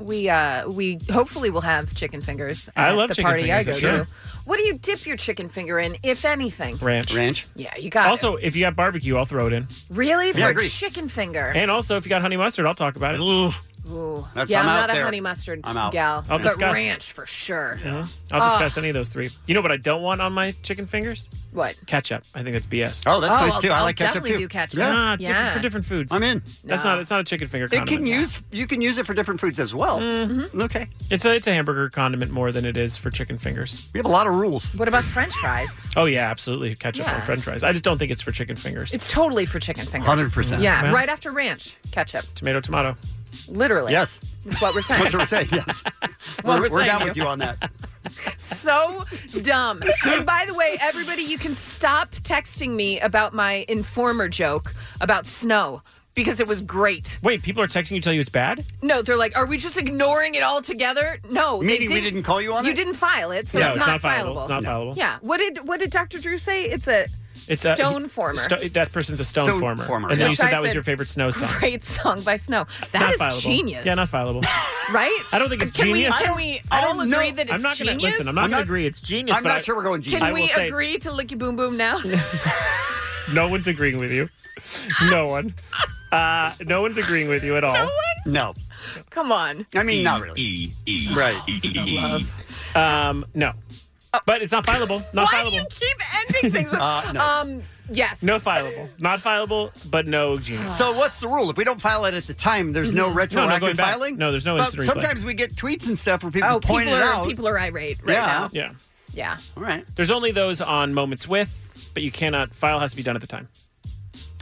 S10: We uh we hopefully will have chicken fingers
S9: I
S10: at
S9: love
S10: the
S9: chicken
S10: party I go
S9: fingers,
S10: to.
S9: sure.
S10: What do you dip your chicken finger in, if anything?
S9: Ranch.
S8: Ranch.
S10: Yeah, you got
S9: also, if you got barbecue, I'll throw it in.
S10: Really?
S9: Yeah, I
S10: For
S9: agree.
S10: chicken finger.
S9: And also, if you got honey mustard, I'll talk about it.
S10: Ooh.
S9: That's-
S10: yeah,
S9: I'm
S10: I'm,
S9: out
S10: not
S9: there.
S10: a honey mustard
S9: I'm out.
S10: gal.
S9: I'll
S10: but
S9: discuss.
S10: ranch for sure.
S9: You know? I'll
S10: Oh.
S9: discuss any of those three. You know what I don't want on my chicken fingers?
S10: What?
S9: Ketchup. I think that's BS.
S8: Oh, that's
S10: Oh,
S8: nice
S10: I'll-
S8: too. I
S10: I'll
S8: like ketchup
S10: definitely
S8: too.
S10: do ketchup.
S9: Ah, different-
S10: Yeah.
S9: for different foods.
S8: I'm in.
S9: That's
S10: No.
S9: not. It's not a chicken finger.
S8: It
S9: condiment.
S8: can use. You can use it for different foods as well.
S10: Mm-hmm.
S8: Okay.
S9: It's a, it's a hamburger condiment more than it is for chicken fingers.
S8: We have a lot of rules.
S10: What about French fries?
S9: Oh yeah, absolutely ketchup
S10: Yeah.
S9: on French fries. I just don't think it's for chicken fingers.
S10: It's totally for chicken fingers.
S9: 100%.
S10: Yeah,
S9: Yeah.
S10: right after ranch, ketchup.
S9: tomato, tomato.
S10: Literally.
S9: Yes.
S10: That's what we're saying.
S9: That's what we're saying,
S8: yes.
S10: That's what
S8: We're,
S10: we're,
S8: we're
S10: saying.
S8: down with you on that.
S10: so dumb. And by the way, everybody, you can stop texting me about my informer joke about snow because it was great.
S9: Wait, people are texting you to tell you it's bad.
S10: No, they're like, are we just ignoring it altogether? No, they
S9: Meaning we didn't call you on
S10: You
S9: it?
S10: didn't file it, so
S9: No,
S10: it's,
S9: it's
S10: not
S9: not fileable.
S10: fileable.
S9: It's not fileable.
S10: Yeah. What did what did Dr. Drew say? It's a
S9: It's a-
S10: stone former.
S9: sto- that person's a stone,
S8: Stone
S9: former.
S8: former,
S9: And then
S10: yeah.
S9: you
S10: Which
S9: said
S10: I
S9: that was
S10: said-
S9: your favorite snow song.
S10: Great song by Snow. That
S9: not
S10: is
S9: fileable.
S10: genius.
S9: Yeah, not fileable.
S10: Right?
S9: I don't think it's
S10: Can we-
S9: genius.
S10: can I don't- we I all don't agree know. that it's
S9: I'm not gonna-
S10: genius?
S9: listen, I'm not
S10: I'm
S9: going
S10: not-
S9: to agree it's genius.
S10: I'm
S9: but
S10: not
S9: I-
S10: sure
S8: we're going
S10: Can
S9: I will
S10: we
S9: say,
S10: agree to Licky Boom Boom now?
S9: No one's agreeing with you. No one. Uh, no one's agreeing with you at all. No
S8: one. No.
S10: Come on.
S8: I mean,
S9: E,
S8: not really.
S9: E, E,
S8: Right.
S9: E, E, E. Um, no.
S10: Oh.
S9: But it's not fileable. Not
S10: Why do
S9: fileable.
S10: you keep ending things with?
S9: Uh, no.
S10: Um, yes.
S9: No fileable. Not fileable, but no Gmail.
S8: So what's the rule? If we don't file it at the time, there's no
S10: Mm-hmm.
S9: Mhm.
S8: retroactive
S9: No, no, going back.
S8: filing.
S9: No, there's no
S8: But
S9: instant replay.
S8: Sometimes we get tweets and stuff where people
S10: oh,
S8: point
S10: people are
S8: it out.
S10: people are irate right
S8: Yeah.
S10: now.
S9: Yeah.
S10: Yeah.
S8: All right.
S9: There's only those on moments with, but you cannot. File has to be done at the time.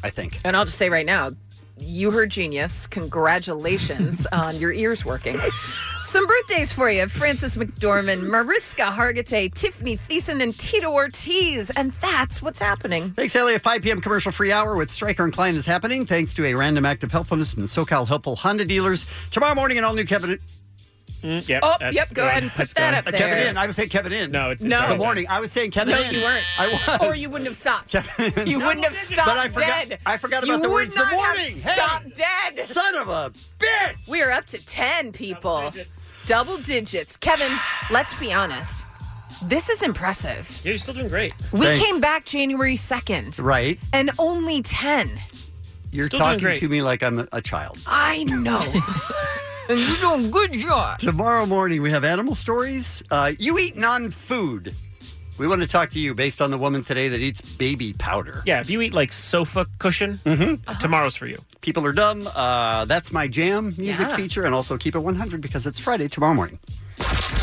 S8: I think.
S10: And I'll just say right now, you heard genius. Congratulations on your ears working. Some birthdays for you Francis McDormand, Mariska Hargitay, Tiffany Thiessen, and Tito Ortiz. And that's what's happening.
S8: Thanks, Ellie. A 5 p.m. commercial free hour with Stryker and Klein is happening thanks to a random act of helpfulness from the SoCal Helpful Honda dealers. Tomorrow morning, an all new Kevin.
S9: yep,
S10: Oh, that's yep, go going. ahead and put That's that going. up
S8: Uh, Kevin
S10: there.
S8: in. I was saying Kevin in.
S9: No, it's
S10: it's No.
S8: Good morning. I was saying Kevin
S10: no,
S8: in.
S10: you weren't.
S8: I was.
S10: Or you wouldn't have stopped. you wouldn't have stopped
S8: But I forgot-
S10: dead.
S8: I forgot
S10: you
S8: about the
S10: would
S8: words, "Good
S10: Not
S8: morning."
S10: Have
S8: Hey.
S10: stopped dead.
S8: Son of a bitch.
S10: We are up to 10 people. Double digits. Kevin, let's be honest. This is impressive.
S9: Yeah, you're still doing great.
S10: We
S8: Thanks.
S10: came back January 2nd
S8: Right.
S10: and only 10.
S8: You're
S10: Still doing
S8: talking
S10: great.
S8: to me like I'm a, a child.
S10: I know. and you're doing good job.
S8: Tomorrow morning, we have animal stories. Uh, you eat non food. We want to talk to you based on the woman today that eats baby powder.
S9: Yeah, if you eat like sofa cushion, tomorrow's for you.
S8: People are dumb. Uh, that's my jam music
S9: Yeah.
S8: feature, and also keep it 100 because it's Friday tomorrow morning.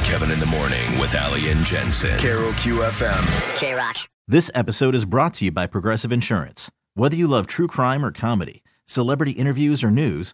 S11: Kevin in the Morning with Ali and Jensen. Carol QFM.
S7: K Rock.
S1: This episode is brought to you by Progressive Insurance. Whether you love true crime or comedy, celebrity interviews or news,